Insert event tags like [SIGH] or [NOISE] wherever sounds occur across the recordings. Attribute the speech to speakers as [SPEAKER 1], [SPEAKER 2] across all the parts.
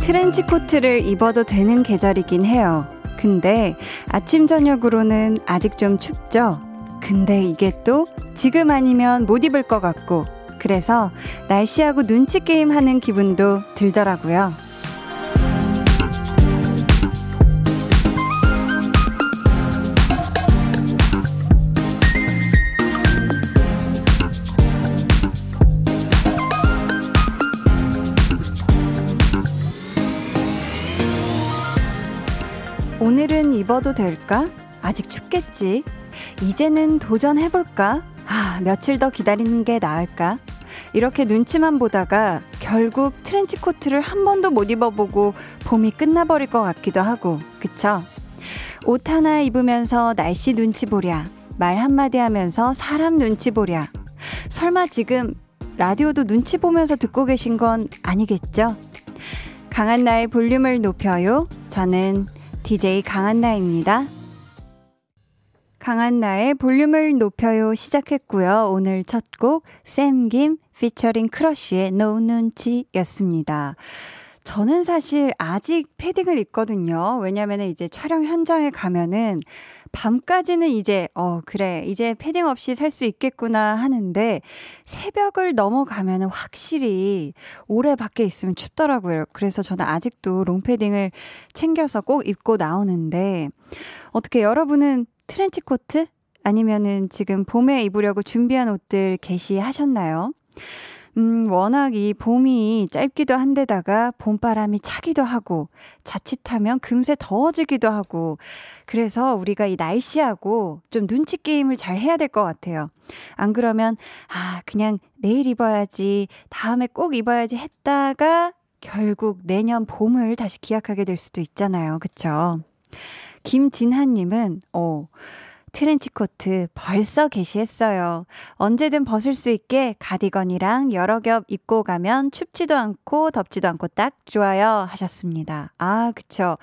[SPEAKER 1] 트렌치 코트를 입어도 되는 계절이긴 해요. 근데 아침 저녁으로는 아직 좀 춥죠? 근데 이게 또 지금 아니면 못 입을 것 같고 그래서 날씨하고 눈치 게임 하는 기분도 들더라고요. 오늘은 입어도 될까? 아직 춥겠지. 이제는 도전해볼까? 아, 며칠 더 기다리는 게 나을까? 이렇게 눈치만 보다가 결국 트렌치 코트를 한 번도 못 입어보고 봄이 끝나버릴 것 같기도 하고, 그쵸? 옷 하나 입으면서 날씨 눈치 보랴. 말 한마디 하면서 사람 눈치 보랴. 설마 지금 라디오도 눈치 보면서 듣고 계신 건 아니겠죠? 강한 나의 볼륨을 높여요. 저는 DJ 강한나입니다. 강한나의 볼륨을 높여요 시작했고요. 오늘 첫 곡 샘김 피처링 크러쉬의 노 눈치였습니다. 저는 사실 아직 패딩을 입거든요. 왜냐면 이제 촬영 현장에 가면은 밤까지는 이제 어 그래 이제 패딩 없이 살 수 있겠구나 하는데 새벽을 넘어가면은 확실히 오래 밖에 있으면 춥더라고요. 그래서 저는 아직도 롱패딩을 챙겨서 꼭 입고 나오는데 어떻게 여러분은 트렌치 코트 아니면은 지금 봄에 입으려고 준비한 옷들 게시하셨나요? 음, 워낙 이 봄이 짧기도 한데다가 봄바람이 차기도 하고 자칫하면 금세 더워지기도 하고 그래서 우리가 이 날씨하고 좀 눈치 게임을 잘 해야 될 것 같아요. 안 그러면 아, 그냥 내일 입어야지, 다음에 꼭 입어야지 했다가 결국 내년 봄을 다시 기약하게 될 수도 있잖아요. 그쵸? 김진하님은, 어, 트렌치 코트 벌써 게시했어요. 언제든 벗을 수 있게 가디건이랑 여러 겹 입고 가면 춥지도 않고 덥지도 않고 딱 좋아요 하셨습니다. 아, 그쵸.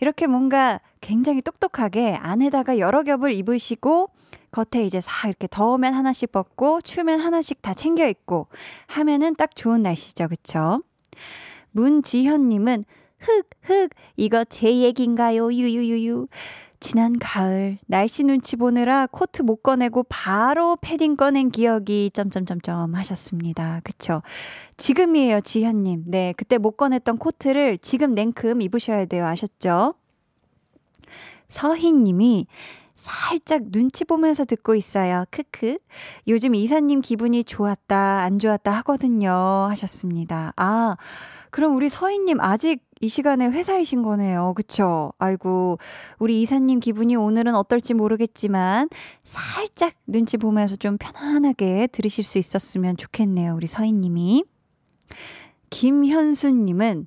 [SPEAKER 1] 이렇게 뭔가 굉장히 똑똑하게 안에다가 여러 겹을 입으시고 겉에 이제 싹 이렇게 더우면 하나씩 벗고 추우면 하나씩 다 챙겨 입고 하면은 딱 좋은 날씨죠. 그쵸? 문지현님은 흑, 흑, 이거 제 얘긴가요? 유유유유. 지난 가을 날씨 눈치 보느라 코트 못 꺼내고 바로 패딩 꺼낸 기억이 점점점점 하셨습니다. 그쵸? 지금이에요, 지현님. 네, 그때 못 꺼냈던 코트를 지금 냉큼 입으셔야 돼요. 아셨죠? 서희님이 살짝 눈치 보면서 듣고 있어요. 크크. 요즘 이사님 기분이 좋았다, 안 좋았다 하거든요. 하셨습니다. 아, 그럼 우리 서희님 아직 이 시간에 회사이신 거네요. 그쵸? 아이고, 우리 이사님 기분이 오늘은 어떨지 모르겠지만, 살짝 눈치 보면서 좀 편안하게 들으실 수 있었으면 좋겠네요. 우리 서희님이. 김현수님은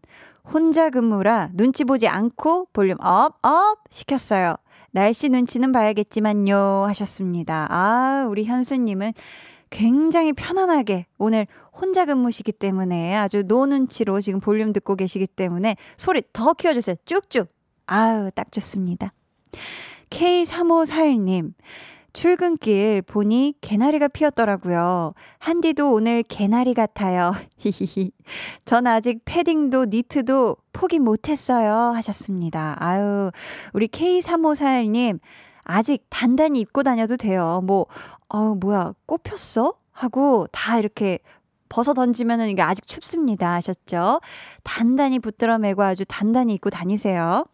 [SPEAKER 1] 혼자 근무라 눈치 보지 않고 볼륨 업, 업 시켰어요. 날씨 눈치는 봐야겠지만요. 하셨습니다. 아, 우리 현수님은 굉장히 편안하게 오늘 혼자 근무시기 때문에 아주 노눈치로 지금 볼륨 듣고 계시기 때문에 소리 더 키워주세요. 쭉쭉. 아우, 딱 좋습니다. K3541님. 출근길 보니 개나리가 피었더라고요. 한디도 오늘 개나리 같아요. 히히히. 전 아직 패딩도 니트도 포기 못했어요. 하셨습니다. 아유, 우리 K3541님. 아직 단단히 입고 다녀도 돼요. 뭐, 어, 뭐야, 꽃 폈어? 하고 다 이렇게 벗어 던지면은 이게 아직 춥습니다. 아셨죠? 단단히 붙들어 매고 아주 단단히 입고 다니세요.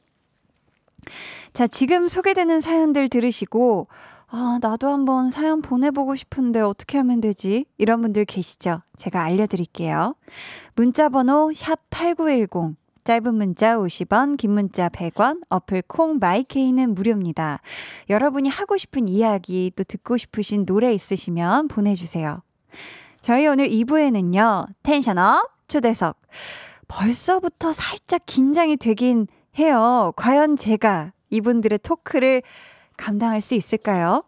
[SPEAKER 1] 자, 지금 소개되는 사연들 들으시고, 아, 나도 한번 사연 보내보고 싶은데 어떻게 하면 되지? 이런 분들 계시죠? 제가 알려드릴게요. 문자번호 샵8910. 짧은 문자 50원, 긴 문자 100원, 어플 콩 마이케이는 무료입니다. 여러분이 하고 싶은 이야기 또 듣고 싶으신 노래 있으시면 보내주세요. 저희 오늘 2부에는요, 텐션업 초대석. 벌써부터 살짝 긴장이 되긴 해요. 과연 제가 이분들의 토크를 감당할 수 있을까요?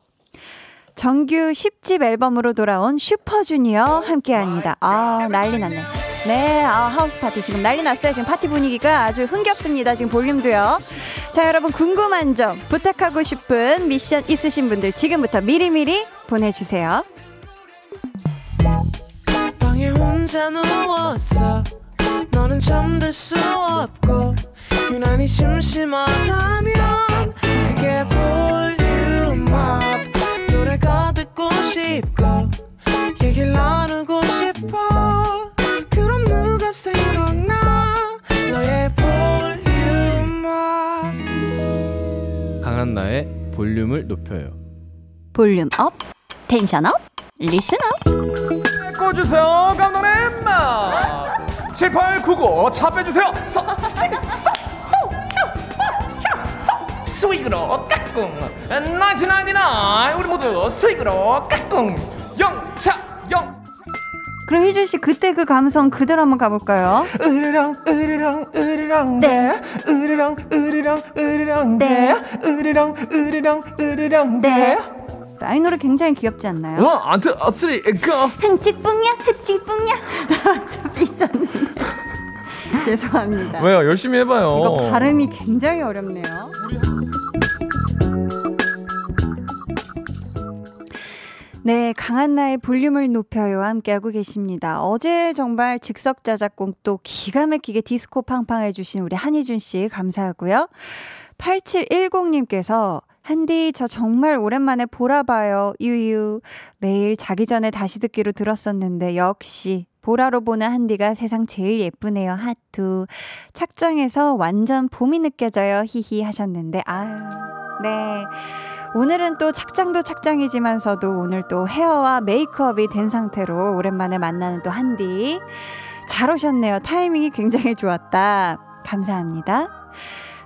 [SPEAKER 1] 정규 10집 앨범으로 돌아온 슈퍼주니어 함께 합니다. 아, 난리 났네. 네, 아, 하우스 파티 지금 난리 났어요. 지금 파티 분위기가 아주 흥겹습니다. 지금 볼륨도요. 자, 여러분 궁금한 점, 부탁하고 싶은 미션 있으신 분들 지금부터 미리미리 보내주세요.
[SPEAKER 2] 방에 혼자 누웠어 너는 잠들 수 없고 유난히 심심하다면 그게 볼륨업 노래가 듣고 싶고 얘기를 나누고 싶어 그럼 누가 생각나 너의 볼륨업
[SPEAKER 3] 강한 나의 볼륨을 높여요.
[SPEAKER 1] 볼륨 업, 텐션 업, 리슨 업.
[SPEAKER 4] 꺼주세요 감독님 7899 차 빼주세요 쏙, 쏙, 호, 쏙, 쏙. 스윙으로 깍꿍 9999 우리 모두 스윙으로 깍꿍 영차 영
[SPEAKER 1] 그럼 희준 씨 그때 그 감성 그대로 한번 가볼까요?
[SPEAKER 4] 으르렁 으르렁 으르렁 네 으르렁 으르렁 으르렁 네 으르렁 으르렁 으르렁 네
[SPEAKER 1] 아, 이 노래 굉장히 귀엽지 않나요?
[SPEAKER 4] 원, 투, 어, 쓰리, 고!
[SPEAKER 1] 네. 흥치뿡냐, 흥치뿡냐. [LAUGHS] 저 삐졌는데. [LAUGHS] 죄송합니다.
[SPEAKER 4] 왜요? 어. 열심히 해봐요.
[SPEAKER 1] 이거 발음이 굉장히 어렵네요. 네, 강한나의 볼륨을 높여요 함께하고 계십니다. 어제 정말 즉석자작곡 또 기가 막히게 디스코 팡팡 해주신 우리 한희준 씨 감사하고요. 8710님께서 한디 저 정말 오랜만에 보라봐요 유유 매일 자기 전에 다시 듣기로 들었었는데 역시 보라로 보는 한디가 세상 제일 예쁘네요 하투 착장에서 완전 봄이 느껴져요 히히 하셨는데 아유 네 오늘은 또 착장도 착장이지만서도 오늘 또 헤어와 메이크업이 된 상태로 오랜만에 만나는 또 한디 잘 오셨네요 타이밍이 굉장히 좋았다 감사합니다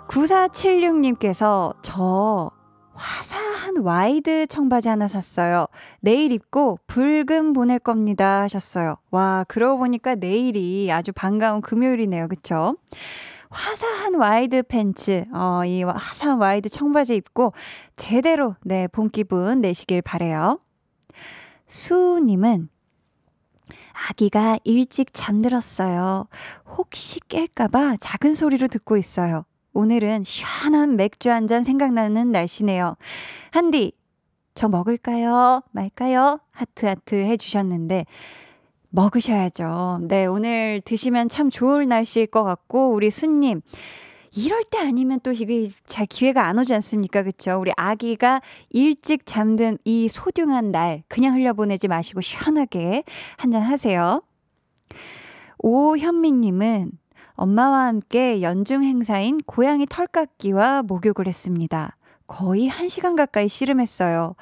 [SPEAKER 1] 9476님께서 저 화사한 와이드 청바지 하나 샀어요. 내일 입고 불금 보낼 겁니다 하셨어요. 와, 그러고 보니까 내일이 아주 반가운 금요일이네요. 그쵸? 화사한 와이드 팬츠, 어, 이 화사한 와이드 청바지 입고 제대로, 네, 봄 기분 내시길 바래요. 수우님은 아기가 일찍 잠들었어요. 혹시 깰까봐 작은 소리로 듣고 있어요. 오늘은 시원한 맥주 한 잔 생각나는 날씨네요. 한디, 저 먹을까요? 말까요? 하트하트 해주셨는데, 먹으셔야죠. 네, 오늘 드시면 참 좋을 날씨일 것 같고, 우리 순님. 이럴 때 아니면 또 이게 잘 기회가 안 오지 않습니까? 그쵸? 우리 아기가 일찍 잠든 이 소중한 날, 그냥 흘려보내지 마시고 시원하게 한잔 하세요. 오현미님은 엄마와 함께 연중 행사인 고양이 털깎기와 목욕을 했습니다. 거의 1시간 가까이 씨름했어요.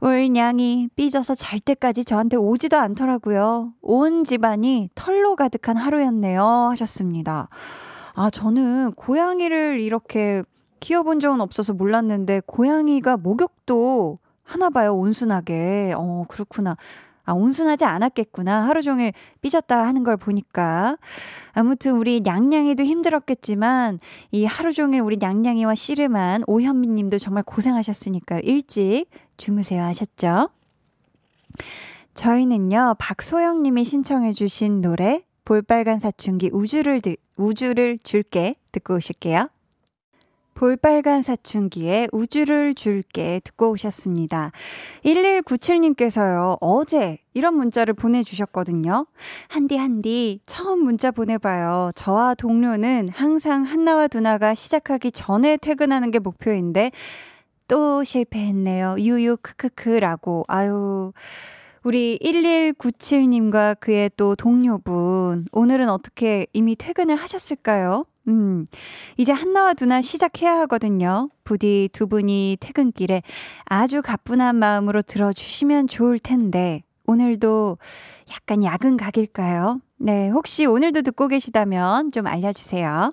[SPEAKER 1] 울냥이 삐져서 잘 때까지 저한테 오지도 않더라고요. 온 집안이 털로 가득한 하루였네요. 하셨습니다. 아, 저는 고양이를 이렇게 키워본 적은 없어서 몰랐는데, 고양이가 목욕도 하나 봐요, 온순하게. 어, 그렇구나. 아, 온순하지 않았겠구나. 하루 종일 삐졌다 하는 걸 보니까. 아무튼 우리 냥냥이도 힘들었겠지만, 이 하루 종일 우리 냥냥이와 씨름한 오현미 님도 정말 고생하셨으니까요. 일찍 주무세요 하셨죠? 저희는요, 박소영 님이 신청해주신 노래, 볼빨간 사춘기 우주를, 드- 우주를 줄게 듣고 오실게요. 볼빨간 사춘기에 우주를 줄게 듣고 오셨습니다. 1197님께서요, 어제 이런 문자를 보내주셨거든요. 한디, 한디, 처음 문자 보내봐요. 저와 동료는 항상 한나와 두나가 시작하기 전에 퇴근하는 게 목표인데, 또 실패했네요. 유유, 크크크라고. 아유. 우리 1197님과 그의 또 동료분, 오늘은 어떻게 이미 퇴근을 하셨을까요? 음, 이제 한나와 두나 시작해야 하거든요. 부디 두 분이 퇴근길에 아주 가뿐한 마음으로 들어주시면 좋을 텐데, 오늘도 약간 야근 각일까요? 네, 혹시 오늘도 듣고 계시다면 좀 알려주세요.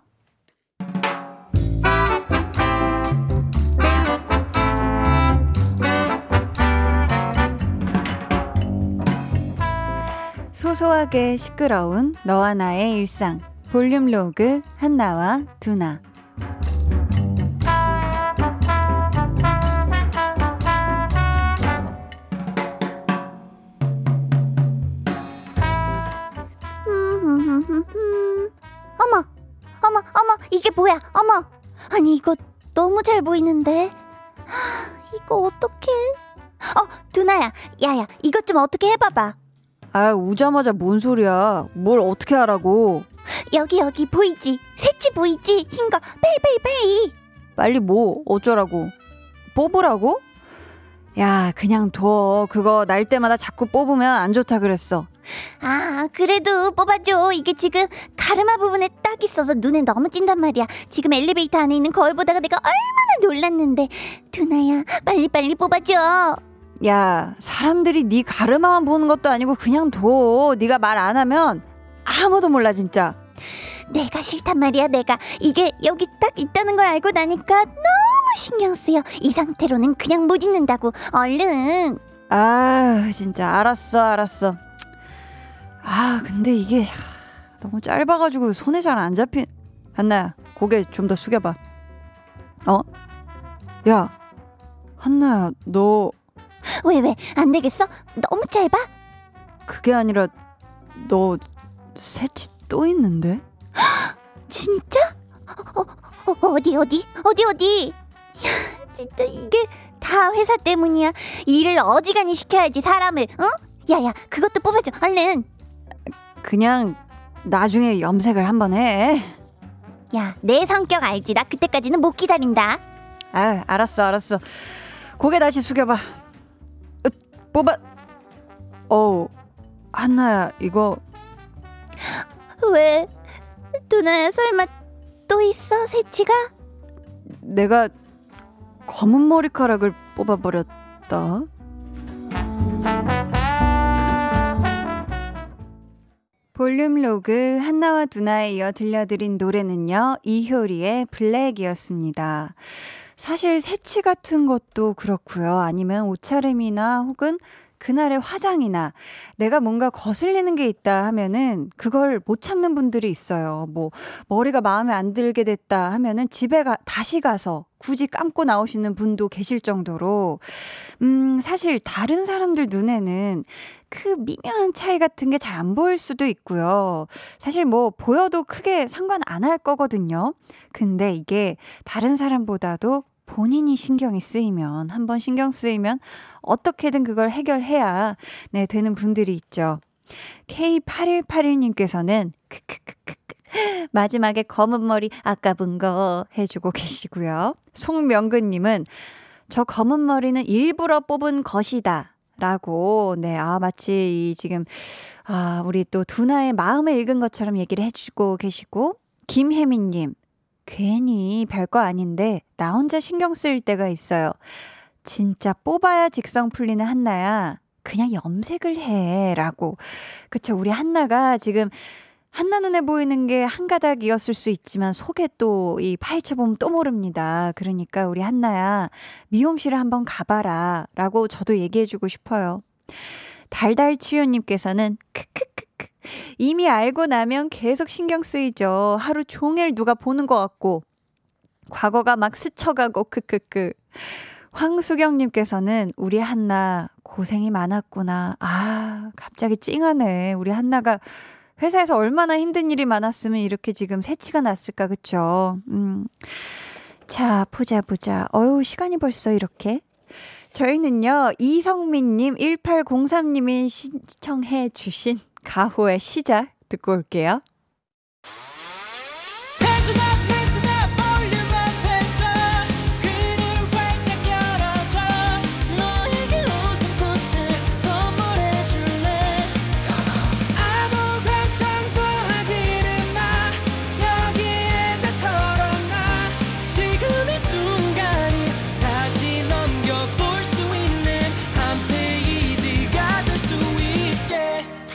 [SPEAKER 1] 소소하게 시끄러운 너와 나의 일상 볼륨 로그 한나와 두나
[SPEAKER 5] [LAUGHS] 어머, 어머, 어머, 이게 뭐야? 어머, 아니 이거 너무 잘 보이는데. [GASPS] 하, 이거 어떻게? 어, 두나야, 야야, 이것 좀 어떻게 해봐봐.
[SPEAKER 1] 아, 오자마자 뭔 소리야. 뭘 어떻게 하라고.
[SPEAKER 5] 여기 여기 보이지? 새치 보이지? 흰 거, 빨리 빨리 빨리.
[SPEAKER 1] 빨리 뭐, 어쩌라고. 뽑으라고? 야, 그냥 둬. 그거 날 때마다 자꾸 뽑으면 안 좋다 그랬어.
[SPEAKER 5] 아, 그래도 뽑아줘. 이게 지금 가르마 부분에 딱 있어서 눈에 너무 띈단 말이야. 지금 엘리베이터 안에 있는 거울 보다가 내가 얼마나 놀랐는데. 두나야, 빨리 빨리 뽑아줘.
[SPEAKER 1] 야, 사람들이 네 가르마만 보는 것도 아니고 그냥 둬. 네가 말 안 하면 아무도 몰라 진짜.
[SPEAKER 5] 내가 싫단 말이야 내가 이게 여기 딱 있다는 걸 알고 나니까 너무 신경 쓰여 이 상태로는 그냥 못 있는다고 얼른
[SPEAKER 1] 아, 진짜 알았어, 알았어. 아, 근데 이게 너무 짧아가지고 손에 잘 안 잡힌. 한나야, 고개 좀 더 숙여봐. 어? 야, 한나야, 너
[SPEAKER 5] 왜 왜 안 되겠어 너무 짧아
[SPEAKER 1] 그게 아니라 너 새치 또 있는데?
[SPEAKER 5] [GASPS] 진짜 어, 어, 어, 어디 어디 어디 어디 야, 진짜 이게 다 회사 때문이야 일을 어지간히 시켜야지 사람을 응 야야 그것도 뽑아줘 얼른
[SPEAKER 1] 그냥 나중에 네, 염색을 한번 해.
[SPEAKER 5] 야 내 성격 알지 나 그때까지는 못 기다린다
[SPEAKER 1] 아, 알았어, 알았어. 고개 다시 숙여봐. 으, 뽑아. 어우, 한나야, 이거
[SPEAKER 5] 왜 누나야 설마 또 있어 새치가
[SPEAKER 1] 내가 검은 머리카락을 뽑아버렸다. 볼륨 로그 한나와 두나에 이어 들려드린 노래는요, 이효리의 블랙이었습니다. 사실 새치 같은 것도 그렇고요. 아니면 옷차림이나 혹은 그날의 화장이나 내가 뭔가 거슬리는 게 있다 하면은 그걸 못 참는 분들이 있어요. 뭐 머리가 마음에 안 들게 됐다 하면은 집에 가, 다시 가서 굳이 감고 나오시는 분도 계실 정도로 음, 사실 다른 사람들 눈에는 그 미묘한 차이 같은 게 잘 안 보일 수도 있고요. 사실 뭐 보여도 크게 상관 안 할 거거든요. 근데 이게 다른 사람보다도 본인이 신경이 쓰이면 한번 신경 쓰이면 어떻게든 그걸 해결해야 네, 되는 분들이 있죠. K8181님께서는 크크크크크 마지막에 검은 머리 아까 본 거 해주고 계시고요. 송명근님은 저 검은 머리는 일부러 뽑은 것이다. 라고, 네, 아, 마치 이 지금, 아, 우리 또 두나의 마음을 읽은 것처럼 얘기를 해주고 계시고, 김혜민님, 괜히 별거 아닌데, 나 혼자 신경 쓰일 때가 있어요. 진짜 뽑아야 직성 풀리는 한나야. 그냥 염색을 해. 라고. 그쵸. 우리 한나가 지금 한나 눈에 보이는 게 한 가닥이었을 수 있지만 속에 또 이 파헤쳐 보면 또 모릅니다. 그러니까 우리 한나야 미용실을 한번 가봐라 라고 저도 얘기해주고 싶어요. 달달치유님께서는 크크크크 이미 알고 나면 계속 신경 쓰이죠. 하루 종일 누가 보는 것 같고 과거가 막 스쳐가고 크크크 황수경님께서는 우리 한나 고생이 많았구나. 아 갑자기 찡하네. 우리 한나가 회사에서 얼마나 힘든 일이 많았으면 이렇게 지금 새치가 났을까 그쵸 음. 자 보자 보자 어유 시간이 벌써 이렇게 저희는요 이성민님 1803님이 신청해 주신 가호의 시작 듣고 올게요
[SPEAKER 4] Turn up, listen up, 볼륨을 펼쳐. 귀를 활짝 열어줘. 너에게 웃음꽃을 선물해줄래. 아무 걱정도 하지는 마. 여기에다 털어놔. 지금 이 순간이 다시 넘겨볼 수 있는 한 페이지가 될 수 있게.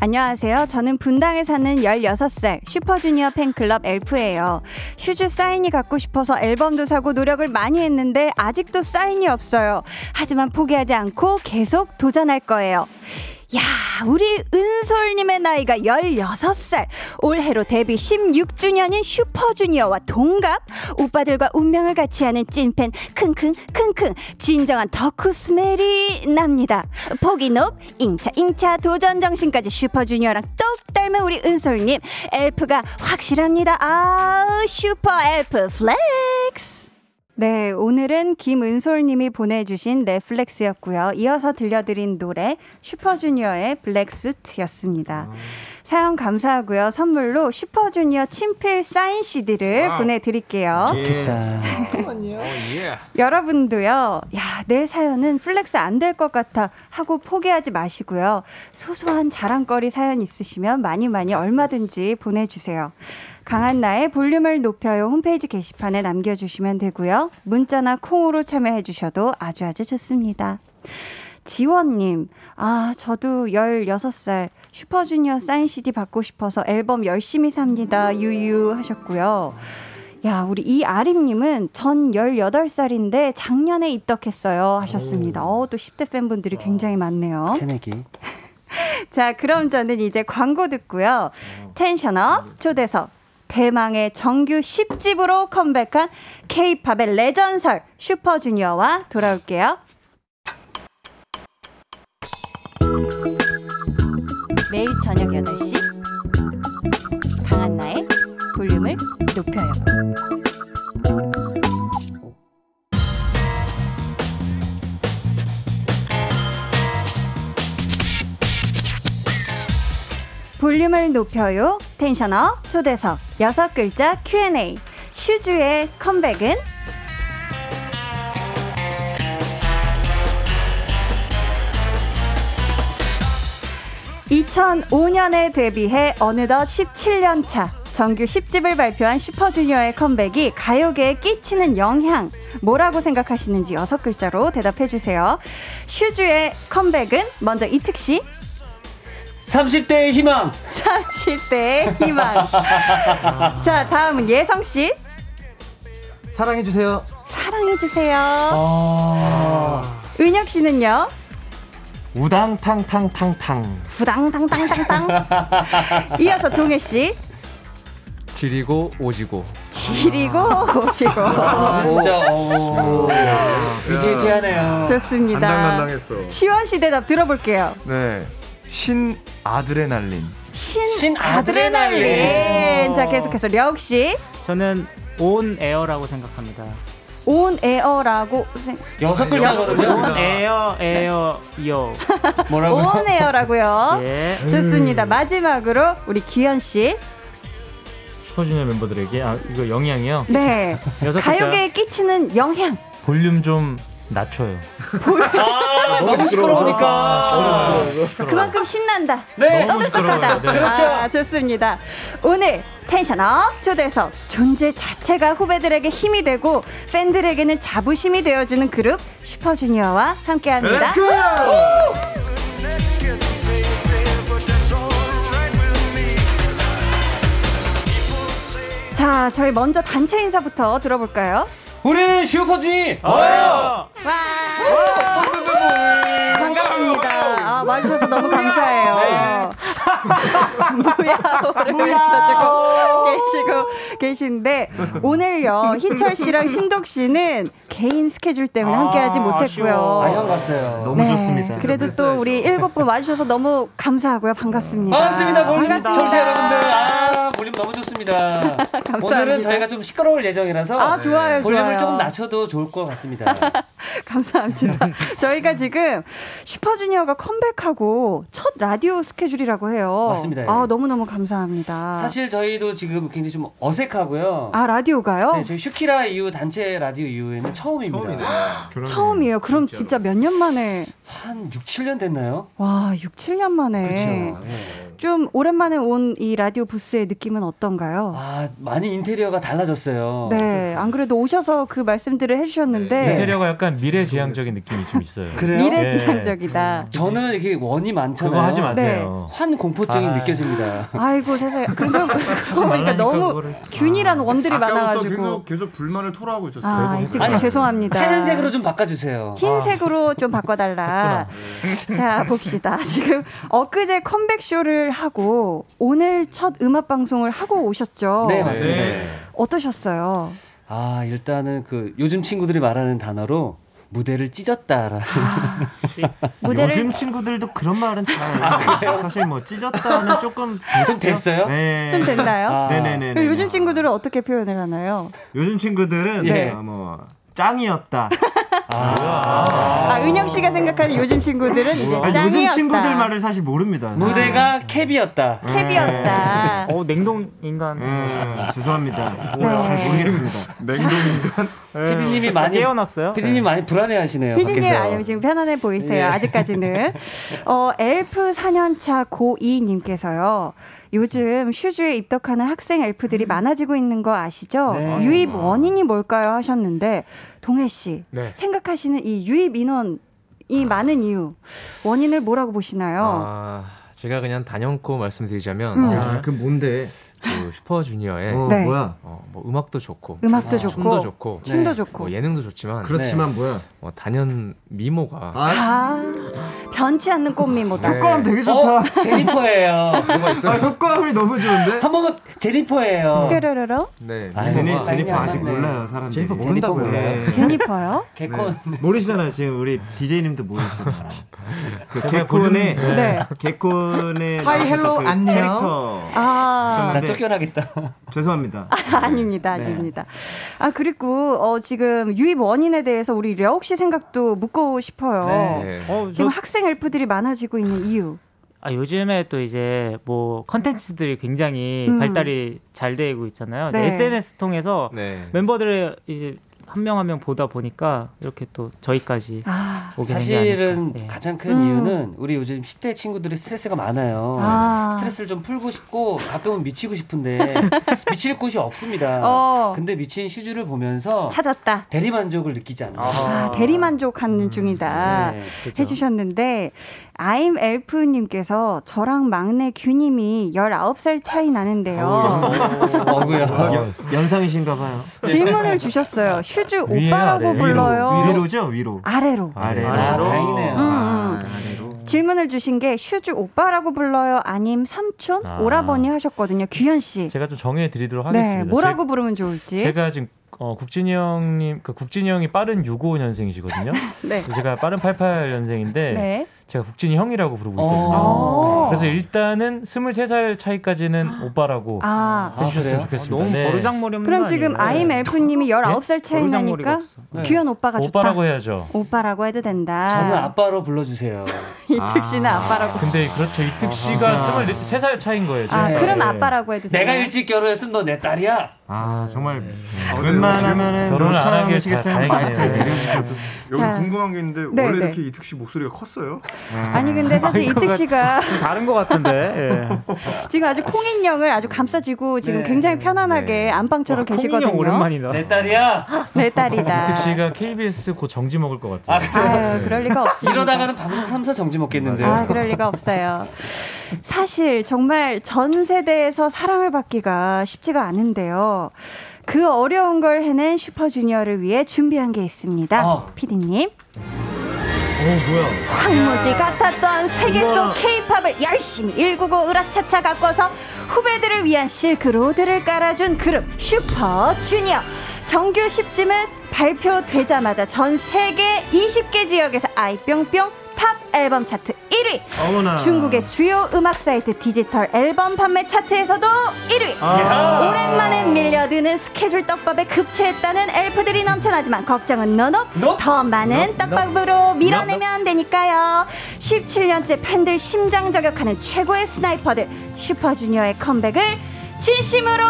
[SPEAKER 1] 안녕하세요. 저는 분당에 사는 16살 슈퍼주니어 팬클럽 엘프예요. 슈즈 사인이 갖고 싶어서 앨범도 사고 노력을 많이 했는데 아직도 사인이 없어요. 하지만 포기하지 않고 계속 도전할 거예요. 야, 우리 은솔님의 나이가 16살. 올해로 데뷔 16주년인 슈퍼주니어와 동갑. 오빠들과 운명을 같이 하는 찐팬, 킁킁, 킁킁. 진정한 덕후 스멜이 납니다. 포기 높, 잉차, 잉차, 도전 정신까지 슈퍼주니어랑 똑 닮은 우리 은솔님. 엘프가 확실합니다. 아우, 슈퍼 엘프 플렉스. 네, 오늘은 김은솔님이 보내주신 넷플릭스였고요. 이어서 들려드린 노래 슈퍼주니어의 블랙수트였습니다. 사연 감사하고요. 선물로 슈퍼주니어 친필 사인 CD를 네, 보내드릴게요.
[SPEAKER 4] 예.
[SPEAKER 1] 어, 예. 여러분도요. 야, 내 사연은 플렉스 안 될 것 같아 하고 포기하지 마시고요. 소소한 자랑거리 사연 있으시면 많이 많이 얼마든지 보내주세요. 강한나의 볼륨을 높여요 홈페이지 게시판에 남겨주시면 되고요. 문자나 콩으로 참여해주셔도 아주 아주 좋습니다. 지원님, 아, 저도 16살 슈퍼주니어 사인 CD 받고 싶어서 앨범 열심히 삽니다. 유유 하셨고요. 야, 우리 이아림님은 전 18살인데 작년에 입덕했어요 하셨습니다. 어, 또 10대 팬분들이 굉장히 많네요.
[SPEAKER 6] 어? 새내기.
[SPEAKER 1] 자, 그럼 저는 이제 광고 듣고요. 텐션업 초대석 대망의 정규 10집으로 컴백한 K-팝의 레전설 슈퍼주니어와 돌아올게요. 매일 저녁 8시 강한나의 볼륨을 높여요. 볼륨을 높여요. 텐션업 초대석 여섯 글자 Q&A. 슈즈의 컴백은 (2005년에) 데뷔해 어느덧 (17년) 차 정규 10집을 발표한 슈퍼주니어의 컴백이 가요계에 끼치는 영향 뭐라고 생각하시는지 여섯 글자로 대답해 주세요 슈즈의 컴백은 먼저 이특 씨 [LAUGHS]
[SPEAKER 6] 30대의 희망.
[SPEAKER 1] 30대의 [LAUGHS] 희망. 자, 다음은 예성 씨.
[SPEAKER 7] 사랑해주세요. 어.
[SPEAKER 1] 사랑해 주세요.
[SPEAKER 8] 아.
[SPEAKER 1] 은혁 씨는요?
[SPEAKER 7] 우당탕탕탕탕. [LAUGHS]
[SPEAKER 1] 부당당당당당. 이어서 동해 씨.
[SPEAKER 7] 지리고 오지고.
[SPEAKER 1] 지리고 오지고.
[SPEAKER 6] 아, 진짜.
[SPEAKER 7] 어.
[SPEAKER 6] 오.
[SPEAKER 3] 아,
[SPEAKER 6] 비지지하네요.
[SPEAKER 1] 좋습니다.
[SPEAKER 7] 간당간당했어.
[SPEAKER 1] 시원 씨 대답 들어볼게요.
[SPEAKER 7] 네. 신 아드레날린.
[SPEAKER 1] 신,
[SPEAKER 6] 신
[SPEAKER 1] 아드레날린.
[SPEAKER 6] 아드레날린.
[SPEAKER 1] 자, 계속해서 려욱 씨.
[SPEAKER 8] 저는 온 에어라고 생각합니다.
[SPEAKER 1] 온 에어라고 생-
[SPEAKER 6] 여섯
[SPEAKER 9] 아,
[SPEAKER 8] 온
[SPEAKER 6] 글자거든요.
[SPEAKER 8] 에어 에어 이어.
[SPEAKER 6] 뭐라고요?
[SPEAKER 1] 온 에어라고요.
[SPEAKER 8] 예.
[SPEAKER 1] 좋습니다. 마지막으로 우리 귀현 씨.
[SPEAKER 8] 슈퍼주니어 멤버들에게 아 이거 영향이요.
[SPEAKER 1] 네.
[SPEAKER 8] 여섯 글자.
[SPEAKER 1] 가요계에 끼치는 영향.
[SPEAKER 8] 볼륨 좀 낮춰요.
[SPEAKER 6] 아, 너무 시끄러우니까.
[SPEAKER 1] [LAUGHS] 아. 그만큼 신난다.
[SPEAKER 6] 네.
[SPEAKER 1] 떠들썩하다.
[SPEAKER 8] 부끄러워요. 네.
[SPEAKER 1] 아, 좋습니다. 오늘 텐션업 초대석 존재 자체가 후배들에게 힘이 되고 팬들에게는 자부심이 되어주는 그룹 슈퍼주니어와 함께합니다. 자, 저희 먼저 단체 인사부터 들어볼까요?
[SPEAKER 6] 우리 슈퍼주니.
[SPEAKER 1] 와! 반갑습니다. 아, 와주셔서 너무 감사해요.
[SPEAKER 6] 네.
[SPEAKER 1] 무야호를 외쳐주고 계시고 계신데 오늘요 희철 씨랑 신동 씨는 개인 스케줄 때문에
[SPEAKER 8] 아,
[SPEAKER 1] 함께하지
[SPEAKER 6] 아, 형
[SPEAKER 1] 못했고요. 네,
[SPEAKER 6] 갔어요.
[SPEAKER 7] 너무 좋습니다.
[SPEAKER 1] 그래도
[SPEAKER 6] 네,
[SPEAKER 1] 또 우리 일곱 분 와주셔서 너무 감사하고요. 반갑습니다.
[SPEAKER 6] 반갑습니다, 볼륨
[SPEAKER 1] 반갑습니다.
[SPEAKER 6] 청취자 여러분들. 아, 볼륨 너무
[SPEAKER 1] [LAUGHS]
[SPEAKER 6] 좋습니다. 오늘은 저희가 좀 시끄러울 예정이라서
[SPEAKER 1] 아, 좋아요,
[SPEAKER 6] 볼륨을
[SPEAKER 1] 좋아요. 아.
[SPEAKER 6] 조금 낮춰도 좋을 것 같습니다. [LAUGHS]
[SPEAKER 1] 감사합니다. 저희가 지금 슈퍼주니어가 컴백하고 첫 라디오 스케줄이라고 해요.
[SPEAKER 6] 맞습니다, 예.
[SPEAKER 1] 아 너무 너무 감사합니다.
[SPEAKER 6] 사실 저희도 지금 굉장히 좀 어색하고요.
[SPEAKER 1] 아 라디오가요?
[SPEAKER 6] 네, 저희 슈키라 이후 단체 라디오 이후에는 처음입니다.
[SPEAKER 1] 처음이에요. 그럼 진짜 몇 년 만에
[SPEAKER 6] 한 6, 7년 됐나요?
[SPEAKER 1] 와 6, 7년 만에
[SPEAKER 6] 그렇죠. 예.
[SPEAKER 1] 좀 오랜만에 온 이 라디오 부스의 느낌은 어떤가요?
[SPEAKER 6] 아, 많이 인테리어가 달라졌어요.
[SPEAKER 1] 네, 안 그래도 오셔서 그 말씀들을 해주셨는데
[SPEAKER 8] 인테리어가 약간 약간 미래지향적인 느낌이 좀 있어요.
[SPEAKER 6] 네.
[SPEAKER 8] 예.
[SPEAKER 6] 그래요?
[SPEAKER 1] 미래지향적이다. 네.
[SPEAKER 6] 저는 이게 원이 많잖아요.
[SPEAKER 8] 그거 하지 마세요.
[SPEAKER 6] 환 공포증이
[SPEAKER 7] 아.
[SPEAKER 6] 느껴집니다.
[SPEAKER 1] 아이고 세상에. 그러고 그러고 보니까
[SPEAKER 8] 말라니까,
[SPEAKER 1] 너무
[SPEAKER 8] 그거를.
[SPEAKER 1] 균일한 원들이
[SPEAKER 7] 아까부터
[SPEAKER 1] 많아가지고.
[SPEAKER 7] 계속, 계속 불만을 토로하고 있었어요.
[SPEAKER 1] 아,
[SPEAKER 8] 네.
[SPEAKER 1] 이특 씨
[SPEAKER 6] 아니,
[SPEAKER 1] 죄송합니다.
[SPEAKER 6] 하얀색으로 좀 바꿔주세요.
[SPEAKER 1] 흰색으로 좀 바꿔달라. 자, 봅시다. 지금 엊그제 컴백쇼를 하고 오늘 첫 음악방송을 하고 오셨죠?
[SPEAKER 6] 네 맞습니다.
[SPEAKER 7] 네.
[SPEAKER 1] 어떠셨어요?
[SPEAKER 6] 아 일단은 그 요즘 친구들이 말하는 단어로 무대를 찢었다라는
[SPEAKER 1] 아,
[SPEAKER 6] [LAUGHS]
[SPEAKER 1] 무대를-
[SPEAKER 8] 요즘 친구들도 그런 말은 잘 사실 뭐 찢었다는 조금
[SPEAKER 6] 아, 좀 됐어요?
[SPEAKER 8] 네.
[SPEAKER 1] 좀 됐나요?
[SPEAKER 6] 아.
[SPEAKER 8] 네네네.
[SPEAKER 1] 그리고 요즘 친구들은 어떻게 표현을 하나요?
[SPEAKER 8] 요즘 친구들은
[SPEAKER 6] 예.
[SPEAKER 8] 아, 뭐 짱이었다.
[SPEAKER 1] 아, 은영 씨가 생각하는 요즘 친구들은 이제
[SPEAKER 8] 아니,
[SPEAKER 1] 짱이었다.
[SPEAKER 8] 요즘 친구들 말을 사실 모릅니다.
[SPEAKER 6] [LAUGHS] 무대가 캡이었다.
[SPEAKER 1] 음. 캡이었다.
[SPEAKER 9] 음.
[SPEAKER 8] 어 냉동 인간. 죄송합니다.
[SPEAKER 1] 네.
[SPEAKER 8] 잘 모르겠습니다. 네.
[SPEAKER 6] 피디님이 많이
[SPEAKER 8] 깨어났어요? 네.
[SPEAKER 6] 피디님 많이 불안해하시네요.
[SPEAKER 1] 피디님
[SPEAKER 6] 밖에서. 네.
[SPEAKER 1] 아니면 지금 편안해 보이세요.
[SPEAKER 6] [LAUGHS]
[SPEAKER 1] 아직까지는. 어, 엘프 4년차 고2님께서요. 요즘 슈즈에 입덕하는 학생 엘프들이 많아지고 있는 거 아시죠?
[SPEAKER 6] 음. 네.
[SPEAKER 1] 유입 원인이 뭘까요? 하셨는데 동해 씨
[SPEAKER 7] 네.
[SPEAKER 1] 생각하시는 이 유입 인원이 많은 이유 원인을 뭐라고 보시나요?
[SPEAKER 3] 아, 제가 그냥 단연코 말씀드리자면
[SPEAKER 1] 음.
[SPEAKER 3] 어,
[SPEAKER 7] 아, 그 뭔데?
[SPEAKER 3] 그 슈퍼주니어의
[SPEAKER 7] 어,
[SPEAKER 1] 네.
[SPEAKER 7] 뭐야?
[SPEAKER 3] 어, 뭐 음악도 좋고
[SPEAKER 1] 음악도 좋고
[SPEAKER 3] 춤도 좋고
[SPEAKER 1] 춤도
[SPEAKER 6] 네.
[SPEAKER 1] 좋고
[SPEAKER 3] 뭐 예능도 좋지만
[SPEAKER 7] 그렇지만 뭐야?
[SPEAKER 3] 어, 단연 미모가
[SPEAKER 7] 아,
[SPEAKER 1] 아 변치 않는 꽃미모다.
[SPEAKER 6] 네.
[SPEAKER 7] 효과음 되게 좋다.
[SPEAKER 6] 어 [LAUGHS] 제니퍼예요.
[SPEAKER 7] 아, 효과음이 너무 좋은데?
[SPEAKER 6] 한 번만 제니퍼예요.
[SPEAKER 1] 뾰로로로
[SPEAKER 3] 네.
[SPEAKER 6] 아,
[SPEAKER 7] 제니,
[SPEAKER 6] 아이고,
[SPEAKER 7] 제니퍼 아직
[SPEAKER 6] 아이고.
[SPEAKER 7] 몰라요, 사람들이.
[SPEAKER 6] 제니퍼 모른다고요.
[SPEAKER 7] 네. [LAUGHS]
[SPEAKER 1] 제니퍼요?
[SPEAKER 6] 개콘
[SPEAKER 7] 모르시잖아요. 지금 우리 DJ님도 모르시잖아요. 그
[SPEAKER 8] 제발 볼륨-
[SPEAKER 7] 개콘의
[SPEAKER 1] 네. [LAUGHS]
[SPEAKER 7] 개콘의 하이 헬로 안녕 캐릭터.
[SPEAKER 1] 아
[SPEAKER 6] 나
[SPEAKER 7] 네.
[SPEAKER 6] 쫓겨나겠다.
[SPEAKER 7] 죄송합니다.
[SPEAKER 1] [LAUGHS] 아닙니다,
[SPEAKER 7] 네.
[SPEAKER 1] 아닙니다. 아 그리고 어, 지금 유입 원인에 대해서 우리 려욱 씨 생각도 묻고 싶어요.
[SPEAKER 6] 네.
[SPEAKER 3] 네.
[SPEAKER 9] 어, 저,
[SPEAKER 1] 지금 학생 엘프들이 많아지고 있는 이유.
[SPEAKER 9] 아, 요즘에 또 이제 뭐 컨텐츠들이 굉장히
[SPEAKER 1] 음.
[SPEAKER 9] 발달이 잘 되고 있잖아요. 이제
[SPEAKER 1] 네.
[SPEAKER 9] SNS 통해서
[SPEAKER 3] 네.
[SPEAKER 9] 멤버들의 이제 한 명 한 명 보다 보니까 이렇게 또 저희까지
[SPEAKER 1] 아,
[SPEAKER 9] 오게 된게
[SPEAKER 6] 사실은
[SPEAKER 9] 아닐까. 예.
[SPEAKER 6] 가장 큰
[SPEAKER 1] 음.
[SPEAKER 6] 이유는 우리 요즘 10대 친구들이 스트레스가 많아요.
[SPEAKER 1] 아.
[SPEAKER 6] 스트레스를 좀 풀고 싶고 가끔은 미치고
[SPEAKER 1] [LAUGHS]
[SPEAKER 6] 싶은데 미칠 곳이 없습니다.
[SPEAKER 1] 어.
[SPEAKER 6] 근데 미친 슈즈를
[SPEAKER 10] 어.
[SPEAKER 6] 보면서
[SPEAKER 1] 찾았다.
[SPEAKER 6] 대리만족을 느끼지 않나.
[SPEAKER 1] 아, 대리 만족하는 중이다.
[SPEAKER 6] 네,
[SPEAKER 1] 해주셨는데 아임 엘프님께서 저랑 막내 규님이 19살 차이 나는데요.
[SPEAKER 6] 어구야.
[SPEAKER 7] 연상이신가 봐요.
[SPEAKER 1] 질문을 주셨어요. 슈즈
[SPEAKER 8] 위에
[SPEAKER 1] 오빠라고
[SPEAKER 8] 아래.
[SPEAKER 1] 불러요.
[SPEAKER 7] 위로, 죠 위로.
[SPEAKER 1] 아래로.
[SPEAKER 7] 아래로.
[SPEAKER 6] 아, 다행이네요.
[SPEAKER 1] 음,
[SPEAKER 7] 아래로.
[SPEAKER 1] 질문을 주신 게 슈즈 오빠라고 불러요 아님 삼촌
[SPEAKER 8] 아.
[SPEAKER 1] 오라버니 하셨거든요 규현 씨.
[SPEAKER 8] 제가 좀 정해드리도록
[SPEAKER 1] 네
[SPEAKER 8] 하겠습니다.
[SPEAKER 1] 뭐라고 부르면 좋을지.
[SPEAKER 8] 제, 가 지금 어, 국진이 형님, 그 국진이 형이 빠른
[SPEAKER 1] [LAUGHS]
[SPEAKER 8] 65년생이시거든요.
[SPEAKER 1] 네.
[SPEAKER 8] 제가 빠른 88년생인데
[SPEAKER 1] 네.
[SPEAKER 8] 제가 국진이 형이라고 부르고
[SPEAKER 6] 어.
[SPEAKER 8] 있거든요.
[SPEAKER 1] 어.
[SPEAKER 8] 그래서 일단은 23살 차이까지는 오빠라고
[SPEAKER 1] 아
[SPEAKER 6] 아, 그래요?
[SPEAKER 8] 해주셨으면 좋겠습니다.
[SPEAKER 9] 너무
[SPEAKER 8] 네.
[SPEAKER 9] 버르장머리 없는
[SPEAKER 1] 그럼
[SPEAKER 9] 거
[SPEAKER 1] 지금
[SPEAKER 9] 아니에요?
[SPEAKER 1] 아임 엘프님이 19살 차이
[SPEAKER 9] 버르장머리가
[SPEAKER 1] 나니까
[SPEAKER 9] 없어.
[SPEAKER 6] 네.
[SPEAKER 1] 규현 오빠가
[SPEAKER 8] 오빠라고
[SPEAKER 1] 좋다.
[SPEAKER 8] 해야죠.
[SPEAKER 1] 오빠라고 해도 된다.
[SPEAKER 6] 저는 아빠로 불러주세요.
[SPEAKER 1] [LAUGHS] 이특 씨는 아. 빠라고
[SPEAKER 8] 근데 그렇죠. 이특
[SPEAKER 9] 아,
[SPEAKER 8] 씨가 23살 차인 거예요.
[SPEAKER 1] 아
[SPEAKER 8] 지금.
[SPEAKER 1] 그럼
[SPEAKER 8] 네.
[SPEAKER 1] 아빠라고 해도 된다.
[SPEAKER 6] 내가 일찍 결혼했으면 너 내 딸이야.
[SPEAKER 8] 아, 정말
[SPEAKER 7] 웬만하면은
[SPEAKER 8] 결혼을 안 하길
[SPEAKER 7] 노처음이시겠어요?
[SPEAKER 8] 다- 다행이네요.
[SPEAKER 7] 마이크를 들으셔도.
[SPEAKER 1] 여기 자.
[SPEAKER 11] 궁금한 게 있는데
[SPEAKER 1] 네, 원래 네. 이렇게
[SPEAKER 11] 이특 씨 목소리가 컸어요?
[SPEAKER 1] 아니 근데 사실 이특 씨가
[SPEAKER 8] 다른 것 같은데.
[SPEAKER 9] 예.
[SPEAKER 1] 지금 아주 콩인형을 아주 감싸지고 지금
[SPEAKER 6] 네.
[SPEAKER 1] 굉장히 편안하게 안방처럼 계시거든요.
[SPEAKER 8] 오랜만이다.
[SPEAKER 6] 내 딸이야.
[SPEAKER 1] 내
[SPEAKER 8] [LAUGHS]
[SPEAKER 1] 딸이다.
[SPEAKER 8] 이특 씨가 KBS 곧 정지 먹을 것 같아요.
[SPEAKER 1] 아유 그럴 리가 없어.
[SPEAKER 6] 이러다가는 방송 3사 정지 먹겠는데요.
[SPEAKER 1] 아, 그럴 리가 없어요. 사실 정말 전 세대에서 사랑을 받기가 쉽지가 않은데요. 그 어려운 걸 해낸 슈퍼주니어를 위해 준비한 게 있습니다.
[SPEAKER 6] 어.
[SPEAKER 1] 피디님.
[SPEAKER 8] 오 뭐야?
[SPEAKER 1] 황무지 같았던 세계 속 케이팝을 열심히 일구고 으라차차 가꿔서 후배들을 위한 실크로드를 깔아준 그룹 슈퍼주니어 정규 10집은 발표되자마자 전 세계 20개 지역에서 아이뿅뿅 탑 앨범 차트 1위
[SPEAKER 7] 어머나.
[SPEAKER 1] 중국의 주요 음악 사이트 디지털 앨범 판매 차트에서도 1위. 오랜만에 밀려드는 스케줄 떡밥에 급체했다는 엘프들이 넘쳐나지만 걱정은 너너
[SPEAKER 6] No.
[SPEAKER 1] 더 많은 떡밥으로 밀어내면
[SPEAKER 6] 네.
[SPEAKER 1] 되니까요. 17년째 팬들 심장 저격하는 최고의 스나이퍼들 슈퍼주니어의 컴백을 진심으로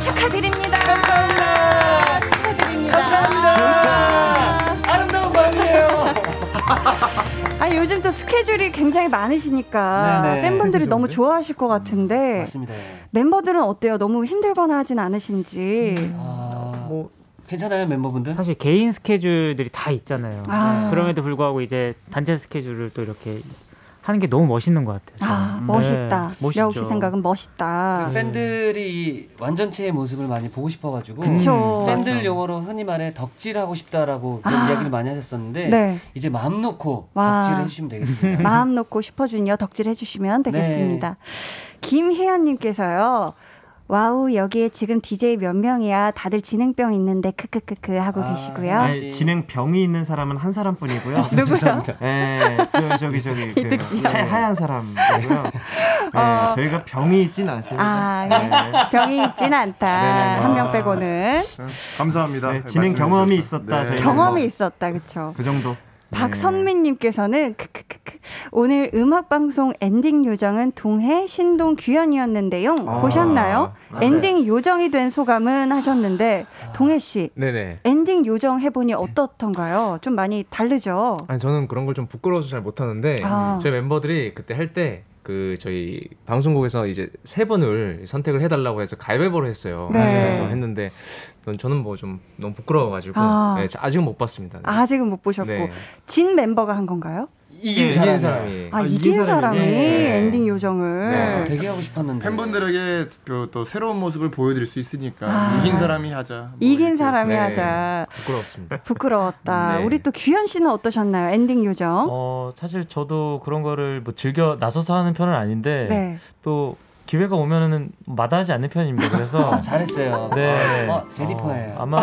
[SPEAKER 1] 축하드립니다.
[SPEAKER 6] 감사합니다.
[SPEAKER 1] 축하드립니다.
[SPEAKER 6] 감사합니다. 아름다운 밤이에요.
[SPEAKER 1] [LAUGHS] 아 요즘 또 스케줄이 굉장히 많으시니까
[SPEAKER 6] 네네.
[SPEAKER 1] 팬분들이 너무 좋아하실 것 같은데
[SPEAKER 6] 맞습니다. 음.
[SPEAKER 1] 멤버들은 어때요? 너무 힘들거나 하진 않으신지.
[SPEAKER 6] 아,
[SPEAKER 8] 뭐
[SPEAKER 6] 괜찮아요 멤버분들?
[SPEAKER 9] 사실 개인 스케줄들이 다 있잖아요. 네.
[SPEAKER 6] 아.
[SPEAKER 9] 그럼에도 불구하고 이제 단체 스케줄을 또 이렇게 하는 게 너무 멋있는 것 같아요.
[SPEAKER 1] 아,
[SPEAKER 9] 저는.
[SPEAKER 1] 멋있다.
[SPEAKER 9] 네, 멋있죠.
[SPEAKER 1] 려욱 씨 생각은 멋있다.
[SPEAKER 6] 그러니까 팬들이 이 완전체의 모습을 많이 보고 싶어가지고
[SPEAKER 1] 그쵸.
[SPEAKER 6] 팬들 용어로 흔히 말해 덕질하고 싶다라고 그런
[SPEAKER 1] 아.
[SPEAKER 6] 이야기를 많이 하셨었는데
[SPEAKER 1] 네.
[SPEAKER 6] 이제 마음 놓고
[SPEAKER 1] 와.
[SPEAKER 6] 덕질을 해주시면 되겠습니다.
[SPEAKER 1] [LAUGHS] 마음 놓고 슈퍼주니어 덕질 해주시면 되겠습니다.
[SPEAKER 6] 네.
[SPEAKER 1] 김혜연님께서요. 와우 여기에 지금 DJ 몇 명이야 다들 진행병 있는데 크크크크 하고 계시고요.
[SPEAKER 6] 네.
[SPEAKER 7] 아니, 진행병이 있는 사람은 한 사람뿐이고요.
[SPEAKER 1] 아, 누구요? [LAUGHS] 죄송합니다.
[SPEAKER 7] 예, 그, 저기 저기 그,
[SPEAKER 1] 이득 씨.
[SPEAKER 7] 하- 하얀 사람이고요. 예,
[SPEAKER 1] 어.
[SPEAKER 7] 저희가 병이 있진 않습니다.
[SPEAKER 1] 아,
[SPEAKER 7] 네.
[SPEAKER 1] 병이 있진 않다.
[SPEAKER 7] 네네.
[SPEAKER 1] 한 명
[SPEAKER 7] 아.
[SPEAKER 1] 빼고는
[SPEAKER 12] 네,
[SPEAKER 7] 감사합니다. 진행 경험이 있었다. 저희
[SPEAKER 1] 경험이 있었다, 그렇죠.
[SPEAKER 7] 그 정도.
[SPEAKER 1] 박선민님께서는 크크크크 오늘 음악 방송 엔딩 요정은 동해 신동 귀현이었는데요.
[SPEAKER 3] 아,
[SPEAKER 1] 보셨나요?
[SPEAKER 3] 맞아요.
[SPEAKER 1] 엔딩 요정이 된 소감은 하셨는데 동해 씨
[SPEAKER 3] 네네.
[SPEAKER 1] 엔딩 요정 해보니 어떻던가요? 좀 많이 다르죠.
[SPEAKER 3] 아니 저는 그런 걸 좀 부끄러워서 잘 못하는데
[SPEAKER 1] 어? 아.
[SPEAKER 3] 저희 멤버들이 그때 할 때 그 저희 방송국에서 이제 세 분을 선택을 해달라고 해서 가위바위보로 했어요.
[SPEAKER 1] 네.
[SPEAKER 3] 그래서 했는데 넌- 저는 뭐 좀 너무 부끄러워가지고
[SPEAKER 1] 아.
[SPEAKER 3] 네, 저 아직은 못 봤습니다. 네.
[SPEAKER 1] 아직은 못 보셨고
[SPEAKER 3] 네.
[SPEAKER 1] 진 멤버가 한 건가요?
[SPEAKER 3] 이긴
[SPEAKER 6] 사람이요.
[SPEAKER 3] 사람이.
[SPEAKER 1] 아, 이긴 네. 사람이
[SPEAKER 12] 네.
[SPEAKER 1] 엔딩 요정을
[SPEAKER 6] 되게 하고 싶었는데
[SPEAKER 12] 팬분들에게 그 또 새로운 모습을 보여드릴 수 있으니까
[SPEAKER 1] 아.
[SPEAKER 12] 이긴 사람이 하자.
[SPEAKER 1] 이긴 사람이
[SPEAKER 12] 네.
[SPEAKER 1] 하자.
[SPEAKER 3] 부끄럽습니다.
[SPEAKER 1] 부끄러웠다.
[SPEAKER 8] 네.
[SPEAKER 1] 우리 또 귀현 씨는 어떠셨나요? 엔딩 요정.
[SPEAKER 8] 어, 사실 저도 그런 거를 뭐 즐겨 나서서 하는 편은 아닌데
[SPEAKER 1] 네.
[SPEAKER 8] 또 기회가 오면은 마다하지 않는 편입니다. 그래서
[SPEAKER 6] [LAUGHS] 아, 잘했어요.
[SPEAKER 8] 네.
[SPEAKER 6] 어, 제니퍼예요.
[SPEAKER 8] 어,
[SPEAKER 6] [LAUGHS]
[SPEAKER 8] 아마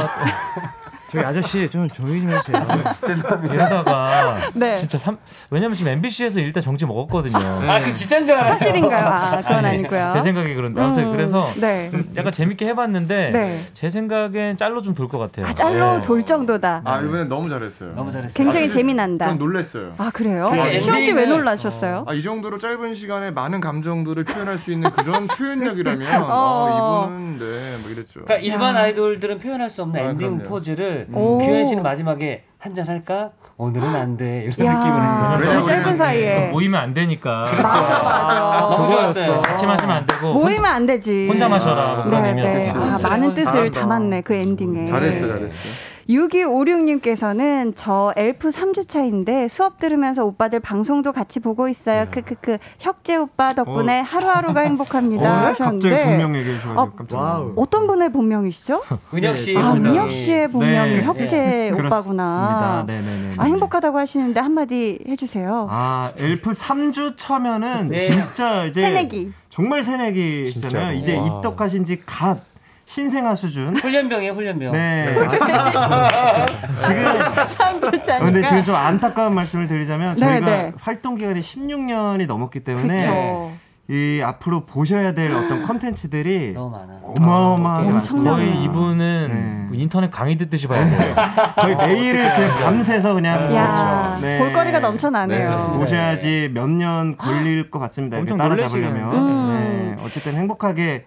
[SPEAKER 8] 저희 아저씨 좀 조용히 좀 해주세요.
[SPEAKER 6] 아, 죄송합니다.
[SPEAKER 1] [LAUGHS]
[SPEAKER 8] 이러다가
[SPEAKER 6] 네.
[SPEAKER 8] 진짜 삼 왜냐면 지금 MBC에서 일단 정지 먹었거든요. 네.
[SPEAKER 6] 아, 그 진짜인 줄 알아요.
[SPEAKER 1] 사실인가요? 아,
[SPEAKER 7] 예.
[SPEAKER 1] 그건 아니고요.
[SPEAKER 8] 제 생각에 그런데 아무튼
[SPEAKER 1] 음,
[SPEAKER 8] 그래서
[SPEAKER 1] 네.
[SPEAKER 8] 좀 약간 재밌게 해봤는데
[SPEAKER 1] 네.
[SPEAKER 8] 제 생각엔 짤로 좀 돌 것 같아요.
[SPEAKER 1] 아, 짤로
[SPEAKER 8] 네.
[SPEAKER 1] 돌 정도다.
[SPEAKER 12] 아 이번에 너무 잘했어요. 너무 잘했어요.
[SPEAKER 6] 아,
[SPEAKER 1] 굉장히 재미난다.
[SPEAKER 12] 전 놀랐어요. 네.
[SPEAKER 1] 아, 그래요? 시원 씨왜 놀라셨어요?
[SPEAKER 12] 아, 이 정도로 짧은 시간에 많은 감정들을 표현할 수
[SPEAKER 1] [LAUGHS]
[SPEAKER 12] 있는 그런 표현력이라면
[SPEAKER 1] 어.
[SPEAKER 12] 아, 이분은 네뭐 이랬죠.
[SPEAKER 6] 그러니까 일반 아이돌들은 표현할 수 없는
[SPEAKER 12] 아,
[SPEAKER 6] 엔딩
[SPEAKER 12] 그럼요.
[SPEAKER 6] 포즈를
[SPEAKER 1] 음.
[SPEAKER 6] 음.
[SPEAKER 12] 오.
[SPEAKER 6] 규현 씨는 마지막에 한 잔 할까? 오늘은 안 돼. 이런
[SPEAKER 1] 야,
[SPEAKER 6] 느낌을 했었어요.
[SPEAKER 1] 너무 짧은 사이에. 그렇죠.
[SPEAKER 8] 또 모이면 안 되니까.
[SPEAKER 6] 맞아, 맞아. 너무 좋았어요.
[SPEAKER 8] 같이 마시면 안 되고.
[SPEAKER 1] 모이면 안 되지.
[SPEAKER 8] 혼자 마셔라, 뭐 그런
[SPEAKER 1] 네,
[SPEAKER 8] 의미였죠.
[SPEAKER 1] 네. 아,
[SPEAKER 8] 그치.
[SPEAKER 1] 많은 뜻을
[SPEAKER 8] 잘한다.
[SPEAKER 1] 담았네 그 엔딩에.
[SPEAKER 12] 잘했어, 잘했어.
[SPEAKER 1] 6256님께서는 저 엘프 3주 차인데 수업 들으면서 오빠들 방송도 같이 보고 있어요. 크크크. 혁재 오빠 덕분에
[SPEAKER 7] 어.
[SPEAKER 1] 하루하루가 행복합니다.
[SPEAKER 7] 어, 갑자기
[SPEAKER 1] 하셨는데.
[SPEAKER 7] 본명 얘기해 주셔서
[SPEAKER 1] 어,
[SPEAKER 7] 깜짝 놀랐어요.
[SPEAKER 1] 어떤 분의
[SPEAKER 7] [LAUGHS]
[SPEAKER 1] 본명이시죠?
[SPEAKER 6] 은혁
[SPEAKER 7] 씨.
[SPEAKER 1] 아,
[SPEAKER 7] 본명이.
[SPEAKER 1] 은혁 씨의 본명이
[SPEAKER 7] 네.
[SPEAKER 1] 혁재
[SPEAKER 7] 네.
[SPEAKER 1] 오빠구나.
[SPEAKER 7] 그렇습니다. 네네네.
[SPEAKER 1] 아, 행복하다고 하시는데 한마디 해주세요.
[SPEAKER 7] 아, 엘프 3주 차면은
[SPEAKER 1] 네.
[SPEAKER 7] 진짜 이제
[SPEAKER 1] 새내기.
[SPEAKER 7] 정말 새내기잖아요.
[SPEAKER 6] 진짜로.
[SPEAKER 7] 이제
[SPEAKER 6] 와.
[SPEAKER 7] 입덕하신 지 갓 신생아 수준.
[SPEAKER 6] 훈련병이에요, 훈련병. [LAUGHS]
[SPEAKER 7] 네. [LAUGHS]
[SPEAKER 1] 지금
[SPEAKER 7] 어, 근데 지금 좀 안타까운 말씀을 드리자면
[SPEAKER 6] 네,
[SPEAKER 7] 저희가
[SPEAKER 6] 네.
[SPEAKER 7] 활동 기간이 16년이 넘었기 때문에
[SPEAKER 6] 그쵸.
[SPEAKER 7] 이 앞으로 보셔야 될 어떤 컨텐츠들이
[SPEAKER 1] 아,
[SPEAKER 7] 어마어마하게 많습니다.
[SPEAKER 8] 거의 이분은
[SPEAKER 6] 네.
[SPEAKER 8] 뭐 인터넷 강의 듣듯이 봐야
[SPEAKER 6] [LAUGHS]
[SPEAKER 8] 돼요.
[SPEAKER 7] 거의 매일을 그냥 밤새서 그냥
[SPEAKER 1] 야,
[SPEAKER 7] 그렇죠. 네.
[SPEAKER 1] 볼거리가 넘쳐나네요.
[SPEAKER 7] 보셔야지 몇 년 걸릴 것 같습니다. 이렇게
[SPEAKER 1] 엄청
[SPEAKER 7] 따라잡으려면.
[SPEAKER 1] 놀라시네요.
[SPEAKER 7] 네. 어쨌든 행복하게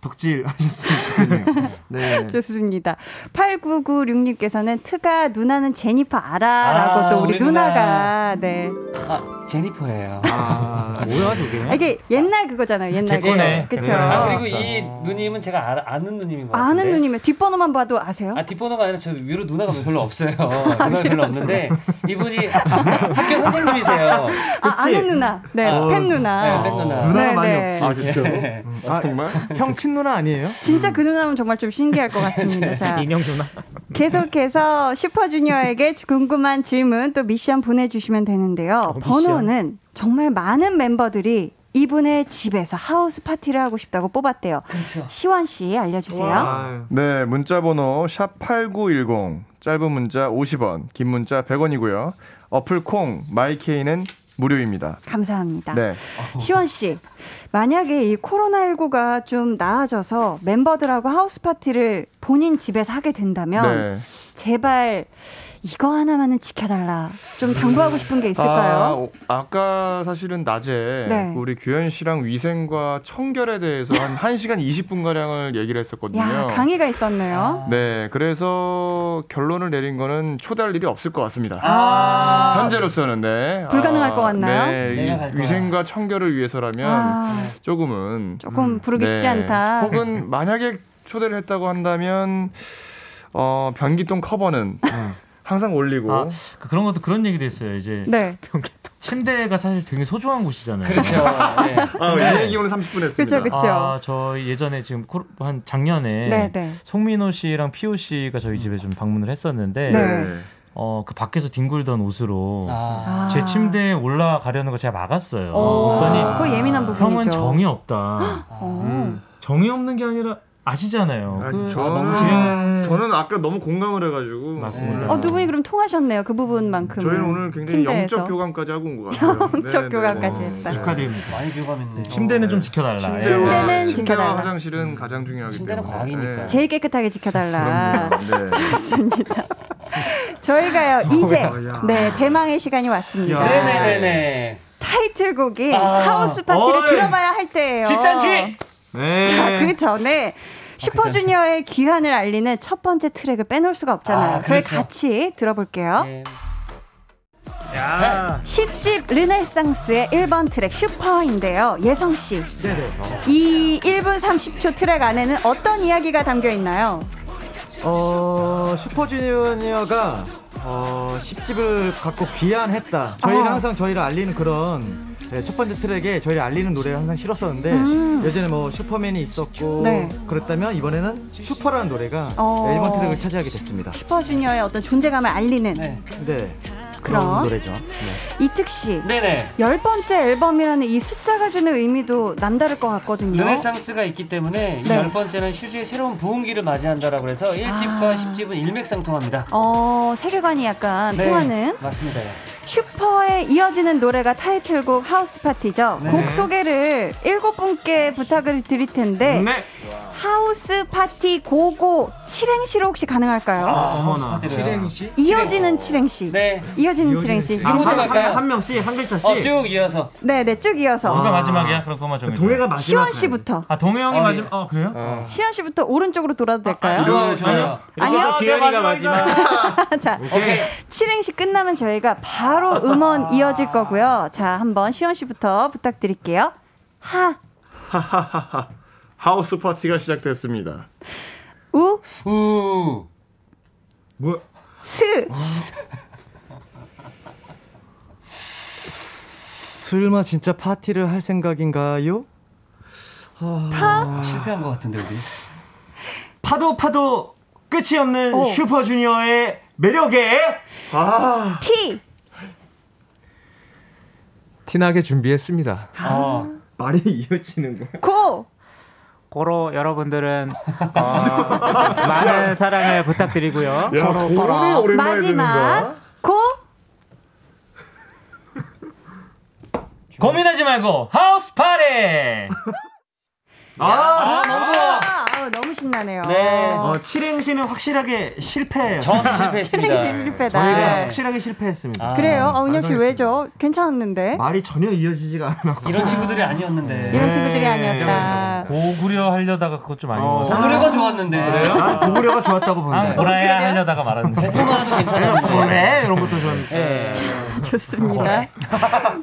[SPEAKER 7] 덕질 하셨으면 좋겠네요. 네.
[SPEAKER 1] [LAUGHS] 좋습니다. 8996님께서는 트가 누나는 제니퍼 알아라고
[SPEAKER 6] 아,
[SPEAKER 1] 또 우리,
[SPEAKER 6] 우리 누나.
[SPEAKER 7] 음.
[SPEAKER 1] 누나가 네.
[SPEAKER 6] 아, 제니퍼예요.
[SPEAKER 8] 뭐야, 저게?
[SPEAKER 1] 아, 이게 옛날 그거잖아요. 옛날 그쵸
[SPEAKER 6] 아, 그리고 이 누님은 제가 알- 아는 누님인 것 같아요.
[SPEAKER 1] 아는 누님의 뒷번호만 봐도 아세요?
[SPEAKER 6] 아 뒷번호가 아니라 저 위로 누나가 뭐 별로
[SPEAKER 1] [LAUGHS]
[SPEAKER 6] 없어요. 누나가 별로 없는데 이분이 [LAUGHS] 학교 선생님이세요.
[SPEAKER 1] 아, 아는 누나. 네.
[SPEAKER 7] 어.
[SPEAKER 6] 아,
[SPEAKER 1] 팬 누나.
[SPEAKER 6] 네, 팬 누나.
[SPEAKER 1] 누나가 네, 많이 네. 없지.
[SPEAKER 6] 아, 진짜요?
[SPEAKER 3] 아, 정말? 형 친누나 아니에요?
[SPEAKER 1] 진짜
[SPEAKER 7] 음.
[SPEAKER 1] 그 누나면 정말 좀 신기할 것
[SPEAKER 3] [LAUGHS]
[SPEAKER 7] [LAUGHS]
[SPEAKER 1] 같습니다. 자,
[SPEAKER 3] 인형 누나.
[SPEAKER 1] 계속해서 슈퍼주니어에게 궁금한 질문 또 미션 보내주시면 되는데요.
[SPEAKER 12] 어,
[SPEAKER 8] 미션.
[SPEAKER 1] 번호는 정말 많은 멤버들이 이분의 집에서 하우스 파티를 하고 싶다고 뽑았대요. 시원 씨 알려주세요.
[SPEAKER 12] 네, 문자 번호 샵 8910. 짧은 문자 50원, 긴 문자 100원이고요. 어플 콩 마이케이는 무료입니다.
[SPEAKER 1] 감사합니다.
[SPEAKER 12] 네.
[SPEAKER 1] 시원 씨, 만약에 이 코로나19가 좀 나아져서 멤버들하고 하우스 파티를 본인 집에서 하게 된다면
[SPEAKER 12] 네.
[SPEAKER 1] 제발 이거 하나만은 지켜달라. 좀 당부하고 싶은 게 있을까요?
[SPEAKER 12] 아, 까 사실은 낮에
[SPEAKER 1] 네.
[SPEAKER 12] 우리 규현 씨랑 위생과 청결에 대해서 한 1시간 20분 가량을 얘기를 했었거든요.
[SPEAKER 1] 야, 강의가 있었네요.
[SPEAKER 12] 네, 그래서 결론을 내린 거는 초대할 일이 없을 것 같습니다.
[SPEAKER 8] 아.
[SPEAKER 12] 현재로서는 네.
[SPEAKER 1] 불가능할
[SPEAKER 12] 아,
[SPEAKER 1] 것 같나요?
[SPEAKER 12] 네,
[SPEAKER 1] 내가 갈 거야.
[SPEAKER 12] 위생과 청결을 위해서라면
[SPEAKER 1] 아.
[SPEAKER 12] 조금은 음, 네.
[SPEAKER 1] 조금 부르기 쉽지 않다.
[SPEAKER 12] 혹은 만약에 초대를 했다고 한다면 어, 변기통 커버는 항상 올리고
[SPEAKER 8] 음. 아, 그- 그런 것도 그런 얘기도 했어요. 이제
[SPEAKER 1] [LAUGHS] 네.
[SPEAKER 8] 침대가 사실 되게 소중한 곳이잖아요.
[SPEAKER 12] 그렇죠. 예. 아,
[SPEAKER 8] 근데-
[SPEAKER 1] 네.
[SPEAKER 12] 이 얘기 오늘 30분
[SPEAKER 8] 그쵸,
[SPEAKER 12] 했습니다.
[SPEAKER 8] 그쵸. 아, 저 예전에 지금 코로- 한 작년에
[SPEAKER 1] 네, 네.
[SPEAKER 8] 송민호 씨랑 피오 씨가 저희 집에 좀 방문을 했었는데
[SPEAKER 1] 네.
[SPEAKER 8] 어, 그 밖에서 뒹굴던 옷으로
[SPEAKER 1] 아.
[SPEAKER 8] 제 침대에 올라가려는 걸 제가 막았어요.
[SPEAKER 1] 어,
[SPEAKER 8] 그랬더니
[SPEAKER 1] 그거 예민한
[SPEAKER 8] 형은
[SPEAKER 1] 부분이죠.
[SPEAKER 8] 정이 없다.
[SPEAKER 1] 어.
[SPEAKER 8] 음. 정이 없는 게 아니라 아시잖아요.
[SPEAKER 12] 아,
[SPEAKER 8] 그-
[SPEAKER 12] 저는, 저는 아까 너무 공감을 해가지고 맞습니다.
[SPEAKER 1] 어, 두 분이 그럼 통하셨네요. 그 부분만큼.
[SPEAKER 12] 저희는 오늘 굉장히 영적 교감까지 하고 온 것 같아요.
[SPEAKER 1] [LAUGHS] 영적
[SPEAKER 12] 네, 네.
[SPEAKER 1] 교감까지 했다.
[SPEAKER 12] 축하드립니다.
[SPEAKER 6] 많이 교감했네.
[SPEAKER 8] 어, 침대는 좀 지켜달라.
[SPEAKER 12] 침대와,
[SPEAKER 1] 침대는
[SPEAKER 12] 침대와
[SPEAKER 1] 지켜달라.
[SPEAKER 12] 화장실은 가장 중요하기 때문에. 과학이니까.
[SPEAKER 1] 네. 제일 깨끗하게 지켜달라.
[SPEAKER 12] 그럼요. 네. [LAUGHS]
[SPEAKER 1] [LAUGHS] 좋습니다. 저희가요 이제
[SPEAKER 6] [LAUGHS] 어, 야.
[SPEAKER 1] 네 대망의 시간이 왔습니다.
[SPEAKER 6] 야. 음, 네네네네.
[SPEAKER 1] 타이틀곡인
[SPEAKER 6] 아.
[SPEAKER 1] 하우스 파티를
[SPEAKER 6] 어이.
[SPEAKER 1] 들어봐야 할 때예요.
[SPEAKER 6] 집잔치! 네.
[SPEAKER 1] 자, 그 전에 슈퍼주니어의 귀환을 알리는 첫 번째 트랙을 빼놓을 수가 없잖아요.
[SPEAKER 6] 아,
[SPEAKER 1] 저희
[SPEAKER 6] 그렇죠. 네.
[SPEAKER 1] 같이 들어볼게요.
[SPEAKER 12] 야.
[SPEAKER 1] 10집 르네상스의 1번 트랙 슈퍼인데요. 예성씨.
[SPEAKER 13] 네네.
[SPEAKER 1] 이 1분 30초 트랙 안에는 어떤 이야기가 담겨 있나요?
[SPEAKER 13] 어, 슈퍼주니어가 어, 10집을 갖고 귀환했다. 저희를
[SPEAKER 3] 아.
[SPEAKER 1] 어.
[SPEAKER 13] 항상 저희를 알리는 그런 네, 첫 번째 트랙에 저희를 알리는 노래를 항상 실었었는데
[SPEAKER 1] 음.
[SPEAKER 13] 예전에 뭐 슈퍼맨이 있었고
[SPEAKER 1] 네.
[SPEAKER 13] 그랬다면 이번에는 슈퍼라는 노래가
[SPEAKER 1] 어.
[SPEAKER 13] 네, 1번 트랙을 차지하게 됐습니다.
[SPEAKER 1] 슈퍼주니어의 어떤 존재감을 알리는
[SPEAKER 13] 네.
[SPEAKER 1] 그럼.
[SPEAKER 13] 그런 노래죠. 네.
[SPEAKER 1] 이특씨.
[SPEAKER 6] 네네.
[SPEAKER 1] 열 번째 앨범이라는 이 숫자가 주는 의미도 남다를 것 같거든요.
[SPEAKER 6] 르네상스가 있기 때문에 이
[SPEAKER 1] 네. 아.
[SPEAKER 6] 열 번째는 슈즈의 새로운 부흥기를 맞이한다라고 해서 1집과 10집은 일맥상통합니다.
[SPEAKER 1] 어, 세계관이 약간
[SPEAKER 6] 네,
[SPEAKER 1] 통하는
[SPEAKER 6] 맞습니다.
[SPEAKER 1] 슈퍼에 이어지는 노래가 타이틀곡 하우스 파티죠.
[SPEAKER 6] 네.
[SPEAKER 1] 곡 소개를 일곱 분께 부탁을 드릴 텐데
[SPEAKER 6] 네.
[SPEAKER 1] 하우스 파티 고고 칠행시로 혹시 가능할까요?
[SPEAKER 7] 아, 어머나.
[SPEAKER 6] 칠행시?
[SPEAKER 1] 이어지는 칠행시.
[SPEAKER 8] 네.
[SPEAKER 1] 이어지는 칠행시.
[SPEAKER 7] 아,
[SPEAKER 1] 누구부터
[SPEAKER 7] 한,
[SPEAKER 1] 할까요?
[SPEAKER 7] 한, 한 명씩 한 글자씩.
[SPEAKER 6] 어, 쭉 이어서.
[SPEAKER 1] 네, 네, 쭉 이어서.
[SPEAKER 8] 누가 마지막이야? 그럼 그만 정해.
[SPEAKER 7] 아. 동해가 마지막
[SPEAKER 1] 시원 씨부터.
[SPEAKER 8] 아 동해
[SPEAKER 9] 어,
[SPEAKER 8] 형이
[SPEAKER 9] 예.
[SPEAKER 8] 마지막. 아 그래요?
[SPEAKER 12] 어.
[SPEAKER 9] 네.
[SPEAKER 1] 시현 씨부터 오른쪽으로 돌아도 될까요?
[SPEAKER 8] 좋아요, 좋아요.
[SPEAKER 1] [LAUGHS] 아니요.
[SPEAKER 8] 기현이가 마지막.
[SPEAKER 1] 자, 칠행시 끝나면 저희가 바로 음원 이어질 거고요. 자, 한번 시현 씨부터 부탁드릴게요. 하,
[SPEAKER 12] 하하하하. 하우스 파티가 시작됐습니다.
[SPEAKER 1] 우,
[SPEAKER 12] 우. 뭐?
[SPEAKER 1] 스.
[SPEAKER 13] 설마 진짜 파티를 할 생각인가요?
[SPEAKER 1] 파?
[SPEAKER 6] 아, 실패한 것 같은데 우리.
[SPEAKER 7] 파도 파도 끝이 없는
[SPEAKER 1] 어.
[SPEAKER 6] 오.
[SPEAKER 7] 슈퍼주니어의 매력에 아.
[SPEAKER 1] 티.
[SPEAKER 3] 티나게 준비했습니다.
[SPEAKER 1] 아.
[SPEAKER 12] 말이 이어지는 거야.
[SPEAKER 1] 고.
[SPEAKER 9] 고로 여러분들은 어, 많은 사랑을 부탁드리고요.
[SPEAKER 12] 야, 고로를 오랜만에
[SPEAKER 1] 아, 마지막 고.
[SPEAKER 8] 고민하지 말고 하우스 파티.
[SPEAKER 7] 아,
[SPEAKER 1] 너무 좋아. 아, 너무 신나네요. 아,
[SPEAKER 7] 어, 7행시는 확실하게 실패예요. [LAUGHS]
[SPEAKER 1] 저는 실패했습니다. 칠행시 실패다.
[SPEAKER 7] 저희가
[SPEAKER 1] 네.
[SPEAKER 7] 확실하게 실패했습니다.
[SPEAKER 1] 그래요? 아, 은혁 씨 왜죠? 괜찮았는데.
[SPEAKER 7] 말이 전혀 이어지지가 않았고. 네.
[SPEAKER 6] 이런 친구들이 아니었는데.
[SPEAKER 1] 네. 이런 친구들이 아니었다.
[SPEAKER 8] 고구려 하려다가 그것 좀
[SPEAKER 12] 어.
[SPEAKER 8] 아닌 것 같아요.
[SPEAKER 6] 네. 어, 고구려가 좋았는데.
[SPEAKER 8] 그래요?
[SPEAKER 7] 난 고구려가 좋았다고 본다.
[SPEAKER 8] 네.
[SPEAKER 10] 네.
[SPEAKER 8] 아, 고라야 하려다가 [LAUGHS] 말았는데. 아,
[SPEAKER 1] 아,
[SPEAKER 7] 고래 이런 것도 좀.
[SPEAKER 8] 네.
[SPEAKER 1] 자, [LAUGHS] 좋습니다.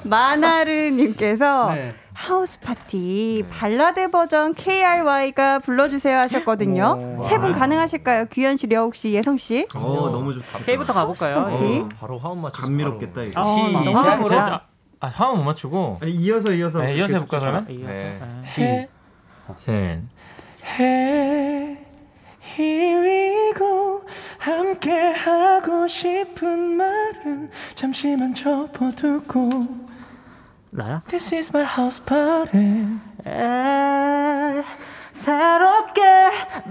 [SPEAKER 1] 마나르님께서 하우스 파티 발라드 버전 KRY가 불러주세요 하셨거든요. 세
[SPEAKER 12] 아.
[SPEAKER 1] 분 가능하실까요? 귀현 씨, 려욱 씨, 예성 씨.
[SPEAKER 7] 어 너무 좋다.
[SPEAKER 9] K부터 가볼까요?
[SPEAKER 7] 어,
[SPEAKER 8] 바로 화음 맞춰.
[SPEAKER 7] 감미롭겠다 이거.
[SPEAKER 8] 아,
[SPEAKER 1] 시작. 너무 좋다.
[SPEAKER 8] 아, 화음 못 맞추고.
[SPEAKER 7] 이어서 이어서.
[SPEAKER 8] 네, 이어서
[SPEAKER 7] 그렇게
[SPEAKER 8] 해볼까 그러면?
[SPEAKER 7] 좀-
[SPEAKER 1] 아,
[SPEAKER 8] 네.
[SPEAKER 7] 시.
[SPEAKER 8] 셋.
[SPEAKER 4] Hey, here we go. 함께 하고 싶은 말은 잠시만 접어두고.
[SPEAKER 9] 나야?
[SPEAKER 4] This is my house party. 아, 새롭게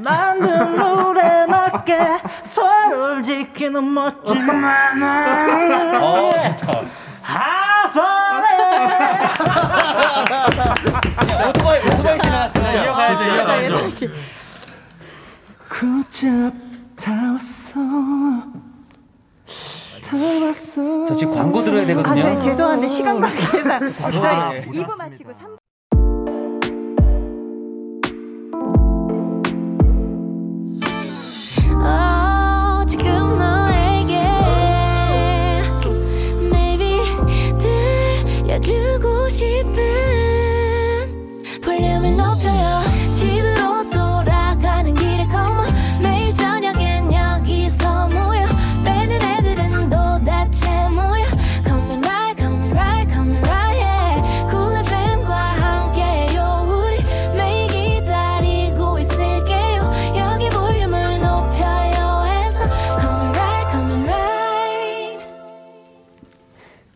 [SPEAKER 4] 만든 노래 맞게 서로를 지키는 멋진 만남.
[SPEAKER 6] 어 좋다. 오토바이 오토바이 지나갔어요.
[SPEAKER 4] 이어가야죠, 이어가야죠.
[SPEAKER 13] 굿잡 다 왔어 다 왔어
[SPEAKER 6] 저 지금 광고 들어야 되거든요.
[SPEAKER 1] 아, 저희 죄송한데 시간 관계상
[SPEAKER 4] 아,
[SPEAKER 6] 광고
[SPEAKER 1] 저희
[SPEAKER 4] 네.
[SPEAKER 6] 들어야
[SPEAKER 1] 2부 마치고 3부.
[SPEAKER 4] 어, 지금 너에게 maybe 들려주고 싶은 볼륨을 높여요 집으로 돌아가는 길에 come on 매일 저녁엔 양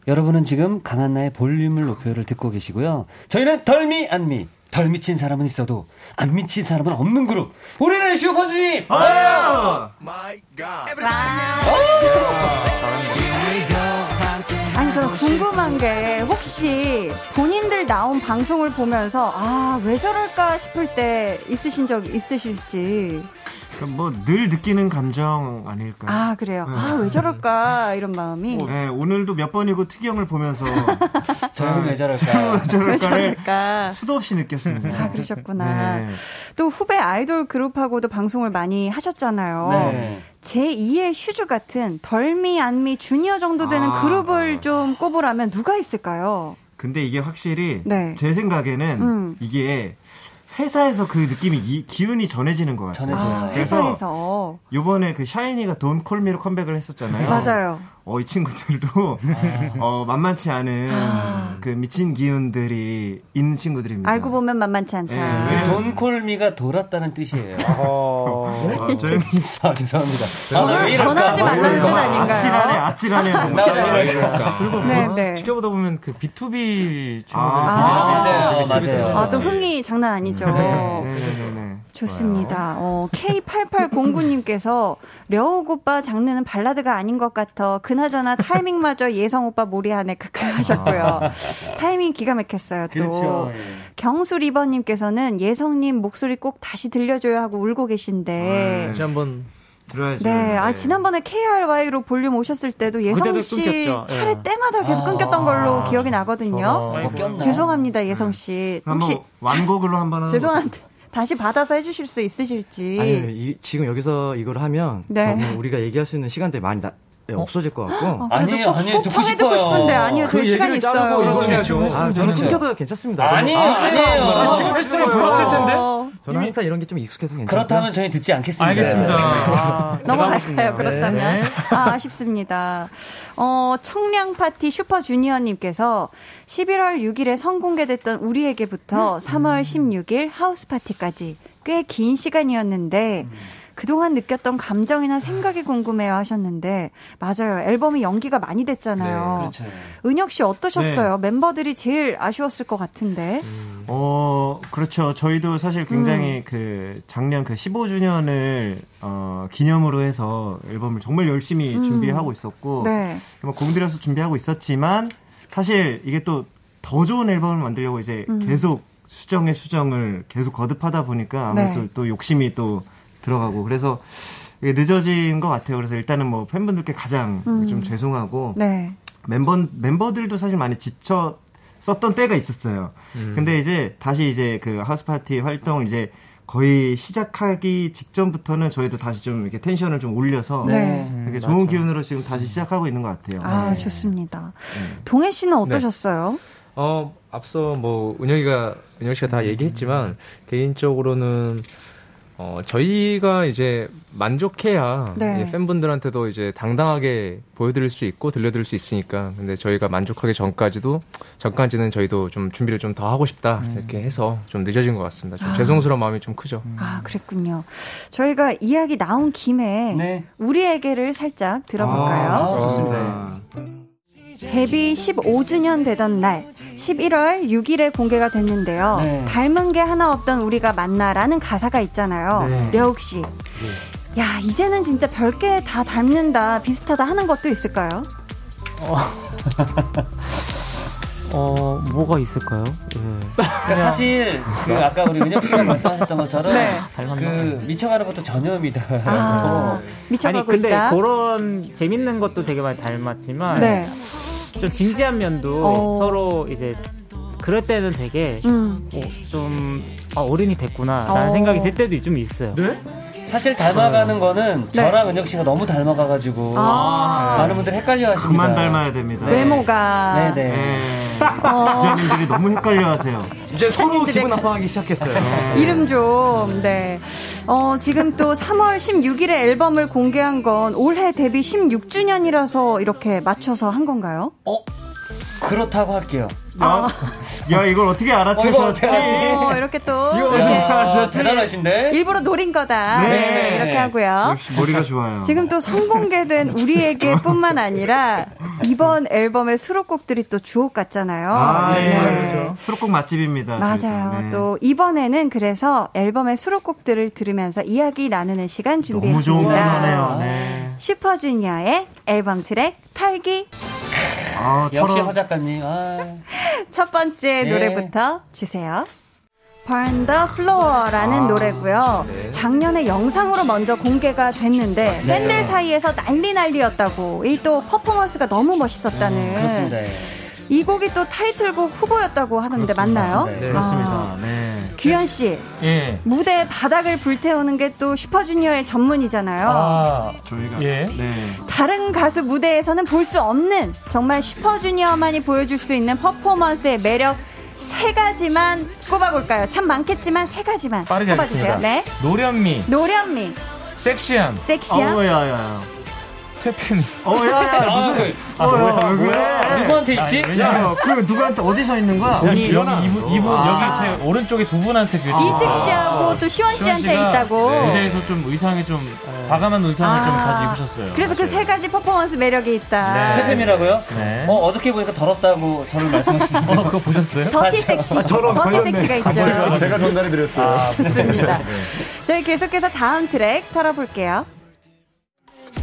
[SPEAKER 10] 여러분은 지금 강한나의 볼륨을 높여를 듣고 계시고요. 저희는 덜미 안미. 덜 미친 사람은 있어도 안 미친 사람은 없는 그룹. 우리는 슈퍼주니.
[SPEAKER 4] 아!
[SPEAKER 1] 아니 저 궁금한 게 혹시 본인들 나온 방송을 보면서 아 왜 저럴까 싶을 때 있으신 적 있으실지
[SPEAKER 7] 뭐늘 느끼는 감정 아닐까요?
[SPEAKER 1] 아 그래요 아 왜 저럴까 이런 마음이
[SPEAKER 7] 네, 오늘도 몇 번이고 특이형을
[SPEAKER 10] [LAUGHS]
[SPEAKER 7] 보면서 네.
[SPEAKER 10] 저는 왜 저럴까?
[SPEAKER 7] [LAUGHS] 왜 저럴까를
[SPEAKER 1] 그러니까
[SPEAKER 7] 수도 없이 느꼈습니다.
[SPEAKER 1] 아 그러셨구나
[SPEAKER 7] 네.
[SPEAKER 1] 또 후배 아이돌 그룹하고도 방송을 많이 하셨잖아요
[SPEAKER 7] 네.
[SPEAKER 1] 제2의 슈즈 같은 덜미 안미 주니어 정도 되는
[SPEAKER 7] 아.
[SPEAKER 1] 그룹을 좀 꼽으라면 누가 있을까요?
[SPEAKER 7] 근데 이게 확실히
[SPEAKER 1] 네.
[SPEAKER 7] 제 생각에는
[SPEAKER 1] 음.
[SPEAKER 7] 이게 회사에서 그 느낌이 이- 기운이 전해지는 것 같아요.
[SPEAKER 1] 아, 회사에서
[SPEAKER 7] 요번에 그 샤이니가 돈 콜미로 컴백을 했었잖아요.
[SPEAKER 1] 네, 맞아요
[SPEAKER 7] 어, 이 친구들도
[SPEAKER 10] 아.
[SPEAKER 7] 어, 만만치 않은
[SPEAKER 1] 아.
[SPEAKER 7] 그 미친 기운들이 있는 친구들입니다. 네.
[SPEAKER 1] 알고 아. 보면 만만치 않다
[SPEAKER 10] 돈콜미가 돌았다는 뜻이에요.
[SPEAKER 7] 아, 저희-
[SPEAKER 10] 아, 죄송합니다. 아, 나왜
[SPEAKER 1] 전화-
[SPEAKER 10] 이럴까?
[SPEAKER 1] 전화하지 말라는 뜻 아닌가요?
[SPEAKER 7] 아찔하네, 아찔하네.
[SPEAKER 10] 나왜 이럴까?
[SPEAKER 8] 뭐. 그리고
[SPEAKER 1] 네,
[SPEAKER 8] 뭐
[SPEAKER 1] 네.
[SPEAKER 8] 지켜보다 보면 그 B2B 친구들
[SPEAKER 10] 아, 맞아요, 맞아요. 네,
[SPEAKER 1] 아, 또 흥이 장난
[SPEAKER 8] 네,
[SPEAKER 1] 아니죠. 좋습니다. 어, K8809님께서 [LAUGHS] 려욱 오빠 장르는 발라드가 아닌 것 같아. 그나저나 타이밍마저 예성 오빠 몰이하네. 크크
[SPEAKER 10] 아.
[SPEAKER 1] 하셨고요.
[SPEAKER 7] 아.
[SPEAKER 1] 타이밍 기가 막혔어요. 또
[SPEAKER 4] 그렇죠.
[SPEAKER 10] 예.
[SPEAKER 1] 경수 리버님께서는 예성님 목소리 꼭 다시 들려줘야 하고 울고
[SPEAKER 10] 아, 네.
[SPEAKER 1] 계신데.
[SPEAKER 3] 다시 한번
[SPEAKER 7] 들어야죠.
[SPEAKER 1] 네, 아 지난번에 KRY로 볼륨 오셨을 때도 예성
[SPEAKER 3] 그때도
[SPEAKER 1] 씨
[SPEAKER 3] 끊겼죠.
[SPEAKER 1] 차례
[SPEAKER 3] 예.
[SPEAKER 1] 때마다 계속 끊겼던 걸로 기억이 나거든요.
[SPEAKER 7] 저거 꼈나?
[SPEAKER 1] 죄송합니다, 예성 씨.
[SPEAKER 13] 네.
[SPEAKER 1] 혹시
[SPEAKER 7] 한번 완곡으로 한번 하는
[SPEAKER 1] 죄송한데 다시 받아서 해주실 수 있으실지.
[SPEAKER 13] 아니, 이, 지금 여기서 이걸 하면
[SPEAKER 1] 네.
[SPEAKER 13] 너무 우리가 얘기할 수 있는 시간대 많이 나- 네, 없어질 것 같고.
[SPEAKER 1] 아, 그래도 아니에요, 꼭- 아니에요. 꼭 듣고 청해 듣고 싶어요. 싶은데 아니에요.
[SPEAKER 10] 그
[SPEAKER 1] 저희 시간이 있어요.
[SPEAKER 13] 이걸
[SPEAKER 1] 그렇죠.
[SPEAKER 13] 해야죠.
[SPEAKER 1] 그렇죠.
[SPEAKER 13] 아, 저는
[SPEAKER 1] 그렇죠.
[SPEAKER 13] 튕겨도 괜찮습니다.
[SPEAKER 10] 아니에요, 아니에요. 지금
[SPEAKER 13] 을
[SPEAKER 10] 했으면 불렀을 텐데.
[SPEAKER 13] 아, 저는 항상 이런 게 좀 익숙해서 괜찮아요.
[SPEAKER 10] 그렇다면 저희 듣지 않겠습니다. 네.
[SPEAKER 13] 알겠습니다. 아,
[SPEAKER 1] [LAUGHS] 넘어갈까요?
[SPEAKER 13] 죄송합니다.
[SPEAKER 1] 그렇다면
[SPEAKER 13] 네.
[SPEAKER 1] 아, 아쉽습니다. 어, 청량 파티 슈퍼주니어님께서 11월 6일에 선공개됐던
[SPEAKER 7] 음.
[SPEAKER 1] 우리에게부터 3월 16일 하우스 파티까지 꽤 긴 시간이었는데.
[SPEAKER 7] 음.
[SPEAKER 1] 그동안 느꼈던 감정이나 생각이 궁금해요 하셨는데 맞아요 앨범이 연기가 많이
[SPEAKER 7] 네,
[SPEAKER 1] 됐잖아요.
[SPEAKER 7] 그렇죠.
[SPEAKER 1] 은혁 씨 어떠셨어요? 멤버들이 제일 아쉬웠을 것 같은데.
[SPEAKER 7] 어, 그렇죠. 저희도 사실 굉장히
[SPEAKER 1] 음.
[SPEAKER 7] 그 작년 그 15주년을 어, 기념으로 해서 앨범을 정말 열심히
[SPEAKER 1] 음.
[SPEAKER 7] 준비하고 있었고
[SPEAKER 1] 네.
[SPEAKER 7] 정말 공들여서 준비하고 있었지만 사실 이게 또 더 좋은 앨범을 만들려고 이제
[SPEAKER 1] 음.
[SPEAKER 7] 계속 수정에 수정을 계속 거듭하다 보니까 아무래도
[SPEAKER 1] 네.
[SPEAKER 7] 또 욕심이 또 들어가고 그래서 이게 늦어진 것 같아요. 그래서 일단은 뭐 팬분들께 가장
[SPEAKER 1] 음.
[SPEAKER 7] 좀 죄송하고
[SPEAKER 1] 네.
[SPEAKER 7] 멤버 멤버들도 사실 많이 지쳐 썼던 때가 있었어요. 근데 이제 다시 이제 그 하우스 파티 활동 이제 거의 시작하기 직전부터는 저희도 다시 좀 이렇게 텐션을 좀 올려서
[SPEAKER 1] 네.
[SPEAKER 7] 이렇게
[SPEAKER 1] 음,
[SPEAKER 7] 좋은
[SPEAKER 1] 맞아.
[SPEAKER 7] 기운으로 지금 다시 시작하고 있는 것 같아요.
[SPEAKER 1] 아
[SPEAKER 7] 네.
[SPEAKER 1] 좋습니다. 동해 씨는 어떠셨어요?
[SPEAKER 3] 어 앞서 뭐 은혁이가 은혁 씨가
[SPEAKER 1] 음.
[SPEAKER 3] 다 얘기했지만 개인적으로는 어 저희가 이제 만족해야
[SPEAKER 1] 네.
[SPEAKER 3] 이제 팬분들한테도 이제 당당하게 보여드릴 수 있고 들려드릴 수 있으니까 근데 저희가 만족하기 전까지도 전까지는 저희도 좀 준비를 좀 더 하고 싶다 이렇게 해서 좀 늦어진 것 같습니다. 좀
[SPEAKER 1] 음. 아.
[SPEAKER 3] 죄송스러운 마음이 좀 크죠.
[SPEAKER 1] 아 그랬군요. 저희가 이야기 나온 김에
[SPEAKER 4] 네.
[SPEAKER 1] 우리에게를 살짝 들어볼까요?
[SPEAKER 3] 아, 좋습니다.
[SPEAKER 1] 데뷔 15주년 되던 날 11월 6일에 공개가 됐는데요.
[SPEAKER 4] 네.
[SPEAKER 1] 닮은 게 하나 없던 우리가 만나라는 가사가 있잖아요.
[SPEAKER 4] 네.
[SPEAKER 1] 려욱 씨. 야, 이제는 진짜 별게 다 닮는다, 비슷하다 하는 것도 있을까요?
[SPEAKER 9] [LAUGHS] 어 뭐가 있을까요? 예.
[SPEAKER 10] 그러니까 사실 그 아까 우리 은혁 씨가 말씀하셨던 것처럼
[SPEAKER 9] 네.
[SPEAKER 10] 그 미쳐가는 것도 전염이다. [LAUGHS] 어.
[SPEAKER 9] 아니 근데 그런 재밌는 것도 되게 많이 닮았지만
[SPEAKER 10] 네.
[SPEAKER 9] 좀 진지한 면도
[SPEAKER 1] 어.
[SPEAKER 9] 서로 이제 그럴 때는 되게
[SPEAKER 1] 음.
[SPEAKER 9] 어, 좀 아, 어른이 됐구나라는
[SPEAKER 10] 어.
[SPEAKER 9] 생각이 들 때도 좀
[SPEAKER 1] 네.
[SPEAKER 9] 있어요.
[SPEAKER 10] 사실
[SPEAKER 9] 어.
[SPEAKER 10] 닮아가는 거는 저랑 은혁 씨가 너무 닮아가가지고
[SPEAKER 1] 아. 네.
[SPEAKER 10] 많은 분들 헷갈려 하십니다.
[SPEAKER 7] 그만 닮아야 됩니다.
[SPEAKER 1] 외모가.
[SPEAKER 10] 네네.
[SPEAKER 9] 아.
[SPEAKER 1] 어.
[SPEAKER 7] 기자님들이 너무 헷갈려하세요.
[SPEAKER 13] 이제 서로 기분
[SPEAKER 1] 가-
[SPEAKER 13] 나빠하기 시작했어요.
[SPEAKER 10] 네.
[SPEAKER 1] 이름 좀, 네. 어, 지금 또 3월 16일에 앨범을 공개한 건 올해 데뷔
[SPEAKER 7] 어,
[SPEAKER 1] 16주년이라서 이렇게 맞춰서 한 건가요?
[SPEAKER 10] 그렇다고 할게요.
[SPEAKER 7] 야, 야 이걸 어떻게 알아채셨지?
[SPEAKER 10] 이거 어떻게 알았지?
[SPEAKER 1] 어, 아. 이렇게 또
[SPEAKER 7] 이거 어떻게
[SPEAKER 1] 이렇게 아, 네.
[SPEAKER 7] 알았지?
[SPEAKER 1] 일부러 노린 거다.
[SPEAKER 7] 네.
[SPEAKER 1] 네, 이렇게 하고요.
[SPEAKER 7] 역시 머리가 좋아요.
[SPEAKER 1] 지금 또 선공개된 우리에게뿐만 아니라 이번 앨범의 수록곡들이 또 주옥 같잖아요.
[SPEAKER 7] 아,
[SPEAKER 1] 네.
[SPEAKER 7] 예, 그렇죠. 수록곡 맛집입니다. 저희가.
[SPEAKER 1] 맞아요.
[SPEAKER 7] 네.
[SPEAKER 1] 또 이번에는 그래서 앨범의 수록곡들을 들으면서 이야기 나누는 시간
[SPEAKER 7] 너무
[SPEAKER 1] 준비했습니다.
[SPEAKER 7] 좋은 코너네요. 네.
[SPEAKER 1] 슈퍼주니어의 앨범 트랙 탈기
[SPEAKER 7] 아,
[SPEAKER 10] 역시
[SPEAKER 1] 털어.
[SPEAKER 10] 허 작가님. 아.
[SPEAKER 1] 첫 번째
[SPEAKER 10] 네.
[SPEAKER 1] 노래부터 주세요. Burn the Floor라는
[SPEAKER 10] 아,
[SPEAKER 1] 노래고요. 작년에 영상으로 먼저 공개가 됐는데
[SPEAKER 10] 네.
[SPEAKER 1] 팬들 사이에서 난리 난리였다고 이 또 퍼포먼스가 너무 멋있었다는
[SPEAKER 10] 그렇습니다.
[SPEAKER 1] 네.
[SPEAKER 10] 예.
[SPEAKER 1] 이 곡이 또 타이틀곡 후보였다고 하는데 맞나요?
[SPEAKER 10] 맞습니다.
[SPEAKER 8] 네, 그렇습니다.
[SPEAKER 1] 아,
[SPEAKER 8] 네.
[SPEAKER 1] 규현 씨
[SPEAKER 8] 예.
[SPEAKER 1] 무대 바닥을 불태우는 게 또 슈퍼주니어의 전문이잖아요.
[SPEAKER 7] 저희가
[SPEAKER 8] 예.
[SPEAKER 1] 다른 가수 무대에서는 볼 수 없는 정말 슈퍼주니어만이 보여줄 수 있는 퍼포먼스의 매력 세 가지만 꼽아볼까요? 참 많겠지만 세 가지만
[SPEAKER 8] 빠르게
[SPEAKER 1] 꼽아주세요.
[SPEAKER 8] 하겠습니다.
[SPEAKER 1] 네.
[SPEAKER 8] 노련미,
[SPEAKER 1] 노련미,
[SPEAKER 8] 섹시함,
[SPEAKER 1] 섹시함. 어, 야,
[SPEAKER 8] 퇴폐미.
[SPEAKER 7] 어, 야, 야, 무슨.
[SPEAKER 8] 아,
[SPEAKER 7] 어, 야,
[SPEAKER 8] 뭐야,
[SPEAKER 7] 왜
[SPEAKER 8] 뭐야.
[SPEAKER 7] 그래?
[SPEAKER 8] 누구한테 있지?
[SPEAKER 7] 아니, 야, 그 누구한테 어디서 있는 거야? 아,
[SPEAKER 8] 여기 여기 이분, 이분 여기 제 아. 오른쪽에 두 분한테 그
[SPEAKER 1] 아. 이특 씨하고 또 시원 씨한테
[SPEAKER 8] 시원 씨가
[SPEAKER 1] 있다고. 네.
[SPEAKER 8] 네, 무대에서 좀 의상이 좀 과감한 의상을 좀
[SPEAKER 1] 아.
[SPEAKER 8] 자주
[SPEAKER 1] [LAUGHS]
[SPEAKER 8] 입으셨어요.
[SPEAKER 1] 그래서 그 세 가지 퍼포먼스 매력이 있다.
[SPEAKER 10] 네.
[SPEAKER 8] 네.
[SPEAKER 10] 태팸이라고요? 어, 어저께 보니까 더럽다고 저를 아, 말씀하시던데.
[SPEAKER 8] 그거 보셨어요?
[SPEAKER 1] [LAUGHS] 더티 섹시. 더티
[SPEAKER 10] 아,
[SPEAKER 1] 섹시가 있죠.
[SPEAKER 12] 제가 전달해 드렸어요.
[SPEAKER 1] 좋습니다. [LAUGHS] 저희 계속해서 다음 트랙 털어볼게요.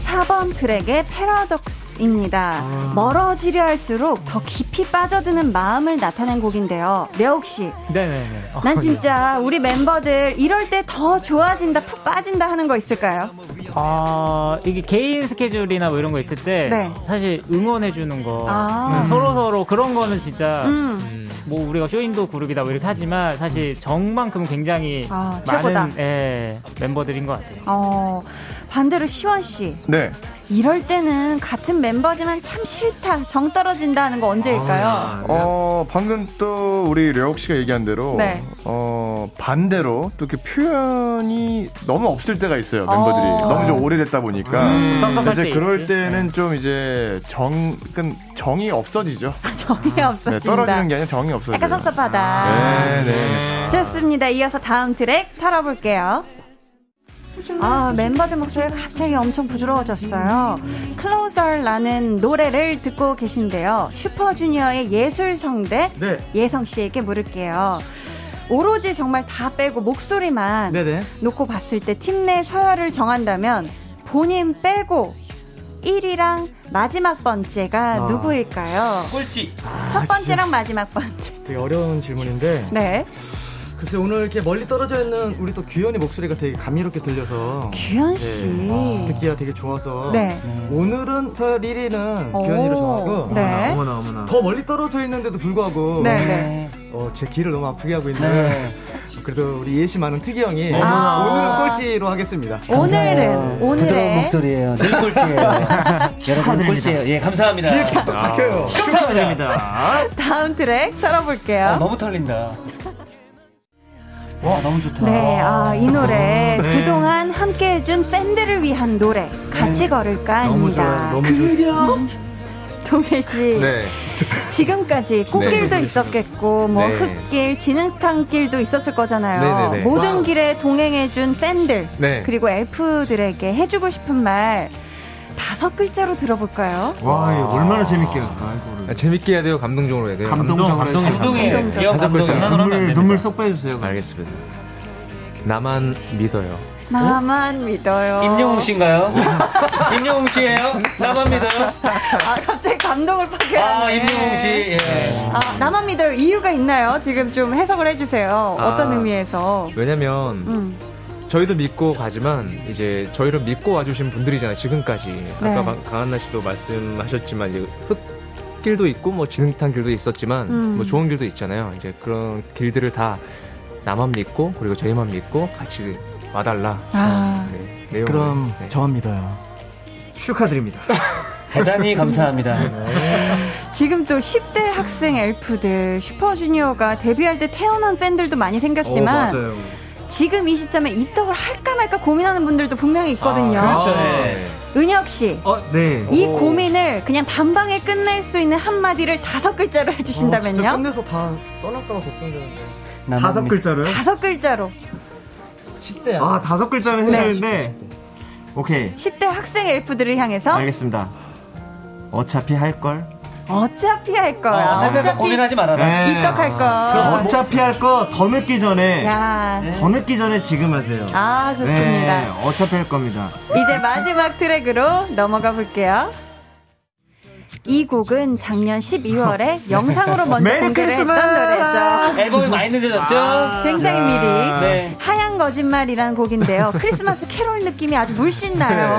[SPEAKER 1] 4번 트랙의 패러독스입니다.
[SPEAKER 8] 아.
[SPEAKER 1] 멀어지려 할수록 더 깊이 빠져드는 마음을 나타낸 곡인데요. 려욱 씨,
[SPEAKER 9] 네네네.
[SPEAKER 12] 아,
[SPEAKER 8] 어,
[SPEAKER 1] 난 진짜 우리 멤버들 이럴 때 더 좋아진다, 푹 빠진다 하는 거 있을까요?
[SPEAKER 9] 아 이게 개인 스케줄이나 뭐 이런 거 있을 때
[SPEAKER 1] 네.
[SPEAKER 9] 사실 응원해 주는 거 음,
[SPEAKER 1] 아.
[SPEAKER 9] 서로 서로 그런 거는 진짜
[SPEAKER 1] 음.
[SPEAKER 9] 뭐 우리가 쇼인도 그룹이다 뭐 이렇게 하지만 사실 정만큼 굉장히
[SPEAKER 1] 아, 최고다.
[SPEAKER 9] 많은 예, 멤버들인 것 같아요.
[SPEAKER 1] 어, 반대로 시원 씨,
[SPEAKER 12] 네.
[SPEAKER 1] 이럴 때는 같은 멤버지만 참 싫다, 정 떨어진다 하는 거 언제일까요?
[SPEAKER 12] 어, 방금 또 우리 려욱 씨가 얘기한 대로
[SPEAKER 1] 네.
[SPEAKER 12] 어, 반대로 또 이렇게 표현이 너무 없을 때가 있어요. 멤버들이
[SPEAKER 1] 어.
[SPEAKER 12] 너무 좀 오래됐다 보니까
[SPEAKER 9] 음. 섭섭할
[SPEAKER 12] 이제
[SPEAKER 9] 때
[SPEAKER 12] 그럴
[SPEAKER 9] 있지.
[SPEAKER 12] 때는
[SPEAKER 13] 네.
[SPEAKER 12] 좀 이제 정, 그러니까 정이 없어지죠.
[SPEAKER 1] 정이
[SPEAKER 12] 네,
[SPEAKER 1] [LAUGHS] 없어진다.
[SPEAKER 12] 떨어지는 게 아니라 정이 없어져요.
[SPEAKER 1] 아, 약간 섭섭하다.
[SPEAKER 12] 네, 네.
[SPEAKER 1] 좋습니다. 이어서 다음 트랙 털어볼게요. 아, 멤버들 목소리가 갑자기 엄청 부드러워졌어요. Closer라는 노래를 듣고 계신데요. 슈퍼주니어의 예술성대
[SPEAKER 13] 네.
[SPEAKER 1] 예성씨에게 물을게요. 오로지 정말 다 빼고 목소리만
[SPEAKER 13] 네네.
[SPEAKER 1] 놓고 봤을 때 팀 내 서열을 정한다면 본인 빼고 1위랑 마지막 번째가
[SPEAKER 13] 아.
[SPEAKER 1] 누구일까요?
[SPEAKER 10] 꼴찌.
[SPEAKER 1] 첫 번째랑 마지막 번째.
[SPEAKER 13] 되게 어려운 질문인데.
[SPEAKER 1] 네.
[SPEAKER 13] 글쎄 오늘 이렇게 멀리 떨어져 있는 우리 또 규현이 목소리가 되게 감미롭게 들려서.
[SPEAKER 1] 규현 씨.
[SPEAKER 13] 네, 아, 듣기가 되게 좋아서.
[SPEAKER 1] 네.
[SPEAKER 13] 오늘은 서열 1위는
[SPEAKER 1] 오,
[SPEAKER 13] 규현이로 정하고.
[SPEAKER 1] 네.
[SPEAKER 7] 어머나, 어머나.
[SPEAKER 13] 더 멀리 떨어져 있는데도 불구하고
[SPEAKER 1] 네, 네.
[SPEAKER 13] 어, 제 귀를 너무 아프게 하고 있는 어,
[SPEAKER 10] 네.
[SPEAKER 13] 그래도 우리 예시 많은 특이 형이
[SPEAKER 1] 어머나.
[SPEAKER 13] 오늘은 꼴찌로 하겠습니다.
[SPEAKER 1] 아. 오늘은
[SPEAKER 10] 부드러운
[SPEAKER 1] 오늘의
[SPEAKER 10] 목소리예요. 늘 [LAUGHS] 꼴찌예요. 여러분 꼴찌예요. 예, 감사합니다. 아,
[SPEAKER 13] 귀에 자꾸 박혀요.
[SPEAKER 10] 감사합니다.
[SPEAKER 1] 다음 트랙 털어볼게요.
[SPEAKER 10] 아, 너무 털린다. 와, 너무 좋다.
[SPEAKER 1] 네, 아, 이 노래
[SPEAKER 10] 네.
[SPEAKER 1] 그동안 함께 해준 팬들을 위한 노래 같이 걸을까입니다. 그려 동해 씨
[SPEAKER 3] 네.
[SPEAKER 1] 지금까지 꽃길도
[SPEAKER 3] 네.
[SPEAKER 1] 있었겠고 뭐
[SPEAKER 3] 네.
[SPEAKER 1] 흙길, 진흙탕길도 있었을 거잖아요.
[SPEAKER 3] 네, 네, 네.
[SPEAKER 1] 모든
[SPEAKER 3] 와우.
[SPEAKER 1] 길에 동행해준 팬들
[SPEAKER 3] 네.
[SPEAKER 1] 그리고 엘프들에게 해주고 싶은 말 다섯 글자로 들어볼까요?
[SPEAKER 7] 와, 이거 얼마나 재밌게요. 아이고.
[SPEAKER 3] 아, 재밌게 해야 돼요. 감동적으로 해야 돼요.
[SPEAKER 7] 감동적으로 감동, 해야 돼요. 감동이에요.
[SPEAKER 1] 이어
[SPEAKER 3] 다섯 글자.
[SPEAKER 7] 감동. 눈물, 눈물 쏙 빼주세요.
[SPEAKER 3] 알겠습니다. 나만 믿어요.
[SPEAKER 1] 나만 믿어요.
[SPEAKER 10] 임영웅 씨인가요?
[SPEAKER 3] [LAUGHS]
[SPEAKER 10] 임영웅 [LAUGHS] 씨예요? 나만 믿어요.
[SPEAKER 1] 아 갑자기 감동을 파괴하네.
[SPEAKER 10] 아, 임영웅 씨. 예.
[SPEAKER 1] 아, 나만 믿어요. 이유가 있나요? 지금 좀 해석을 해주세요. 어떤
[SPEAKER 3] 아.
[SPEAKER 1] 의미에서?
[SPEAKER 3] 왜냐면
[SPEAKER 1] 음.
[SPEAKER 3] 저희도 믿고 가지만 이제 저희를 믿고 와주신 분들이잖아요 지금까지
[SPEAKER 1] 네.
[SPEAKER 3] 아까 방- 강한나 씨도 말씀하셨지만 이제 흙길도 있고 뭐 진흙탕 길도 있었지만
[SPEAKER 1] 음.
[SPEAKER 3] 뭐 좋은 길도 있잖아요 이제 그런 길들을 다 나만 믿고 그리고 저희만 믿고 같이 와달라
[SPEAKER 1] 아.
[SPEAKER 3] 네, 내용을.
[SPEAKER 13] 그럼 저만 믿어요.
[SPEAKER 7] [LAUGHS] 축하드립니다.
[SPEAKER 1] [LAUGHS]
[SPEAKER 10] 대단히 감사합니다.
[SPEAKER 1] 지금 또 10대 학생 엘프들, 슈퍼주니어가 데뷔할 때 태어난 팬들도 많이 생겼지만 지금 이 시점에 입덕을 할까 말까 고민하는 분들도 분명히 있거든요. 네.
[SPEAKER 10] 그렇죠. 예.
[SPEAKER 1] 은혁 씨.
[SPEAKER 13] 어,
[SPEAKER 7] 네.
[SPEAKER 1] 이
[SPEAKER 7] 오.
[SPEAKER 1] 고민을 그냥 단방에 끝낼 수 있는 한마디를 다섯 글자로 해주신다면요?
[SPEAKER 13] 어, 진짜 끝내서 다 떠날까봐 걱정되는데.
[SPEAKER 7] 다섯 글자로요?
[SPEAKER 1] 다섯 글자로.
[SPEAKER 13] 10대야.
[SPEAKER 7] 아 다섯 글자면
[SPEAKER 1] 네.
[SPEAKER 7] 힘들는데 오케이
[SPEAKER 1] 10대 학생 엘프들을 향해서
[SPEAKER 10] 네.
[SPEAKER 7] 알겠습니다. 어차피 할 걸.
[SPEAKER 1] 어차피 할 거야.
[SPEAKER 7] 아, 어차피 할 거 고민하지 말아라. 네.
[SPEAKER 1] 입덕할 거.
[SPEAKER 7] 어차피 할 거 더 늦기 전에
[SPEAKER 1] 야.
[SPEAKER 10] 네.
[SPEAKER 7] 더 늦기 전에 지금 하세요.
[SPEAKER 1] 아, 좋습니다.
[SPEAKER 7] 네, 어차피 할 겁니다.
[SPEAKER 1] 이제 마지막 트랙으로 넘어가 볼게요. 이 곡은 작년
[SPEAKER 7] [LAUGHS]
[SPEAKER 1] 12월에 영상으로 먼저
[SPEAKER 10] 메리
[SPEAKER 1] 공개를
[SPEAKER 10] 크리스마스!
[SPEAKER 1] 했던 노래죠.
[SPEAKER 10] 앨범이 많이 늦어졌죠? 아,
[SPEAKER 1] 굉장히
[SPEAKER 10] 야.
[SPEAKER 1] 미리.
[SPEAKER 10] 네.
[SPEAKER 1] 하얀 거짓말이라는 곡인데요. 크리스마스 캐롤 느낌이 아주 아, 물씬
[SPEAKER 4] 네,
[SPEAKER 10] 네,
[SPEAKER 1] 나요.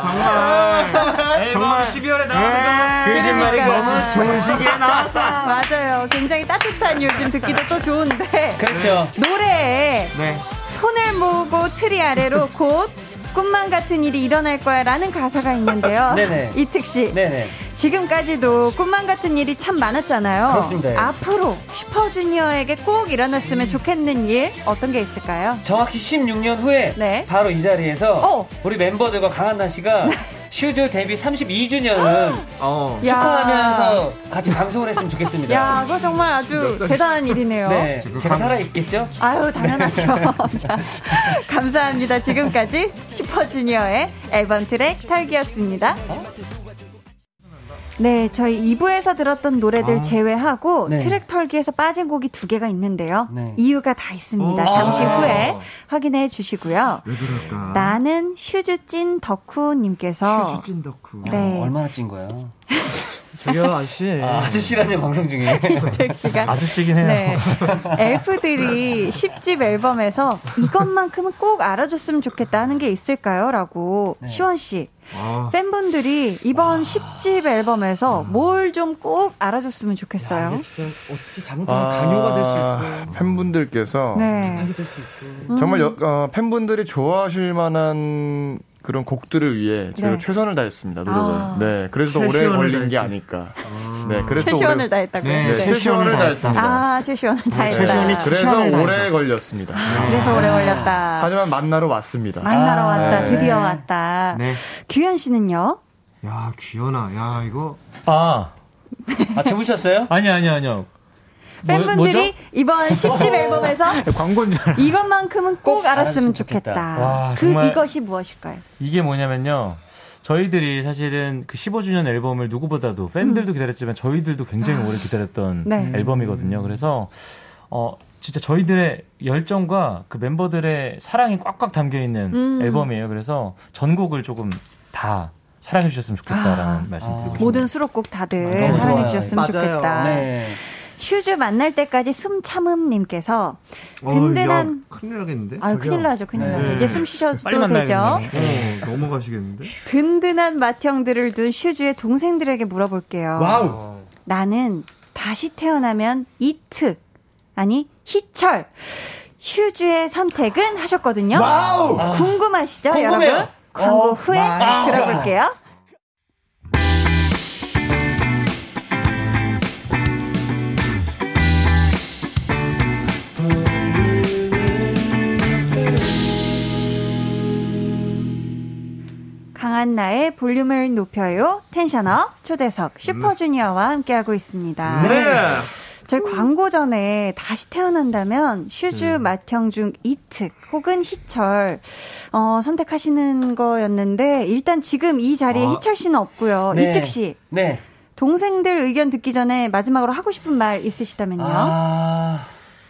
[SPEAKER 7] 정말 정말
[SPEAKER 6] 12월에
[SPEAKER 1] 네.
[SPEAKER 7] 나오는 거짓말이 너무 좋은 시기에 나왔어.
[SPEAKER 1] 맞아요. 굉장히 따뜻한 요즘 듣기도 또 좋은데.
[SPEAKER 10] 그렇죠.
[SPEAKER 1] 노래에
[SPEAKER 7] 네.
[SPEAKER 1] 손을 모으고 트리 아래로 곧 꿈만 같은 일이 일어날 거야 라는 가사가 있는데요.
[SPEAKER 10] [LAUGHS] 네네.
[SPEAKER 1] 어, 이특 씨.
[SPEAKER 10] 네네.
[SPEAKER 1] 지금까지도 꿈만 같은 일이 참 많았잖아요.
[SPEAKER 10] 그렇습니다. 예.
[SPEAKER 1] 앞으로 슈퍼주니어에게 꼭 일어났으면 좋겠는 일 어떤 게 있을까요?
[SPEAKER 10] 정확히 16년 후에
[SPEAKER 1] 네.
[SPEAKER 10] 바로 이
[SPEAKER 1] 어.
[SPEAKER 10] 자리에서 우리 멤버들과 강한나 씨가 슈즈 데뷔 32주년을
[SPEAKER 1] 아. 야.
[SPEAKER 10] 축하하면서 같이 방송을 했으면 좋겠습니다.
[SPEAKER 1] 야, 그거 정말 아주 대단한 일이네요.
[SPEAKER 10] 네, 제가 살아있겠죠? 네.
[SPEAKER 1] 아유,
[SPEAKER 10] [LAUGHS]
[SPEAKER 1] 당연하죠. [LAUGHS] 자, 감사합니다. 지금까지 슈퍼주니어의 앨범 트랙 털기였습니다. 네, 저희 2부에서 들었던 노래들
[SPEAKER 10] 아.
[SPEAKER 1] 제외하고
[SPEAKER 10] 네.
[SPEAKER 1] 트랙 털기에서 빠진 곡이 두 개가 있는데요.
[SPEAKER 10] 네.
[SPEAKER 1] 이유가 다 있습니다.
[SPEAKER 10] 오.
[SPEAKER 1] 잠시
[SPEAKER 10] 아.
[SPEAKER 1] 후에 확인해 주시고요.
[SPEAKER 10] 왜 그럴까?
[SPEAKER 1] 나는 슈즈찐 덕후님께서
[SPEAKER 13] 슈즈찐 덕후.
[SPEAKER 1] 네.
[SPEAKER 10] 어, 얼마나 찐 거예요?
[SPEAKER 13] 저기요, 아저씨.
[SPEAKER 10] 아, 아저씨라니 방송 중에.
[SPEAKER 1] 택시가
[SPEAKER 10] 아저씨긴
[SPEAKER 1] 네. 엘프들이 10집 앨범에서 이것만큼은 꼭 알아줬으면 좋겠다 하는 게 있을까요? 라고 시원 씨. 팬분들이 이번 10집 앨범에서 뭘 좀 꼭 알아줬으면 좋겠어요.
[SPEAKER 13] 어찌 잘못하면 아, 강요가 될 수 있고.
[SPEAKER 12] 아, 팬분들께서
[SPEAKER 1] 네. 음.
[SPEAKER 12] 정말 여- 어, 팬분들이 좋아하실 만한 그런 곡들을 위해 저희가
[SPEAKER 1] 네.
[SPEAKER 12] 최선을 다했습니다 노래를.
[SPEAKER 1] 아.
[SPEAKER 12] 네, 그래서 더 오래
[SPEAKER 1] 최시원을
[SPEAKER 12] 걸린 게 아닐까. 네, 그래서
[SPEAKER 1] 최시원을
[SPEAKER 12] 오래-
[SPEAKER 1] 다했다고요?
[SPEAKER 12] 네,
[SPEAKER 1] 네.
[SPEAKER 12] 최시원을 다했습니다. 네,
[SPEAKER 1] 아, 최시원을 다 했다. 아,
[SPEAKER 12] 그래서 오래 걸렸습니다.
[SPEAKER 1] 그래서 오래 걸렸다.
[SPEAKER 12] 하지만 만나러 왔습니다.
[SPEAKER 1] 만나러 왔다.
[SPEAKER 12] 네.
[SPEAKER 1] 드디어 왔다.
[SPEAKER 7] 네.
[SPEAKER 1] 규현 씨는요?
[SPEAKER 7] 야 귀연아, 야 이거
[SPEAKER 8] 아,
[SPEAKER 10] 아
[SPEAKER 1] [LAUGHS]
[SPEAKER 10] 주무셨어요?
[SPEAKER 8] 아니요, 아니요, 아니요. 뭐-
[SPEAKER 1] 팬분들이 이번
[SPEAKER 8] [LAUGHS]
[SPEAKER 1] 10집 앨범에서
[SPEAKER 8] 광고인 줄 알았어요.
[SPEAKER 1] 이것만큼은 꼭 알았으면 좋겠다.
[SPEAKER 8] 와,
[SPEAKER 1] 그
[SPEAKER 8] 정말-
[SPEAKER 1] 이것이 무엇일까요?
[SPEAKER 8] 이게 뭐냐면요. 저희들이 사실은 그 15주년 앨범을 누구보다도 팬들도 기다렸지만 저희들도 굉장히 오래 기다렸던
[SPEAKER 1] 음. 네.
[SPEAKER 8] 앨범이거든요. 그래서 어 진짜 저희들의 열정과 그 멤버들의 사랑이 꽉꽉 담겨 있는
[SPEAKER 1] 음.
[SPEAKER 8] 앨범이에요. 그래서 전곡을 조금 다 사랑해 주셨으면 좋겠다라는 말씀드리고 싶습니다.
[SPEAKER 1] 모든 수록곡 다들
[SPEAKER 8] 너무
[SPEAKER 1] 아. 어. 네, 사랑해
[SPEAKER 8] 좋아요.
[SPEAKER 1] 주셨으면
[SPEAKER 8] 맞아요.
[SPEAKER 1] 좋겠다.
[SPEAKER 8] 네.
[SPEAKER 1] 슈즈 만날 때까지 숨 참음님께서
[SPEAKER 7] 어,
[SPEAKER 1] 든든한
[SPEAKER 7] 야, 큰일 나겠는데?
[SPEAKER 1] 아유,
[SPEAKER 7] 저기요.
[SPEAKER 1] 큰일 나죠, 큰일 나죠. 이제 숨 쉬셔도 되죠.
[SPEAKER 7] 어, 넘어가시겠는데?
[SPEAKER 1] 든든한 맏형들을 둔 슈즈의 동생들에게 물어볼게요.
[SPEAKER 7] 와우.
[SPEAKER 1] 나는 다시 태어나면 이특 아니 희철 슈즈의 선택은 하셨거든요.
[SPEAKER 4] 와우.
[SPEAKER 1] 궁금하시죠,
[SPEAKER 4] 궁금해요.
[SPEAKER 1] 여러분? 광고
[SPEAKER 4] 오
[SPEAKER 1] 후에
[SPEAKER 4] 마이
[SPEAKER 1] 네, 들어볼게요. 강한 나의 볼륨을 높여요. 텐션업 초대석 슈퍼주니어와 함께하고
[SPEAKER 4] 네.
[SPEAKER 1] 있습니다. 저희
[SPEAKER 10] 음.
[SPEAKER 1] 광고 전에 다시 태어난다면 슈즈 맏형 중 이특 혹은 희철 어, 선택하시는 거였는데 일단 지금 이 자리에
[SPEAKER 10] 어.
[SPEAKER 1] 희철 씨는 없고요.
[SPEAKER 10] 네.
[SPEAKER 1] 이특 씨
[SPEAKER 10] 네.
[SPEAKER 1] 동생들 의견 듣기 전에 마지막으로 하고 싶은 말 있으시다면요. 아,
[SPEAKER 10] 아,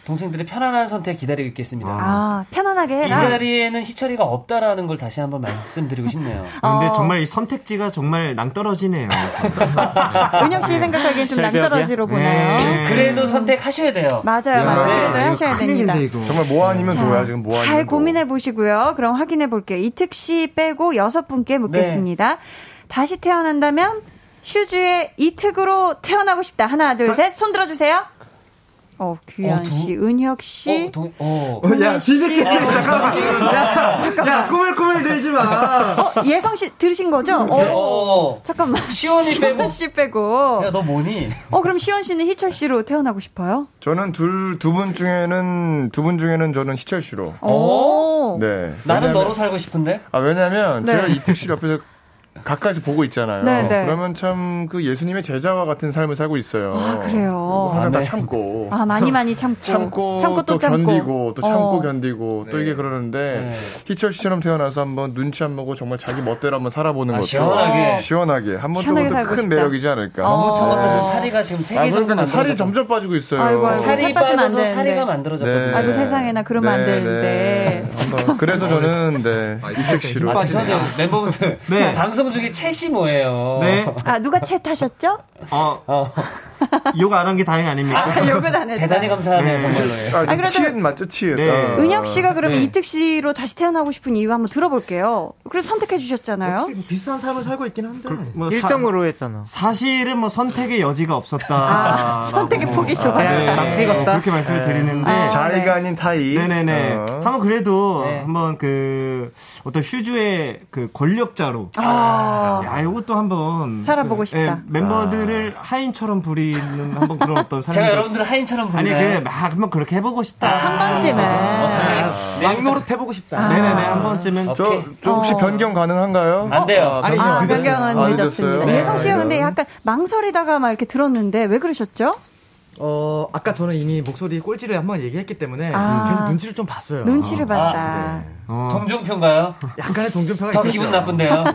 [SPEAKER 10] 동생들의 편안한 선택 기다리고 있겠습니다.
[SPEAKER 1] 아, 편안하게
[SPEAKER 10] 이
[SPEAKER 1] 해라.
[SPEAKER 10] 자리에는 희철이가 없다라는 걸 다시 한번 말씀드리고
[SPEAKER 1] [LAUGHS]
[SPEAKER 10] 싶네요.
[SPEAKER 7] 근데
[SPEAKER 1] 어.
[SPEAKER 7] 정말 이 선택지가 정말 낭떨어지네요.
[SPEAKER 1] [LAUGHS] 은혁 씨 생각하기엔 좀 낭떠러지로
[SPEAKER 7] 네.
[SPEAKER 1] 보나요?
[SPEAKER 10] 그래도 선택하셔야 돼요.
[SPEAKER 1] 맞아요, 맞아요. 그래도 하셔야 됩니다.
[SPEAKER 12] 정말 뭐 아니면
[SPEAKER 1] 자,
[SPEAKER 12] 뭐야 지금 뭐 아니면
[SPEAKER 1] 잘 고민해 보시고요. 그럼 확인해 볼게요. 이특 씨 빼고 여섯 분께
[SPEAKER 12] 네.
[SPEAKER 1] 묻겠습니다. 다시 태어난다면 슈즈의 이특으로 태어나고 싶다. 하나, 둘, 셋. 손 들어 주세요. 어, 규현
[SPEAKER 10] 어, 두-
[SPEAKER 1] 씨, 은혁 씨. 동,
[SPEAKER 10] 어.
[SPEAKER 7] 야, 시즈키 잠깐만. 야, 야, 꿈을 꿈을 들지 마.
[SPEAKER 1] 어, 예성 씨 들으신 거죠?
[SPEAKER 10] 네,
[SPEAKER 1] 어,
[SPEAKER 10] 어.
[SPEAKER 1] 잠깐만.
[SPEAKER 10] 시원이 빼고.
[SPEAKER 1] 씨 빼고.
[SPEAKER 10] 야, 너 뭐니?
[SPEAKER 1] 어, 그럼 시원 씨는 희철 씨로 태어나고 싶어요?
[SPEAKER 12] 저는 둘 두 분 중에는 두 분 중에는 저는 희철 씨로.
[SPEAKER 1] 오. 오.
[SPEAKER 12] 네.
[SPEAKER 10] 나는 너로 살고 싶은데?
[SPEAKER 12] 아, 왜냐면
[SPEAKER 10] 네.
[SPEAKER 12] 제가 이특 씨를 옆에서 가까이서 보고 있잖아요.
[SPEAKER 1] 네, 네.
[SPEAKER 12] 그러면 참 그 예수님의 제자와 같은 삶을 살고 있어요.
[SPEAKER 1] 아, 그래요.
[SPEAKER 12] 항상 다
[SPEAKER 10] 네.
[SPEAKER 1] 아멘.
[SPEAKER 12] 참고.
[SPEAKER 1] 아, 많이 많이 참고. 어.
[SPEAKER 12] 참고, 또, 견디고 또 참고 견디고
[SPEAKER 10] 네.
[SPEAKER 12] 또 이게 그러는데 희철 씨처럼 태어나서 한번 눈치 안 보고 정말 자기 멋대로 한번 살아보는
[SPEAKER 10] 아,
[SPEAKER 12] 것도
[SPEAKER 10] 시원하게.
[SPEAKER 12] 시원하게 한번
[SPEAKER 10] 시원하게
[SPEAKER 12] 또
[SPEAKER 10] 살고
[SPEAKER 12] 큰
[SPEAKER 10] 싶다. 어.
[SPEAKER 12] 매력이지
[SPEAKER 1] 어.
[SPEAKER 12] 않을까.
[SPEAKER 10] 너무 정확해서
[SPEAKER 12] 네.
[SPEAKER 10] 사리가 지금
[SPEAKER 12] 아,
[SPEAKER 10] 세개 정도
[SPEAKER 12] 그러니까요. 살이
[SPEAKER 10] 만들어졌-
[SPEAKER 12] 점점 빠지고 있어요.
[SPEAKER 10] 아이고, 아이고, 살이 살 빠지면 안 빠져서 되는데. 사리가
[SPEAKER 12] 네.
[SPEAKER 10] 만들어졌거든요. 아이고, 세상에나
[SPEAKER 1] 그러면 안
[SPEAKER 12] 네,
[SPEAKER 1] 되는데.
[SPEAKER 12] 네. 한번 그래서 저는 네 이택 씨로.
[SPEAKER 10] 아, 죄송한데 멤버분들 [LAUGHS]
[SPEAKER 12] 네.
[SPEAKER 10] 방송 중에 채씨 뭐예요?
[SPEAKER 12] 네.
[SPEAKER 1] 아, 누가 챗 하셨죠?
[SPEAKER 7] 어. [LAUGHS] 욕 안 한 게 다행 아닙니까?
[SPEAKER 1] 아, 욕은 안 했다. 대단히
[SPEAKER 10] 감사하네요, 정말로.
[SPEAKER 1] 예. 아, 그래도- 치읓
[SPEAKER 12] 맞죠, 어. 치읓.
[SPEAKER 1] 네. 은혁 씨가 그러면 이특 씨로 다시 태어나고 싶은 이유 한번 들어볼게요. 그래서 선택해 주셨잖아요.
[SPEAKER 13] 비슷한 삶을 살고 있긴 한데.
[SPEAKER 7] 뭐 사-
[SPEAKER 9] 1등으로 했잖아.
[SPEAKER 7] 사실은 뭐 선택의 여지가 없었다. 뭐 네.
[SPEAKER 9] 아, 선택의 폭이 좁아요. 막 찍었다.
[SPEAKER 7] 그렇게 말씀을
[SPEAKER 9] 네.
[SPEAKER 7] 드리는데
[SPEAKER 9] 아,
[SPEAKER 12] 네. 자의가 아닌 타의.
[SPEAKER 7] 네네네.
[SPEAKER 12] 어.
[SPEAKER 7] 한번 그래도
[SPEAKER 10] 네.
[SPEAKER 7] 한번 그 어떤 슈즈의 그 권력자로.
[SPEAKER 1] 아.
[SPEAKER 7] 야, 이것도 한번
[SPEAKER 1] 살아보고
[SPEAKER 7] 그,
[SPEAKER 1] 싶다.
[SPEAKER 7] 예, 멤버들을
[SPEAKER 12] 아.
[SPEAKER 7] 하인처럼 부리는 한번 그런 어떤 삶.
[SPEAKER 10] 제가 여러분들을 하인처럼 부르나요?
[SPEAKER 7] 아니 그래 막 한번 그렇게 해보고 싶다.
[SPEAKER 1] 한 번쯤은.
[SPEAKER 7] 막노릇 해보고 싶다. 네네네 한 번쯤은.
[SPEAKER 12] 저, 저 혹시
[SPEAKER 7] 어.
[SPEAKER 12] 변경 가능한가요? 네.
[SPEAKER 10] 안 돼요.
[SPEAKER 1] 아, 변경은 늦었습니다. 네, 예성
[SPEAKER 10] 아,
[SPEAKER 1] 씨가 근데 약간 망설이다가 막 이렇게 들었는데 왜 그러셨죠?
[SPEAKER 13] 어 아까 저는 이미 목소리 꼴찌를 한번 얘기했기 때문에
[SPEAKER 1] 아.
[SPEAKER 13] 계속 눈치를 좀 봤어요. 아, 네. 어.
[SPEAKER 1] 눈치를 봤다.
[SPEAKER 10] 아, 네. 어. 동종표인가요?
[SPEAKER 13] 약간의 동정표가
[SPEAKER 10] 더
[SPEAKER 13] 있었죠.
[SPEAKER 10] 기분 나쁜데요.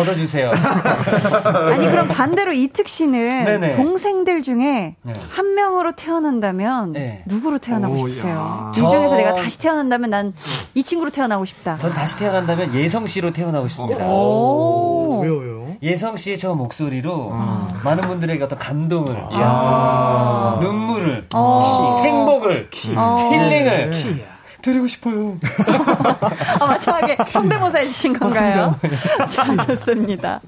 [SPEAKER 7] [LAUGHS]
[SPEAKER 10] 걷어주세요.
[SPEAKER 1] [LAUGHS] 아니 그럼 반대로 이특 씨는
[SPEAKER 10] 네네.
[SPEAKER 1] 동생들 중에
[SPEAKER 10] 네.
[SPEAKER 1] 한 명으로 태어난다면
[SPEAKER 10] 네.
[SPEAKER 1] 누구로 태어나고
[SPEAKER 10] 오,
[SPEAKER 1] 싶으세요?
[SPEAKER 10] 야.
[SPEAKER 1] 이 중에서
[SPEAKER 10] 저-
[SPEAKER 1] 내가 다시 태어난다면 난 이 친구로 태어나고 싶다.
[SPEAKER 10] 전 다시 태어난다면 예성 씨로 태어나고 싶습니다.
[SPEAKER 1] 오.
[SPEAKER 10] 왜요, 왜요? 예성 씨의 저 목소리로
[SPEAKER 7] 아.
[SPEAKER 10] 많은 분들에게 어떤 감동을,
[SPEAKER 1] 아.
[SPEAKER 10] 눈물을,
[SPEAKER 1] 아.
[SPEAKER 10] 행복을,
[SPEAKER 4] 네.
[SPEAKER 1] 아.
[SPEAKER 7] 네.
[SPEAKER 10] 힐링을
[SPEAKER 1] 키. [LAUGHS]
[SPEAKER 10] 드리고 싶어요.
[SPEAKER 1] 아, 마지막에 성대모사 해주신 건가요? 참 좋습니다.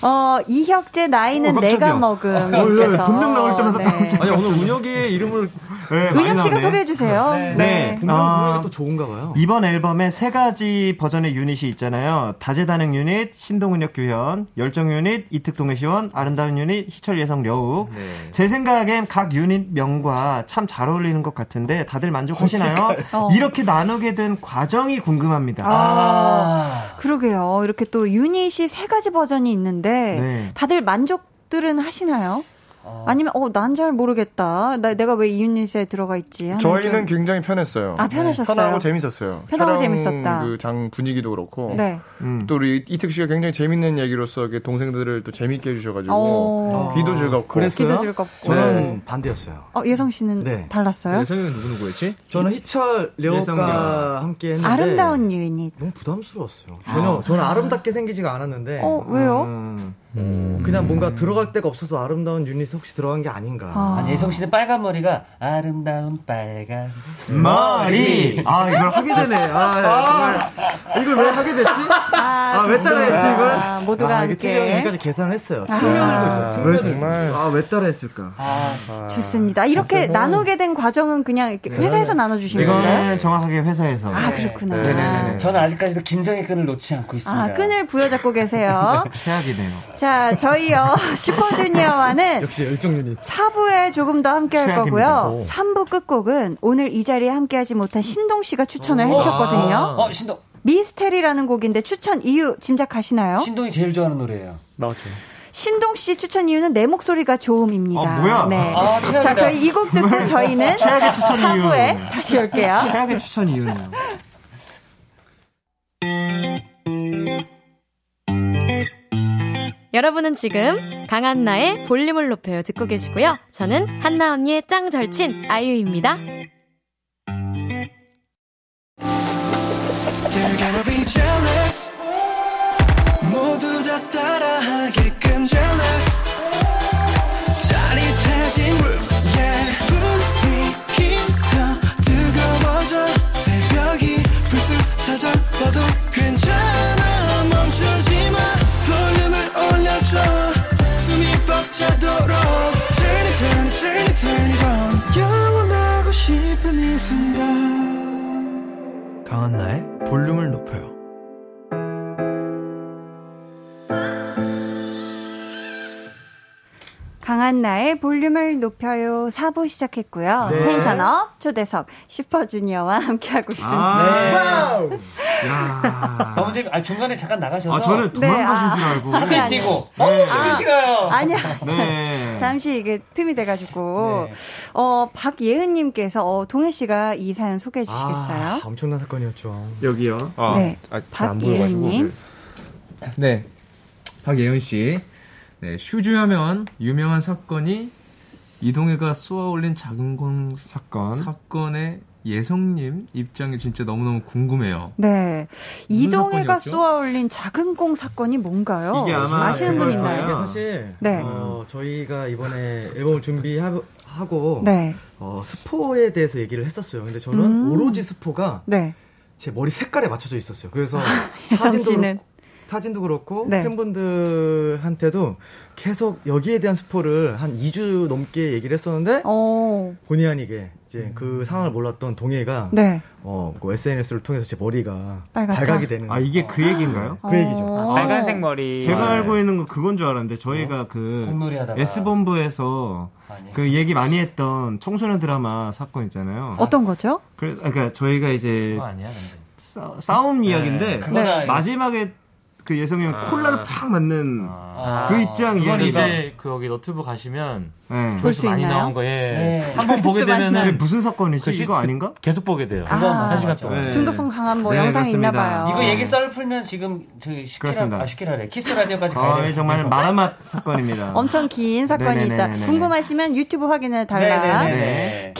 [SPEAKER 1] 어, 이혁재 나이는
[SPEAKER 14] 어,
[SPEAKER 1] 내가
[SPEAKER 14] 깜짝이야.
[SPEAKER 1] 먹음.
[SPEAKER 14] 어, 예,
[SPEAKER 1] 님께서.
[SPEAKER 14] 본명 나올 때마다
[SPEAKER 1] 네.
[SPEAKER 14] 아니 오늘 은혁이의 이름을
[SPEAKER 13] 네,
[SPEAKER 1] 은혁 씨가 소개해 주세요. 네.
[SPEAKER 7] 네.
[SPEAKER 13] 분명
[SPEAKER 7] 아.
[SPEAKER 13] 분명히 또 좋은가 봐요.
[SPEAKER 7] 이번 앨범에 세 가지 버전의 유닛이 있잖아요. 다재다능 유닛, 신동은혁 규현, 열정 유닛, 이특동의 시원, 아름다운 유닛, 희철 예성 여우.
[SPEAKER 13] 네.
[SPEAKER 7] 제 생각엔 각 유닛 명과 참 잘 어울리는 것 같은데 다들 만족하시나요?
[SPEAKER 1] 어.
[SPEAKER 7] 이렇게 나누게 된 과정이 궁금합니다.
[SPEAKER 1] 아, 그러게요. 이렇게 또 유닛이 세 가지 버전이 있는데
[SPEAKER 7] 네.
[SPEAKER 1] 다들 만족들은 하시나요? 아니면 어 난 잘 모르겠다. 나 내가 왜 이 유닛에 들어가 있지? 하는
[SPEAKER 12] 저희는
[SPEAKER 1] 좀-
[SPEAKER 12] 굉장히 편했어요.
[SPEAKER 1] 아, 편하셨어요?
[SPEAKER 12] 편하고 재밌었어요.
[SPEAKER 1] 편하고
[SPEAKER 12] 촬영
[SPEAKER 1] 재밌었다.
[SPEAKER 12] 그장 분위기도 그렇고.
[SPEAKER 1] 네.
[SPEAKER 13] 음.
[SPEAKER 12] 또 우리 이특 씨가 굉장히 재밌는 얘기로서 이렇게 동생들을 또 재밌게 해주셔가지고
[SPEAKER 1] 오.
[SPEAKER 12] 귀도 즐겁고.
[SPEAKER 13] 그랬어요?
[SPEAKER 1] 어. 귀도 즐겁고.
[SPEAKER 13] 저는
[SPEAKER 12] 네.
[SPEAKER 13] 반대였어요.
[SPEAKER 1] 어 예성 씨는
[SPEAKER 13] 네.
[SPEAKER 1] 달랐어요?
[SPEAKER 13] 예성이는 누구 누구였지? 네, 저는 희철
[SPEAKER 1] 예성
[SPEAKER 13] 레오가
[SPEAKER 1] 양.
[SPEAKER 13] 함께 했는데
[SPEAKER 1] 아름다운 유닛.
[SPEAKER 13] 너무 부담스러웠어요. 전혀 저는 아름답게 생기지가 않았는데. 음.
[SPEAKER 1] 어 왜요?
[SPEAKER 13] 아. 그냥 뭔가 들어갈 데가 없어서 아름다운 유닛에 혹시 들어간 게 아닌가.
[SPEAKER 10] 아, 예성 씨는 빨간 머리가 아름다운 빨간
[SPEAKER 13] 머리.
[SPEAKER 7] 아, 이걸 하게 되네. 아, 정말. 이걸 왜 하게 됐지?
[SPEAKER 1] 아,
[SPEAKER 13] 예. 아, 왜
[SPEAKER 7] 좋습니다.
[SPEAKER 13] 따라했지, 이걸?
[SPEAKER 1] 아, 모두가
[SPEAKER 13] 아, 이게
[SPEAKER 1] 함께.
[SPEAKER 13] 틀려 여기까지 계산을 했어요.
[SPEAKER 1] 아.
[SPEAKER 13] 틀려들고 있어요.
[SPEAKER 7] 왜
[SPEAKER 13] 틀려들고.
[SPEAKER 7] 정말. 아, 왜 따라했을까?
[SPEAKER 1] 아,
[SPEAKER 10] 아,
[SPEAKER 1] 좋습니다. 이렇게 나누게 된 과정은 그냥
[SPEAKER 10] 네.
[SPEAKER 1] 이렇게 회사에서 나눠주신 건가요?
[SPEAKER 7] 이거는 정확하게 회사에서. 네.
[SPEAKER 1] 아 그렇구나.
[SPEAKER 10] 저는 아직까지도 긴장의 끈을 놓지 않고 있습니다.
[SPEAKER 1] 아 끈을 부여잡고
[SPEAKER 10] [LAUGHS]
[SPEAKER 1] 계세요.
[SPEAKER 7] [LAUGHS] 최악이네요.
[SPEAKER 1] 자 저희요 슈퍼주니어와는
[SPEAKER 13] 역시 열정 유닛.
[SPEAKER 1] 4부에 조금 더 함께 할
[SPEAKER 10] 최악입니다.
[SPEAKER 1] 거고요.
[SPEAKER 10] 오.
[SPEAKER 1] 3부 끝곡은 오늘 이 자리에 함께하지 못한 신동 씨가 추천을 해주셨거든요.
[SPEAKER 10] 어, 신동.
[SPEAKER 1] 미스테리라는 곡인데 추천 이유
[SPEAKER 7] 어?
[SPEAKER 1] 짐작하시나요?
[SPEAKER 10] 신동이 제일 좋아하는 노래예요.
[SPEAKER 9] 나왔죠.
[SPEAKER 1] 신동 씨 추천 이유는 내 목소리가 좋음입니다.
[SPEAKER 10] 아, 뭐야?
[SPEAKER 1] 네.
[SPEAKER 10] 아, 최악이다.
[SPEAKER 1] 자, 저희 이 곡 듣고 저희는
[SPEAKER 10] 최악의 추천 이유.
[SPEAKER 1] 4부에 다시 올게요.
[SPEAKER 7] 최악의 추천 이유는.
[SPEAKER 15] 여러분은 지금 강한나의 볼륨을 높여요 듣고 계시고요. 저는 한나 언니의 짱 절친 아이유입니다.
[SPEAKER 2] They're gonna be jealous 모두 다 따라하게끔 jealous 짜릿해진 room yeah 분위기 더 뜨거워져 새벽이 불쑥 찾아와도 괜찮아 멈추지 마 볼륨을 올려줘 숨이 벅차도록 Turn it turn it turn it turn it on 영원하고 싶은 이 순간
[SPEAKER 11] 강한나의 볼륨을 높여요.
[SPEAKER 1] 강한 나의 볼륨을 높여요 4부 시작했고요.
[SPEAKER 15] 네.
[SPEAKER 7] 아.
[SPEAKER 10] 네.
[SPEAKER 1] 텐션업 초대석 슈퍼주니어와 함께하고 있습니다.
[SPEAKER 15] 와우.
[SPEAKER 10] 아버지 아, 중간에 잠깐 나가셔서
[SPEAKER 7] 아,
[SPEAKER 1] 네,
[SPEAKER 7] 저는 도망가신 줄 알고.
[SPEAKER 10] 하늘
[SPEAKER 7] 아니, 아니.
[SPEAKER 10] 뛰고
[SPEAKER 7] 네.
[SPEAKER 10] 어우 숨이
[SPEAKER 7] 아.
[SPEAKER 10] 식어요
[SPEAKER 1] 아니야.
[SPEAKER 7] 네.
[SPEAKER 1] [LAUGHS] 잠시 이게 틈이 돼가지고. 어, 박예은님께서, 어, 동해 씨가 이 사연 소개해
[SPEAKER 7] 아.
[SPEAKER 1] 주시겠어요?
[SPEAKER 13] 아, 엄청난 사건이었죠.
[SPEAKER 7] 여기요.
[SPEAKER 3] 아,
[SPEAKER 1] 네.
[SPEAKER 3] 아, 잘안
[SPEAKER 1] 박예은님.
[SPEAKER 3] 보여가지고. 네. 네. 박예은 씨. 네, 슈즈하면 유명한 사건이 이동해가 쏘아올린 작은공 사건 사건의 예성님 입장이 진짜 너무너무 궁금해요.
[SPEAKER 1] 네. 이동해가
[SPEAKER 3] 사건이었죠?
[SPEAKER 1] 쏘아올린 작은 공 사건이 뭔가요? 어, 아시는 분 있나요?
[SPEAKER 13] 그 이게 사실
[SPEAKER 1] 네.
[SPEAKER 13] 어, 저희가 이번에 앨범을 준비하고
[SPEAKER 1] 네.
[SPEAKER 13] 어, 스포에 대해서 얘기를 했었어요. 근데 저는
[SPEAKER 1] 음.
[SPEAKER 13] 오로지 스포가
[SPEAKER 1] 네. 아,
[SPEAKER 13] 제 머리 색깔에 맞춰져 있었어요.
[SPEAKER 1] [LAUGHS]
[SPEAKER 13] 그래서
[SPEAKER 1] 혜성
[SPEAKER 13] 사진도
[SPEAKER 1] 씨는?
[SPEAKER 13] 그렇고, 사진도 그렇고
[SPEAKER 1] 네.
[SPEAKER 13] 팬분들한테도 계속 여기에 대한 스포를 한 2주 넘게 얘기를 했었는데 본의 아니게
[SPEAKER 7] 음.
[SPEAKER 13] 이제 그 상황을 몰랐던 동해가
[SPEAKER 1] 어. 네.
[SPEAKER 13] 어, 그 SNS를 통해서 제 머리가
[SPEAKER 1] 빨갛다.
[SPEAKER 13] 발각이 되는
[SPEAKER 7] 아 이게 그 얘기인가요?
[SPEAKER 13] 그 얘기죠.
[SPEAKER 1] 아, 빨간색
[SPEAKER 9] 머리.
[SPEAKER 7] 제가
[SPEAKER 13] 네.
[SPEAKER 7] 알고 있는 건 그건 줄 알았는데 저희가 그
[SPEAKER 13] 공놀이하다가.
[SPEAKER 7] S 본부에서 그 얘기 많이 했던 청소년 드라마 사건 있잖아요.
[SPEAKER 1] 어떤 거죠?
[SPEAKER 7] 그래 그러니까 저희가 이제 싸, 싸움
[SPEAKER 13] 네,
[SPEAKER 7] 이야기인데
[SPEAKER 13] 그건 네. 아니에요.
[SPEAKER 7] 마지막에 그 예성이 형
[SPEAKER 8] 아.
[SPEAKER 7] 콜라를 팍 맞는
[SPEAKER 8] 아,
[SPEAKER 7] 그 입장
[SPEAKER 8] 그건
[SPEAKER 7] 이야기가
[SPEAKER 8] 이제 거기 너튜브 가시면
[SPEAKER 7] 네.
[SPEAKER 8] 조회수
[SPEAKER 7] 볼수
[SPEAKER 8] 많이
[SPEAKER 7] 있나요?
[SPEAKER 8] 나온 거에
[SPEAKER 7] 네.
[SPEAKER 8] 한번 보게
[SPEAKER 7] 조회수 많이
[SPEAKER 8] 되면은 그
[SPEAKER 7] 나와요. 무슨 사건이지?
[SPEAKER 8] 시-
[SPEAKER 7] 이거 아닌가? 네.
[SPEAKER 8] 계속 보게 돼요.
[SPEAKER 1] 그거 아,
[SPEAKER 8] 한 시간
[SPEAKER 1] 맞아.
[SPEAKER 8] 동안.
[SPEAKER 1] 중독성 강한 뭐 영상이 있나 봐요.
[SPEAKER 10] 이거 얘기 썰을 풀면 지금 저기 시키라
[SPEAKER 7] 그렇습니다.
[SPEAKER 10] 아 시키라래 키스 라디오까지 가야
[SPEAKER 7] 거의
[SPEAKER 10] 되겠어요.
[SPEAKER 7] 정말 마라맛 사건입니다.
[SPEAKER 1] 엄청 긴 사건이 있다.
[SPEAKER 7] 네네네네네.
[SPEAKER 1] 궁금하시면 유튜브 확인해 달라.
[SPEAKER 7] 네네네네.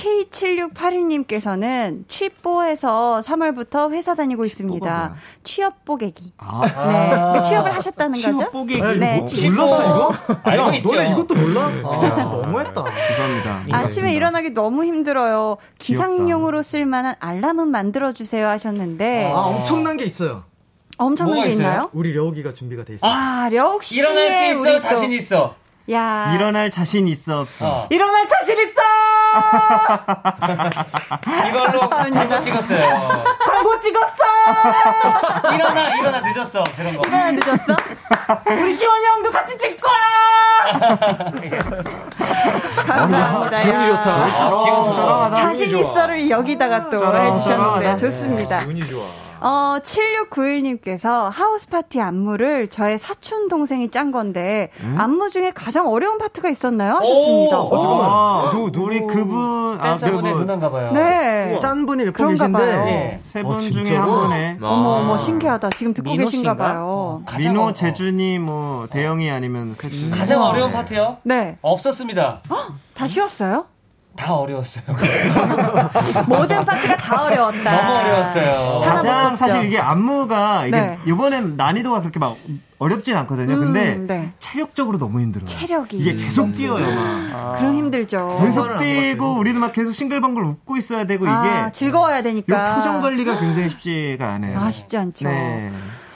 [SPEAKER 1] K7681님께서는 취뽀해서 3월부터 회사 다니고 있습니다. 취업 뽀개기.
[SPEAKER 7] 아.
[SPEAKER 1] 네. 근데 취업을 하셨다는 거죠?
[SPEAKER 7] 취업 뽀개기.
[SPEAKER 1] 네.
[SPEAKER 7] 아, 이거 뭐
[SPEAKER 1] 취뽀.
[SPEAKER 13] 몰랐어 이거?
[SPEAKER 10] [LAUGHS] 알고
[SPEAKER 13] 야,
[SPEAKER 10] 있죠.
[SPEAKER 13] 너네 이것도 몰라?
[SPEAKER 7] 아,
[SPEAKER 13] 아, 너무했다. 음.
[SPEAKER 7] 죄송합니다.
[SPEAKER 1] 아침에 일어나기 너무 힘들어요. 기상용으로 쓸 만한 알람은 만들어 주세요 하셨는데
[SPEAKER 13] 아 엄청난 게 있어요.
[SPEAKER 1] 네. 엄청난 게 있나요?
[SPEAKER 13] 우리 려욱이가 준비가 돼 있어.
[SPEAKER 1] 아, 려욱 씨의 우리 또-
[SPEAKER 13] 있어.
[SPEAKER 1] 야.
[SPEAKER 7] 일어날 자신 있어 없어.
[SPEAKER 1] 일어날 자신 있어!
[SPEAKER 10] [LAUGHS] 이걸로 광고 찍었어요.
[SPEAKER 1] 광고 찍었어!
[SPEAKER 10] [LAUGHS] [LAUGHS] 일어나 일어나 늦었어 그런 거.
[SPEAKER 1] 일어나 늦었어?
[SPEAKER 10] 우리
[SPEAKER 1] 시원이 형도 같이 찍 거야! 감사합니다.
[SPEAKER 10] 기운이
[SPEAKER 1] 야.
[SPEAKER 10] 좋다. 아, 기운 좋다. 아,
[SPEAKER 1] 자신
[SPEAKER 10] 기운이 좋아.
[SPEAKER 1] 있어를 여기다가 또 해주셨는데
[SPEAKER 7] 네,
[SPEAKER 1] 좋습니다.
[SPEAKER 10] 운이 좋아.
[SPEAKER 1] 어, 7691님께서 하우스 파티 안무를 저의 사촌 동생이 짠 건데
[SPEAKER 10] 음?
[SPEAKER 1] 안무 중에 가장 어려운 파트가 있었나요? 하셨습니다.
[SPEAKER 7] 어, 잠깐만. 누, 누, 우리 그분, 아,
[SPEAKER 10] 댄서분의
[SPEAKER 7] 그분.
[SPEAKER 10] 누나인가 봐요.
[SPEAKER 1] 네.
[SPEAKER 13] 짠 분이 몇분
[SPEAKER 1] 그런가
[SPEAKER 13] 계신데
[SPEAKER 1] 봐요.
[SPEAKER 10] 네. 어,
[SPEAKER 7] 세 분 중에 한 분에.
[SPEAKER 1] 어머
[SPEAKER 10] 아.
[SPEAKER 1] 어머 신기하다. 지금 듣고 계신가 어,
[SPEAKER 10] 어,
[SPEAKER 1] 봐요.
[SPEAKER 7] 민호, 재준이, 뭐 대영이 아니면 세준.
[SPEAKER 10] 가장 어려운 파트요?
[SPEAKER 1] 음.
[SPEAKER 10] 음?
[SPEAKER 1] 네.
[SPEAKER 10] 없었습니다.
[SPEAKER 1] 다 쉬웠어요?
[SPEAKER 10] 다 어려웠어요.
[SPEAKER 1] [LAUGHS] 모든 파트가 다 어려웠다.
[SPEAKER 10] 너무 어려웠어요.
[SPEAKER 7] 가장 사실 이게 안무가 이게
[SPEAKER 1] 네.
[SPEAKER 7] 이번엔 난이도가 그렇게 막 어렵진 않거든요.
[SPEAKER 1] 음,
[SPEAKER 7] 근데
[SPEAKER 1] 네.
[SPEAKER 7] 체력적으로 너무 힘들어요.
[SPEAKER 1] 체력이. 아.
[SPEAKER 7] 이게 계속 뛰어요, 막.
[SPEAKER 1] 그럼 힘들죠.
[SPEAKER 7] 계속 뛰고 우리는 막 계속 싱글벙글 웃고 있어야 되고 이게
[SPEAKER 1] 아, 즐거워야
[SPEAKER 7] 이
[SPEAKER 1] 되니까.
[SPEAKER 7] 표정 관리가 굉장히 쉽지가 않아요.
[SPEAKER 1] 아, 쉽지 않죠.
[SPEAKER 7] 네.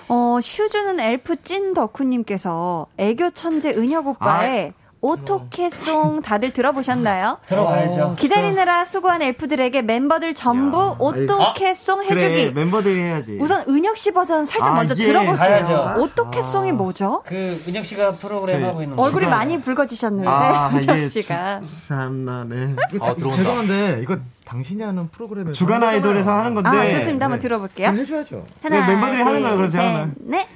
[SPEAKER 1] 어, 슈즈는 엘프 찐 덕후님께서 애교 천재 은혁
[SPEAKER 7] 아, 예.
[SPEAKER 1] 오빠의 오토캐송 다들
[SPEAKER 7] [LAUGHS]
[SPEAKER 1] 들어보셨나요?
[SPEAKER 10] 들어봐야죠.
[SPEAKER 1] 기다리느라 수고한 엘프들에게 멤버들 전부 오토캐송
[SPEAKER 7] 아, 그래,
[SPEAKER 1] 해주기.
[SPEAKER 7] 멤버들이 해야지.
[SPEAKER 1] 우선 은혁 씨 버전 살짝
[SPEAKER 7] 아,
[SPEAKER 1] 먼저
[SPEAKER 7] 예.
[SPEAKER 1] 들어볼게요.
[SPEAKER 7] 가야죠. 아.
[SPEAKER 1] 오토캐송이 뭐죠?
[SPEAKER 10] 그 은혁 씨가 프로그램
[SPEAKER 7] 저희
[SPEAKER 10] 하고 있는
[SPEAKER 1] 얼굴이
[SPEAKER 10] 거죠?
[SPEAKER 1] 많이 붉어지셨는데
[SPEAKER 7] 음, 아,
[SPEAKER 1] [LAUGHS] 은혁
[SPEAKER 7] 이게
[SPEAKER 1] 씨가
[SPEAKER 7] 참나네.
[SPEAKER 13] 아, 들어온다. 죄송한데 이거 당신이 하는 프로그램에서 하는
[SPEAKER 7] 주간
[SPEAKER 13] 거잖아요.
[SPEAKER 7] 아이돌에서 하는 건데.
[SPEAKER 1] 아 좋습니다. 한번 들어볼게요.
[SPEAKER 13] 그럼 해줘야죠.
[SPEAKER 1] 하나,
[SPEAKER 7] 네, 멤버들이 하는 거예요, 그럼
[SPEAKER 1] 둘,
[SPEAKER 7] 제가 하나요?
[SPEAKER 1] 셋, 넷.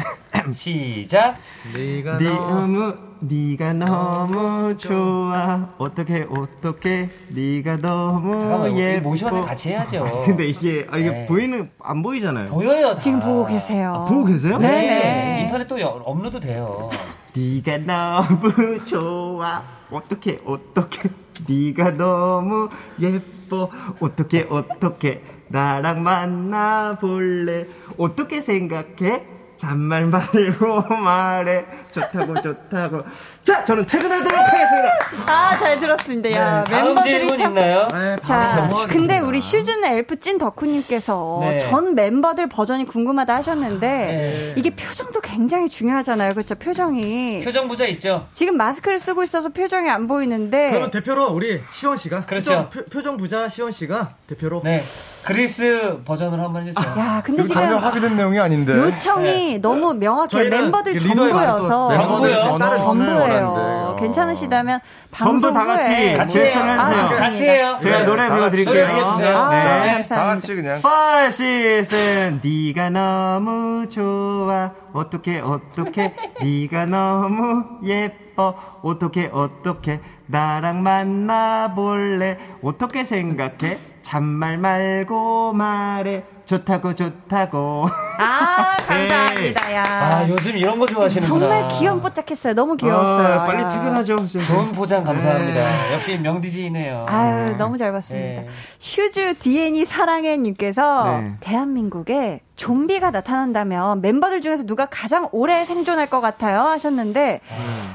[SPEAKER 10] [CLEARS THROAT] 시작.
[SPEAKER 3] 네가
[SPEAKER 7] 네
[SPEAKER 3] 너-
[SPEAKER 7] 너무 네가 너무 좋아 어떻게 어떻게 네가
[SPEAKER 10] 잠깐만,
[SPEAKER 7] 너무
[SPEAKER 10] 이거
[SPEAKER 7] 예뻐
[SPEAKER 10] 모션을 같이 해야죠.
[SPEAKER 7] 아, 근데 이게 아, 이게
[SPEAKER 10] 네.
[SPEAKER 7] 보이는 안 보이잖아요. 아,
[SPEAKER 10] 보여요. 다.
[SPEAKER 1] 지금 보고 계세요.
[SPEAKER 7] 보고 계세요?
[SPEAKER 10] 네.
[SPEAKER 7] 네네.
[SPEAKER 10] 인터넷 또 여- 업로드 돼요.
[SPEAKER 7] 네가 너무 좋아 어떻게 어떻게 네가 너무 예뻐 어떻게 어떻게 나랑 만나 볼래 어떻게 생각해 잔말 말고 [LAUGHS] 말해 좋다고 좋다고 자 저는 퇴근하도록 하겠습니다.
[SPEAKER 1] 아, 잘 들었습니다. 야,
[SPEAKER 7] 네, 다음
[SPEAKER 1] 멤버들이
[SPEAKER 7] 질문
[SPEAKER 1] 참.
[SPEAKER 10] 있나요?
[SPEAKER 13] 네,
[SPEAKER 4] 아,
[SPEAKER 1] 자,
[SPEAKER 4] 네.
[SPEAKER 1] 그- 근데 우리 슈즈는 엘프 찐 덕후님께서
[SPEAKER 10] 네.
[SPEAKER 1] 전 멤버들 버전이 궁금하다 하셨는데 이게 표정도 굉장히 중요하잖아요. 그렇죠? 표정이.
[SPEAKER 10] 표정 부자 있죠?
[SPEAKER 1] 지금 마스크를 쓰고 있어서 표정이 안
[SPEAKER 13] 그러면
[SPEAKER 1] 보이는데
[SPEAKER 13] 대표로 우리 시원 씨가
[SPEAKER 10] 네. 그렇죠.
[SPEAKER 13] 표정, 표, 정 부자 시원 씨가 대표로
[SPEAKER 10] 네. 그리스 버전으로 한번 해주세요.
[SPEAKER 1] 아, 야, 근데 지금
[SPEAKER 12] 전혀 합의된 내용이 아닌데.
[SPEAKER 13] 네.
[SPEAKER 1] 요청이 너무 명확해요.
[SPEAKER 12] 저희는
[SPEAKER 1] 멤버들
[SPEAKER 12] 리더의 말을 또
[SPEAKER 1] 전부여서
[SPEAKER 12] 멤버들 전부요?
[SPEAKER 1] 전부예요. 네.
[SPEAKER 12] 전부를 원하는데.
[SPEAKER 1] 괜찮으시다면
[SPEAKER 7] 전부
[SPEAKER 1] 방송
[SPEAKER 7] 다 같이
[SPEAKER 1] 후에
[SPEAKER 7] 같이 리액션을
[SPEAKER 1] 아,
[SPEAKER 7] 해주세요.
[SPEAKER 1] 좋습니다.
[SPEAKER 7] 같이 해요. 제가
[SPEAKER 1] 네.
[SPEAKER 7] 노래
[SPEAKER 1] 다
[SPEAKER 7] 불러드릴게요.
[SPEAKER 1] 같이. 노래 알겠습니다.
[SPEAKER 7] 네.
[SPEAKER 1] 아,
[SPEAKER 7] 네.
[SPEAKER 1] 감사합니다.
[SPEAKER 7] 다 같이 그냥. Five, six, seven. 네가 너무 좋아. 어떻게 [LAUGHS] 어떻게 네가 너무 예뻐. 어떻게 어떻게 나랑 만나볼래. 어떻게 생각해? 잔말 말고 말해. 좋다고 좋다고.
[SPEAKER 1] 아, 감사합니다. 야.
[SPEAKER 7] 아, 요즘 이런 거 좋아하시는구나.
[SPEAKER 1] 정말 귀염뽀짝했어요. 너무 귀여웠어요.
[SPEAKER 7] 아, 빨리
[SPEAKER 1] 야.
[SPEAKER 7] 퇴근하죠. 네. 진짜.
[SPEAKER 10] 좋은 포장 감사합니다. 역시 명디지이네요.
[SPEAKER 1] 아유, 너무 잘 봤습니다. 슈즈 DN이 사랑해 님께서
[SPEAKER 10] 네.
[SPEAKER 1] 대한민국에 좀비가 나타난다면 멤버들 중에서 누가 가장 오래 생존할 것 같아요 하셨는데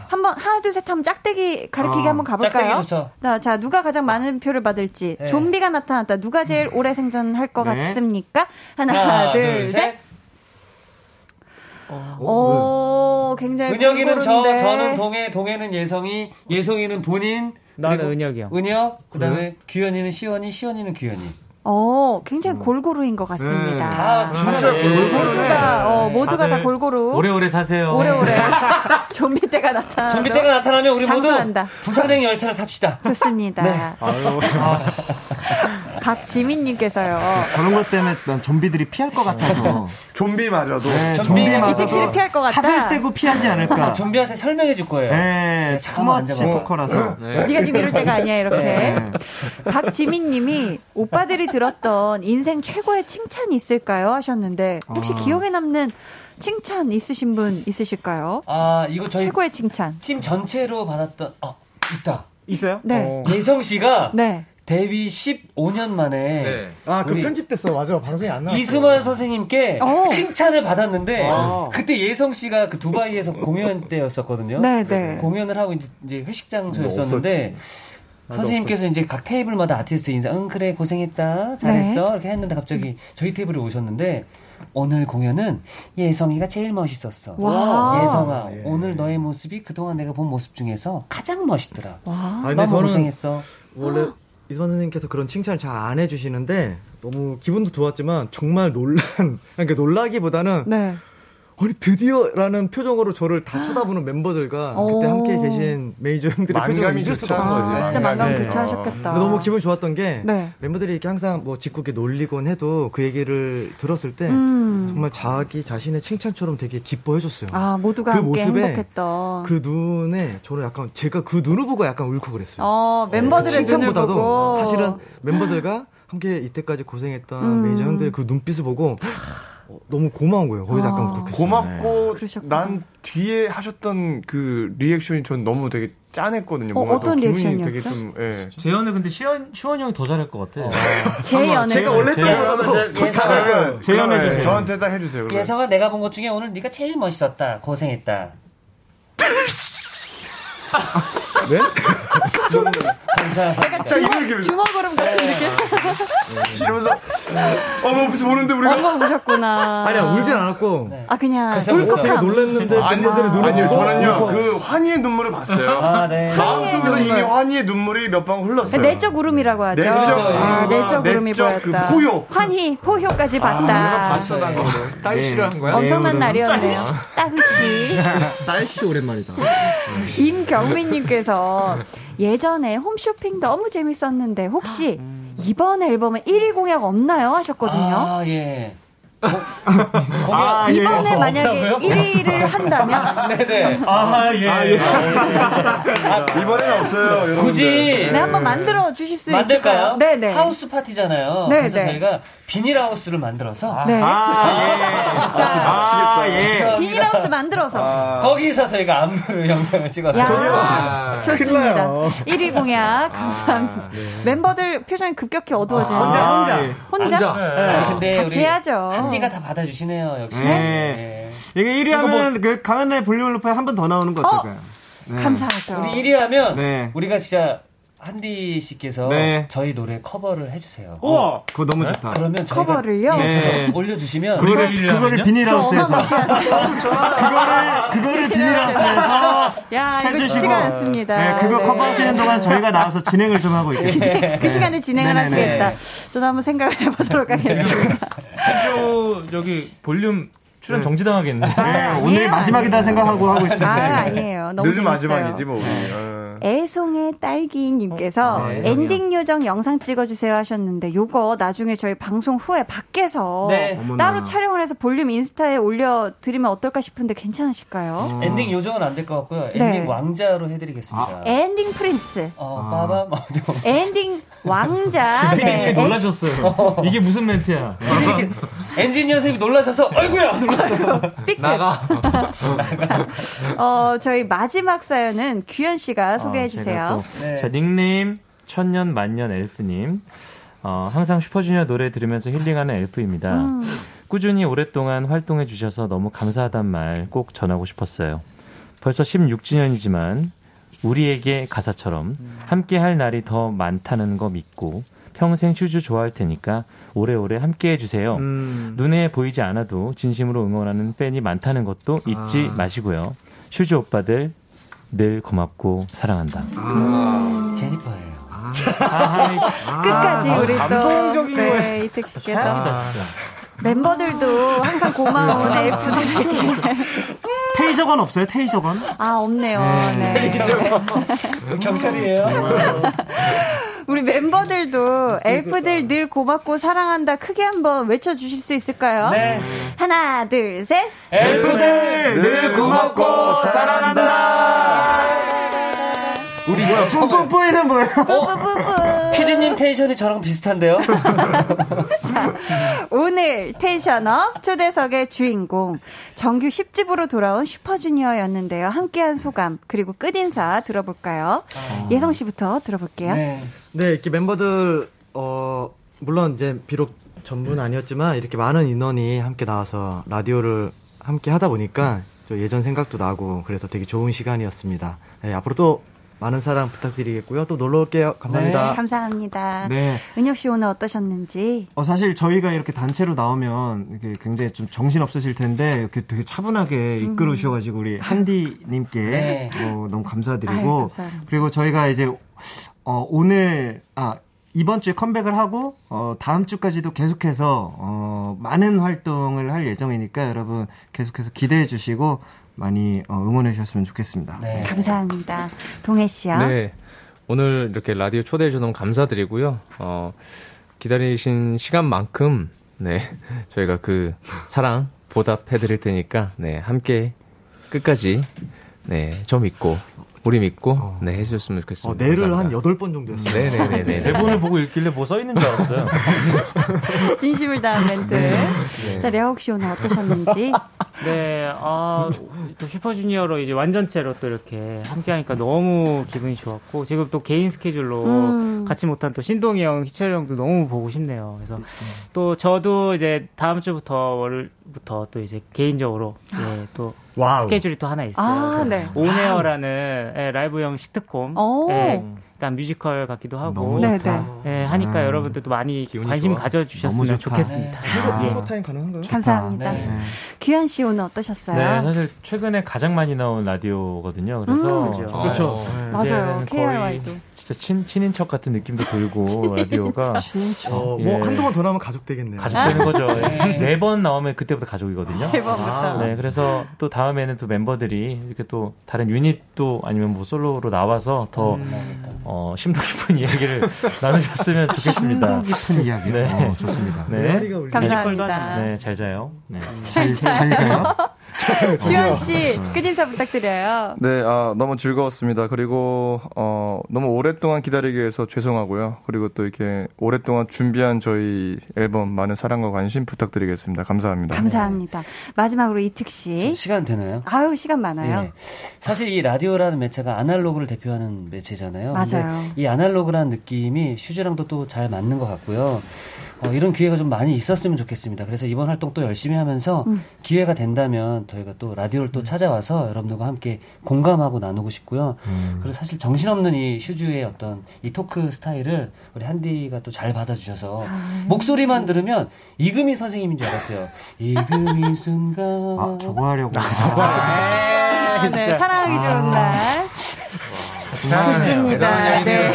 [SPEAKER 1] 한번 하나 둘 셋 하면 짝대기 가리키기
[SPEAKER 10] 어,
[SPEAKER 1] 한번 가볼까요?
[SPEAKER 10] 네. 짝대기 좋죠. 아.
[SPEAKER 1] 나, 자 누가 가장 많은 표를 받을지
[SPEAKER 10] 네. 음.
[SPEAKER 1] 좀비가 나타났다 누가 제일 오래 생존할 것
[SPEAKER 10] 네.
[SPEAKER 1] 같습니까? 하나,
[SPEAKER 10] 하나,
[SPEAKER 1] 둘,
[SPEAKER 10] 둘,
[SPEAKER 1] 셋.
[SPEAKER 10] 셋.
[SPEAKER 7] 어,
[SPEAKER 1] 오, 어,
[SPEAKER 7] 네.
[SPEAKER 1] 굉장히
[SPEAKER 10] 어, 은혁이는 저,
[SPEAKER 1] 골고루인데.
[SPEAKER 10] 저는 동해, 동해는 예성이, 예성이는 본인. 나는 은혁이요. 은혁, 그 다음에
[SPEAKER 8] 네.
[SPEAKER 10] 규현이는 시원이, 시원이는 규현이.
[SPEAKER 1] 어, 굉장히 골고루인 것 같습니다.
[SPEAKER 10] 음. 다 음. 네. 진짜
[SPEAKER 1] 네.
[SPEAKER 10] 골고루네.
[SPEAKER 1] 모두가, 어, 모두가 다
[SPEAKER 8] 다들
[SPEAKER 1] 골고루.
[SPEAKER 8] 오래오래 사세요.
[SPEAKER 1] 오래오래.
[SPEAKER 10] 아, [LAUGHS]
[SPEAKER 1] 좀비 때가 나타나.
[SPEAKER 10] 네. 좀비 때가 나타나면 우리 모두
[SPEAKER 1] 장수한다.
[SPEAKER 10] 부산행 열차를 네. 탑시다.
[SPEAKER 1] 좋습니다.
[SPEAKER 7] 아유.
[SPEAKER 1] 박지민님께서요.
[SPEAKER 13] 네.
[SPEAKER 7] 저런 것 때문에 난 좀비들이 피할 것 [LAUGHS] 같아서. 네, 좀비마저도.
[SPEAKER 1] 이 택시를 피할 것 같다.
[SPEAKER 7] 하늘 떼고 피하지 않을까.
[SPEAKER 10] 아, 좀비한테 설명해 줄 거예요.
[SPEAKER 7] 네,
[SPEAKER 10] 잠깐만
[SPEAKER 7] 투머치
[SPEAKER 10] 앉아봐.
[SPEAKER 7] 토커라서.
[SPEAKER 10] 네.
[SPEAKER 1] 네가 지금 이럴 때가 아니야 이렇게.
[SPEAKER 10] 네.
[SPEAKER 1] 박지민님이 오빠들이 들었던 인생 최고의 칭찬이 있을까요 하셨는데 혹시
[SPEAKER 10] 아.
[SPEAKER 1] 기억에 남는 칭찬 있으신 분 있으실까요?
[SPEAKER 10] 아, 이거 저희
[SPEAKER 1] 최고의 칭찬.
[SPEAKER 10] 팀 전체로 받았던, 아, 있다.
[SPEAKER 9] 있어요?
[SPEAKER 1] 네.
[SPEAKER 10] 어. 예성 씨가
[SPEAKER 1] 네.
[SPEAKER 10] 데뷔 15년 만에
[SPEAKER 13] 아, 그
[SPEAKER 10] 우리
[SPEAKER 13] 편집됐어. 맞아. 방송에 안 나왔어.
[SPEAKER 10] 이승환 선생님께
[SPEAKER 13] 어.
[SPEAKER 10] 칭찬을 받았는데
[SPEAKER 12] 아.
[SPEAKER 13] 어.
[SPEAKER 10] 그때 예성 씨가 그 두바이에서 공연 때였었거든요.
[SPEAKER 1] 네, 네.
[SPEAKER 10] 공연을 하고 이제- 이제 회식 장소였었는데
[SPEAKER 9] 나도
[SPEAKER 10] 선생님께서 이제 각 테이블마다 아티스트 인사, 응 그래 고생했다, 잘했어 이렇게 했는데 갑자기 저희 테이블에 오셨는데 오늘 공연은 예성이가 제일 멋있었어.
[SPEAKER 9] 와.
[SPEAKER 10] 예성아, 오늘 너의 모습이 그동안 내가 본 모습 중에서 가장 멋있더라.
[SPEAKER 13] 아,
[SPEAKER 10] 너무
[SPEAKER 13] 근데 저는
[SPEAKER 10] 고생했어.
[SPEAKER 13] 원래 이승환 선생님께서 그런 칭찬을 잘 안 해주시는데 너무 기분도 좋았지만 정말 놀란 [LAUGHS] 그러니까 놀라기보다는
[SPEAKER 1] 네.
[SPEAKER 13] 아니 드디어라는 표정으로 저를
[SPEAKER 1] 아.
[SPEAKER 13] 다 쳐다보는 멤버들과 그때
[SPEAKER 1] 오.
[SPEAKER 13] 함께 계신 메이저 형들의
[SPEAKER 1] 만감이
[SPEAKER 13] 표정을 잊을 수가
[SPEAKER 1] 교차한
[SPEAKER 13] 없어요. 네.
[SPEAKER 1] 거지. 아, 진짜 만감 만감이. 교차하셨겠다.
[SPEAKER 13] 근데 너무 기분 좋았던 게
[SPEAKER 1] 네.
[SPEAKER 13] 멤버들이 이렇게 항상 뭐 짓궂게 놀리곤 해도 그 얘기를 들었을 때
[SPEAKER 1] 음.
[SPEAKER 13] 정말 자기 자신의 칭찬처럼 되게 기뻐해줬어요.
[SPEAKER 1] 아 모두가
[SPEAKER 13] 그
[SPEAKER 1] 함께
[SPEAKER 13] 모습에
[SPEAKER 1] 행복했던.
[SPEAKER 13] 그 눈에 저는 약간 제가 그 눈을 보고 약간 울고 그랬어요.
[SPEAKER 1] 어 멤버들의
[SPEAKER 13] 그 칭찬보다도
[SPEAKER 1] 눈을 보고.
[SPEAKER 13] 사실은 멤버들과 함께 이때까지 고생했던
[SPEAKER 1] 음.
[SPEAKER 13] 메이저 형들의 그 눈빛을 보고 어, 너무 고마운 거예요.
[SPEAKER 1] 아.
[SPEAKER 13] 거기서 약간 울컥했어요.
[SPEAKER 12] 고맙고
[SPEAKER 13] 네.
[SPEAKER 12] 난 뒤에 하셨던 그 리액션이 전 너무 되게 짠했거든요.
[SPEAKER 1] 어,
[SPEAKER 12] 뭔가 또 기분이 되게 좀 예.
[SPEAKER 8] 재현을 근데 시원 시원 형이 더 잘할 것
[SPEAKER 1] 어.
[SPEAKER 8] 같아.
[SPEAKER 12] 재현을? 제가 원래 했던 것보다도 더 잘해요. 재현해
[SPEAKER 10] 그렇죠.
[SPEAKER 12] 주세요. 네. 저한테
[SPEAKER 10] 딱
[SPEAKER 12] 해주세요, 그러면.
[SPEAKER 10] 예성아, 내가 본 것 중에 오늘 네가 제일 멋있었다. 고생했다. [LAUGHS]
[SPEAKER 13] 네?
[SPEAKER 10] 너무 감사합니다.
[SPEAKER 12] 자, 아, 이런 느낌.
[SPEAKER 1] 주먹으름 같은
[SPEAKER 12] 느낌. 네. 이러면서 어머 뭐 무슨 보는데 우리가
[SPEAKER 1] 어머 뭐 보셨구나.
[SPEAKER 13] 아니야 울진 않았고
[SPEAKER 1] 아 그냥
[SPEAKER 12] 글쎄,
[SPEAKER 13] 되게
[SPEAKER 1] 울컥함.
[SPEAKER 13] 놀랐는데 멤버들의 눈을
[SPEAKER 12] 아니요
[SPEAKER 13] 보고
[SPEAKER 12] 저는요
[SPEAKER 13] 울컥.
[SPEAKER 12] 그 환희의 눈물을 봤어요.
[SPEAKER 13] 아, 네.
[SPEAKER 12] [LAUGHS] 마음속에서
[SPEAKER 1] 환희의
[SPEAKER 12] 이미
[SPEAKER 1] 눈물.
[SPEAKER 12] 환희의 눈물이 몇 방 흘렀어요.
[SPEAKER 1] 내적 울음이라고 하죠.
[SPEAKER 12] 내적
[SPEAKER 1] 아,
[SPEAKER 12] 울음과
[SPEAKER 1] 내적 울음이
[SPEAKER 12] 내적 그
[SPEAKER 1] 보였다.
[SPEAKER 12] 포효.
[SPEAKER 1] 환희, 포효까지 봤다.
[SPEAKER 12] 딸
[SPEAKER 13] 싫어한
[SPEAKER 1] 거야? 엄청난 날이었네요. 딸씨.
[SPEAKER 13] 딸씨 오랜만이다.
[SPEAKER 1] 김경민님께서 예전에 홈쇼핑 너무 재밌었는데 혹시 이번 앨범은 1위 공약 없나요? 하셨거든요.
[SPEAKER 10] 아, 예.
[SPEAKER 1] 아, 이번에 만약에 1위를 한다면
[SPEAKER 10] [LAUGHS] 네네. 아, 예. 아, 예.
[SPEAKER 12] 이번에는 없어요. 여러분들.
[SPEAKER 10] 굳이.
[SPEAKER 1] 네, 한번 만들어 주실 수
[SPEAKER 10] 만들까요?
[SPEAKER 1] 있을까요? 네네.
[SPEAKER 10] 하우스 파티잖아요.
[SPEAKER 1] 네,
[SPEAKER 10] 그래서
[SPEAKER 1] 네.
[SPEAKER 10] 저희가 비닐하우스를 만들어서.
[SPEAKER 1] 네. 아,
[SPEAKER 10] 예.
[SPEAKER 1] 아,
[SPEAKER 10] 아, 예.
[SPEAKER 1] 비닐하우스 만들어서.
[SPEAKER 12] 아.
[SPEAKER 10] 거기서 저희가 안무 영상을 찍었어요.
[SPEAKER 1] 야, 좋습니다. 1위 공약 감사합니다.
[SPEAKER 10] 아, 네.
[SPEAKER 1] 멤버들 표정이 급격히 어두워지는
[SPEAKER 7] 아,
[SPEAKER 10] 혼자, 혼자.
[SPEAKER 1] 아. 혼자
[SPEAKER 10] 혼자? 네. 아, 근데
[SPEAKER 1] 같이
[SPEAKER 10] 우리
[SPEAKER 1] 해야죠.
[SPEAKER 10] 한디가 다 받아주시네요 역시.
[SPEAKER 7] 네. 이게
[SPEAKER 1] 뭐
[SPEAKER 7] 1위
[SPEAKER 10] 그러니까
[SPEAKER 7] 하면은 그 강한나의 볼륨을 높여 한번 더 나오는 거 어떨까요? 네.
[SPEAKER 4] 그렇죠.
[SPEAKER 10] 우리 1위 하면
[SPEAKER 7] 네.
[SPEAKER 10] 우리가 진짜 한디 씨께서
[SPEAKER 7] 네.
[SPEAKER 10] 저희 노래 커버를 해주세요. 네?
[SPEAKER 7] 우와. 그거 너무 좋다.
[SPEAKER 10] 그러면 저희가
[SPEAKER 1] 커버를요?
[SPEAKER 10] 예,
[SPEAKER 7] 네.
[SPEAKER 10] 그래서 올려주시면
[SPEAKER 7] 그거를- 그거를 그거를 비닐하우스에서.
[SPEAKER 1] 그거를
[SPEAKER 7] 그거를 비닐하우스에서
[SPEAKER 1] [LAUGHS] 야 이거
[SPEAKER 7] 해주시고.
[SPEAKER 1] 쉽지가 않습니다.
[SPEAKER 7] 네, 그거
[SPEAKER 1] 네.
[SPEAKER 7] 커버하시는 동안 저희가 나와서 진행을 좀 하고 있겠습니다.
[SPEAKER 1] 진행, 그 시간에 진행을
[SPEAKER 7] 네네네.
[SPEAKER 1] 하시겠다. 저도 한번 생각을 해보도록 하겠습니다.
[SPEAKER 8] 실제로 여기 볼륨 출연 정지당하겠는데.
[SPEAKER 7] 네, 오늘 마지막이다 생각하고 하고 있습니다.
[SPEAKER 1] 아, 아니에요. 아, 너무
[SPEAKER 7] 늦은
[SPEAKER 1] 재밌어요.
[SPEAKER 7] 마지막이지, 뭐.
[SPEAKER 1] 애송의 딸기님께서
[SPEAKER 10] 아, 예.
[SPEAKER 7] 어, 네.
[SPEAKER 1] 엔딩 요정 영상 찍어주세요 하셨는데 요거 나중에 저희 방송 후에 밖에서
[SPEAKER 10] 네.
[SPEAKER 1] 따로
[SPEAKER 10] 어머나.
[SPEAKER 1] 촬영을 해서 볼륨 인스타에 올려드리면 어떨까 싶은데
[SPEAKER 7] 어.
[SPEAKER 1] 괜찮으실까요?
[SPEAKER 10] 어. 엔딩 요정은 안 될 것 같고요. 엔딩
[SPEAKER 1] 네.
[SPEAKER 10] 왕자로
[SPEAKER 7] 아,
[SPEAKER 10] 해드리겠습니다.
[SPEAKER 1] 엔딩 프린스.
[SPEAKER 10] 어, 빠밤.
[SPEAKER 1] 엔딩
[SPEAKER 10] [LAUGHS]
[SPEAKER 1] 왕자.
[SPEAKER 7] [LAUGHS]
[SPEAKER 8] 피디님이
[SPEAKER 1] 네.
[SPEAKER 8] 놀라셨어요. 이게 무슨 멘트야?
[SPEAKER 10] 엔지니어 선생님이 놀라셔서, 아이고야! 놀라서.
[SPEAKER 8] 나가.
[SPEAKER 1] 어, 저희 마지막 사연은 규현 씨가 소개해
[SPEAKER 8] 아, 제가
[SPEAKER 1] 주세요.
[SPEAKER 8] 또- 자, 닉네임 천년 만년 엘프님. 어, 항상 슈퍼주니어 노래 들으면서 힐링하는 엘프입니다.
[SPEAKER 1] 음.
[SPEAKER 8] 꾸준히 오랫동안 활동해 주셔서 너무 감사하단 말 꼭 전하고 싶었어요. 벌써 16주년이지만 우리에게 가사처럼 함께 할 날이 더 많다는 거 믿고 평생 슈즈 좋아할 테니까 오래오래 함께 해주세요.
[SPEAKER 9] 음.
[SPEAKER 8] 음. 눈에 보이지 않아도 진심으로 응원하는 팬이 많다는 것도 잊지
[SPEAKER 10] 아.
[SPEAKER 8] 마시고요. 슈즈 오빠들 늘 고맙고 사랑한다.
[SPEAKER 10] 제니퍼예요.
[SPEAKER 7] 아.
[SPEAKER 1] 끝까지
[SPEAKER 8] 아,
[SPEAKER 1] 우리 또
[SPEAKER 8] 감동적인 거예요.
[SPEAKER 1] 네, 이택 씨께서
[SPEAKER 12] 아,
[SPEAKER 8] 사랑이다, 진짜. 네.
[SPEAKER 1] 멤버들도 항상 고마운
[SPEAKER 12] 그렇죠.
[SPEAKER 1] 엘프들에게
[SPEAKER 7] 테이저건 없어요? 테이저건?
[SPEAKER 1] 아 없네요. 네.
[SPEAKER 12] 그렇죠. 네.
[SPEAKER 10] 경찰이에요.
[SPEAKER 1] 우리 멤버들도 엘프들 늘 고맙고 사랑한다 크게 한번 외쳐 주실 수 있을까요?
[SPEAKER 10] 네.
[SPEAKER 1] 하나, 둘, 셋.
[SPEAKER 12] 네.
[SPEAKER 10] 엘프들
[SPEAKER 2] 늘 고맙고
[SPEAKER 10] 사랑한다. 우리 뭐야?
[SPEAKER 7] 뿜뿜뿌이는 뭐예요?
[SPEAKER 10] 네. [LAUGHS] 피디님 텐션이 저랑 비슷한데요? [LAUGHS]
[SPEAKER 1] 오늘 텐션업 초대석의 주인공 정규 10집으로 돌아온 슈퍼주니어였는데요. 함께한 소감 그리고 끝인사 들어볼까요? 예성 씨부터 들어볼게요.
[SPEAKER 13] 네. 이렇게 멤버들 어 물론 이제 비록 전부는 아니었지만 이렇게 많은 인원이 함께 나와서 라디오를 함께 하다 보니까 저 예전 생각도 나고 그래서 되게 좋은 시간이었습니다. 네, 앞으로 또 많은 사랑 부탁드리겠고요. 또 놀러 올게요. 감사합니다.
[SPEAKER 1] 네, 감사합니다.
[SPEAKER 7] 네.
[SPEAKER 1] 은혁 씨 오늘 어떠셨는지?
[SPEAKER 7] 어, 사실 저희가 이렇게 단체로 나오면 이렇게 굉장히 좀 정신 없으실 텐데 이렇게 되게 차분하게
[SPEAKER 1] 음.
[SPEAKER 7] 이끌어 주셔가지고 우리 한디님께
[SPEAKER 1] 네.
[SPEAKER 7] 어, 너무
[SPEAKER 1] 아유,
[SPEAKER 7] 감사드리고
[SPEAKER 1] 감사합니다.
[SPEAKER 7] 그리고 저희가 이제 어, 오늘 아 이번 주에 컴백을 하고 어, 다음 주까지도 계속해서 어, 많은 활동을 할 예정이니까 여러분 계속해서 기대해 주시고 많이 어, 응원해 주셨으면 좋겠습니다.
[SPEAKER 13] 네.
[SPEAKER 1] 감사합니다. 동해 씨요.
[SPEAKER 3] 네. 오늘 이렇게 라디오 초대해 주셔서 너무 감사드리고요. 어, 기다리신 시간만큼, 네. [LAUGHS] 저희가 그 사랑 보답해 드릴 테니까, 네. 함께 끝까지, 네. 저 믿고, 우리 믿고, 네. 해주셨으면 좋겠습니다.
[SPEAKER 13] 어, 내를
[SPEAKER 3] 감사합니다.
[SPEAKER 13] 한 여덟 번 정도 했어요. [LAUGHS]
[SPEAKER 3] 네네네네.
[SPEAKER 8] 대본을 보고 읽길래 뭐 써 있는
[SPEAKER 9] [LAUGHS]
[SPEAKER 8] 줄 알았어요.
[SPEAKER 1] 진심을 다한 멘트.
[SPEAKER 8] 네.
[SPEAKER 1] 자, 려욱 씨 오늘 어떠셨는지?
[SPEAKER 9] 네, 아, 또 슈퍼주니어로 이제 완전체로 또 이렇게 함께하니까 너무 기분이 좋았고 지금 또 개인 스케줄로
[SPEAKER 1] 음.
[SPEAKER 9] 같이 못한 또 신동이 형, 희철이 형도 너무 보고 싶네요. 그래서 또 저도 이제 다음 주부터 월부터 또 이제 개인적으로 예, 또
[SPEAKER 13] 와우.
[SPEAKER 9] 스케줄이 또 하나 있어요.
[SPEAKER 1] 아,
[SPEAKER 9] 그래서
[SPEAKER 1] 네.
[SPEAKER 9] 온에어라는 예, 라이브형 시트콤,
[SPEAKER 1] 오. 네,
[SPEAKER 9] 예, 약간 뮤지컬 같기도 하고,
[SPEAKER 1] 너무 좋다.
[SPEAKER 9] 예, 하니까
[SPEAKER 13] 음.
[SPEAKER 9] 여러분들도 많이 관심 가져주셨으면 좋겠습니다.
[SPEAKER 1] 네.
[SPEAKER 9] 예.
[SPEAKER 13] 타임 가능한가요?
[SPEAKER 1] 감사합니다. 규현 씨 오늘 어떠셨어요?
[SPEAKER 8] 네, 사실 최근에 가장 많이 나온 라디오거든요. 그래서
[SPEAKER 1] 음.
[SPEAKER 9] 그렇죠.
[SPEAKER 8] 그렇죠.
[SPEAKER 1] 맞아요.
[SPEAKER 8] 이제는 거의
[SPEAKER 1] KRY도.
[SPEAKER 8] 진짜 친 친인척 같은 느낌도
[SPEAKER 9] [LAUGHS]
[SPEAKER 8] 들고 라디오가
[SPEAKER 13] 어,
[SPEAKER 8] 예.
[SPEAKER 13] 뭐 한두 번 더 나오면 가족 되겠네요.
[SPEAKER 8] 가족 되는
[SPEAKER 1] 아.
[SPEAKER 8] 거죠. 네 번 나오면 그때부터 가족이거든요.
[SPEAKER 13] 네
[SPEAKER 1] 그렇죠.
[SPEAKER 13] 번부터.
[SPEAKER 8] 네, 그래서 또 다음에는 또 멤버들이 이렇게 또 다른 유닛도 아니면 뭐 솔로로 나와서 더
[SPEAKER 1] 음. 네.
[SPEAKER 8] 어, 심도 깊은 이야기를 [LAUGHS] 나누셨으면
[SPEAKER 7] 심도
[SPEAKER 8] 좋겠습니다.
[SPEAKER 7] 깊은 이야기. 어, 좋습니다. 메아리가 울리네.
[SPEAKER 1] 감사합니다.
[SPEAKER 8] 네, 잘 자요. 네.
[SPEAKER 1] 잘
[SPEAKER 12] 잘
[SPEAKER 1] 자요. [LAUGHS]
[SPEAKER 12] 자요?
[SPEAKER 1] 지원 씨, 끝인사 부탁드려요.
[SPEAKER 12] 네, 아, 너무 즐거웠습니다. 그리고, 어, 너무 오랫동안 기다리게 해서 죄송하고요. 그리고 또 이렇게 오랫동안 준비한 저희 앨범 많은 사랑과 관심 부탁드리겠습니다. 감사합니다.
[SPEAKER 1] 감사합니다. 마지막으로 이특 씨.
[SPEAKER 10] 시간 되나요?
[SPEAKER 1] 아유, 시간 많아요.
[SPEAKER 10] 예. 사실 이 라디오라는 매체가 아날로그를 대표하는 매체잖아요. 근데
[SPEAKER 1] 맞아요.
[SPEAKER 10] 이 아날로그라는 느낌이 슈즈랑도 또 잘 맞는 것 같고요. 어, 이런 기회가 좀 많이 있었으면 좋겠습니다. 그래서 이번 활동 또 열심히 하면서
[SPEAKER 1] 음.
[SPEAKER 10] 기회가 된다면 저희가 또 라디오를 또 찾아와서 여러분들과 함께 공감하고 나누고 싶고요. 그리고 사실 정신없는 이 슈즈의 어떤 이 토크 스타일을 우리 한디가 또 잘 받아주셔서 목소리만 들으면 이금희 선생님인 줄 알았어요. 이금희 순간. 아,
[SPEAKER 7] 저거 하려고.
[SPEAKER 10] 저거 하려고.
[SPEAKER 4] 아,
[SPEAKER 1] 아, 네, 사랑하기 좋은 날.
[SPEAKER 2] 있습니다. 네.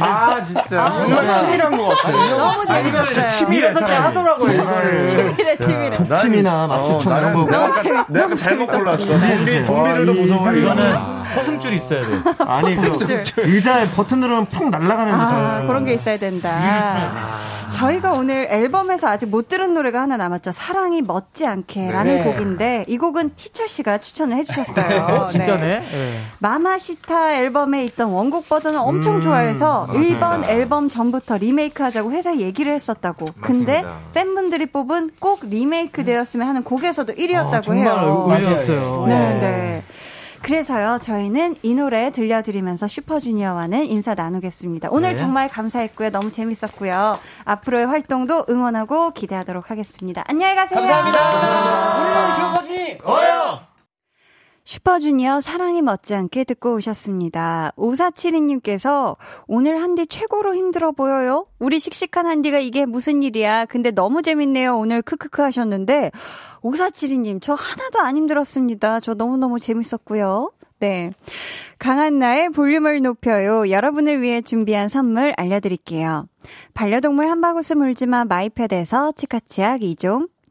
[SPEAKER 3] 아 진짜
[SPEAKER 2] 정말 치밀한 것 같아요.
[SPEAKER 16] 너무 재밌었어요.
[SPEAKER 2] 이렇게 네. 하더라고요, 이거를.
[SPEAKER 16] 치밀해, 치밀해.
[SPEAKER 7] 독침이나 맞춤 이런 거
[SPEAKER 2] 내가 잘- 내가 잘못 골랐어. 좀비, 좀비를 더 무서워해.
[SPEAKER 8] 허승줄 있어야 돼.
[SPEAKER 7] 아니 그
[SPEAKER 1] 허승줄.
[SPEAKER 7] 의자에 버튼 누르면 푹 날아가는
[SPEAKER 1] 아,
[SPEAKER 7] 거죠.
[SPEAKER 1] 그런 게 있어야 된다. 저희가 오늘 앨범에서 아직 못 들은 노래가 하나 남았죠. 사랑이 멋지 않게라는
[SPEAKER 9] 네.
[SPEAKER 1] 곡인데 이 곡은 희철 씨가 추천을 해주셨어요.
[SPEAKER 4] [LAUGHS]
[SPEAKER 9] 어, 진짜네.
[SPEAKER 1] 네.
[SPEAKER 9] 예.
[SPEAKER 1] 마마시타 앨범에 있던 원곡 버전을 엄청
[SPEAKER 9] 음,
[SPEAKER 1] 좋아해서
[SPEAKER 9] 맞습니다.
[SPEAKER 1] 1번 앨범 전부터 리메이크 하자고 회사 얘기를 했었다고. 근데
[SPEAKER 9] 맞습니다.
[SPEAKER 1] 팬분들이 뽑은 꼭 리메이크 되었으면 하는 곡에서도 1위였다고
[SPEAKER 9] 아, 정말
[SPEAKER 1] 해요.
[SPEAKER 9] 의외였어요.
[SPEAKER 1] 네,
[SPEAKER 9] 네.
[SPEAKER 1] 네. 그래서요, 저희는 이 노래 들려드리면서 슈퍼주니어와는 인사 나누겠습니다. 오늘
[SPEAKER 9] 네.
[SPEAKER 1] 정말 감사했고요. 너무 재밌었고요. 앞으로의 활동도 응원하고 기대하도록 하겠습니다. 안녕히 가세요.
[SPEAKER 2] 감사합니다. 우리는 슈퍼지. 어요.
[SPEAKER 1] 슈퍼주니어 사랑이 멋지않게 듣고 오셨습니다. 5472님께서 오늘 한디 최고로 힘들어 보여요? 우리 씩씩한 한디가 이게 무슨 일이야? 근데 너무 재밌네요. 오늘 크크크 하셨는데 5472님 저 하나도 안 힘들었습니다. 저 너무너무 재밌었고요. 네. 강한 나의 볼륨을 높여요. 여러분을 위해 준비한 선물 알려드릴게요. 반려동물 한바구스 물지마 마이패드에서 치카치약 2종,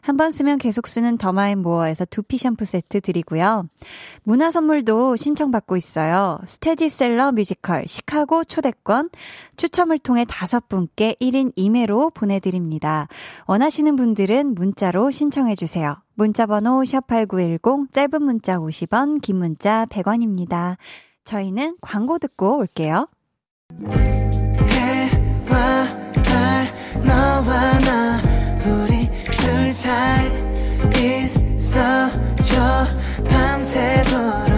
[SPEAKER 1] 한 번 쓰면 계속 쓰는 더마앤모어에서 두피 샴푸 세트 드리고요. 문화 선물도 신청받고 있어요. 스테디셀러 뮤지컬 시카고 초대권 추첨을 통해 다섯 분께 1인 2매로 보내드립니다. 원하시는 분들은 문자로 신청해주세요. 문자번호 샵8910 짧은 문자 50원 긴 문자 100원입니다. 저희는 광고 듣고 올게요.
[SPEAKER 2] 해와 달 너와 나 우리 둘 사이 있어줘 밤새도록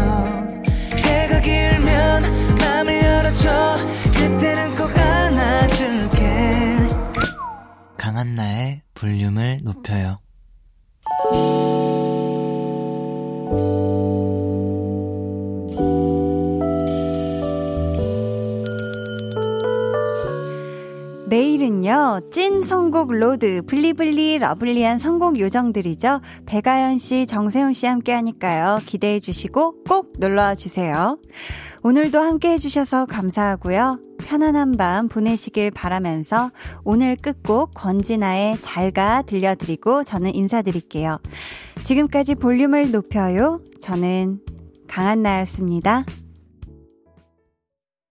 [SPEAKER 2] 해가 길면 마음을 열어줘 그때는 꼭 안아줄게
[SPEAKER 17] 강한 나의 볼륨을 높여요.
[SPEAKER 1] 내일은요, 찐 선곡 로드, 블리블리 러블리한 선곡 요정들이죠. 배가연 씨, 정세훈 씨 함께 하니까요. 기대해 주시고 꼭 놀러와 주세요. 오늘도 함께 해주셔서 감사하고요. 편안한 밤 보내시길 바라면서 오늘 끝곡 권진아의 잘가 들려드리고 저는 인사드릴게요. 지금까지 볼륨을 높여요. 저는 강한나였습니다.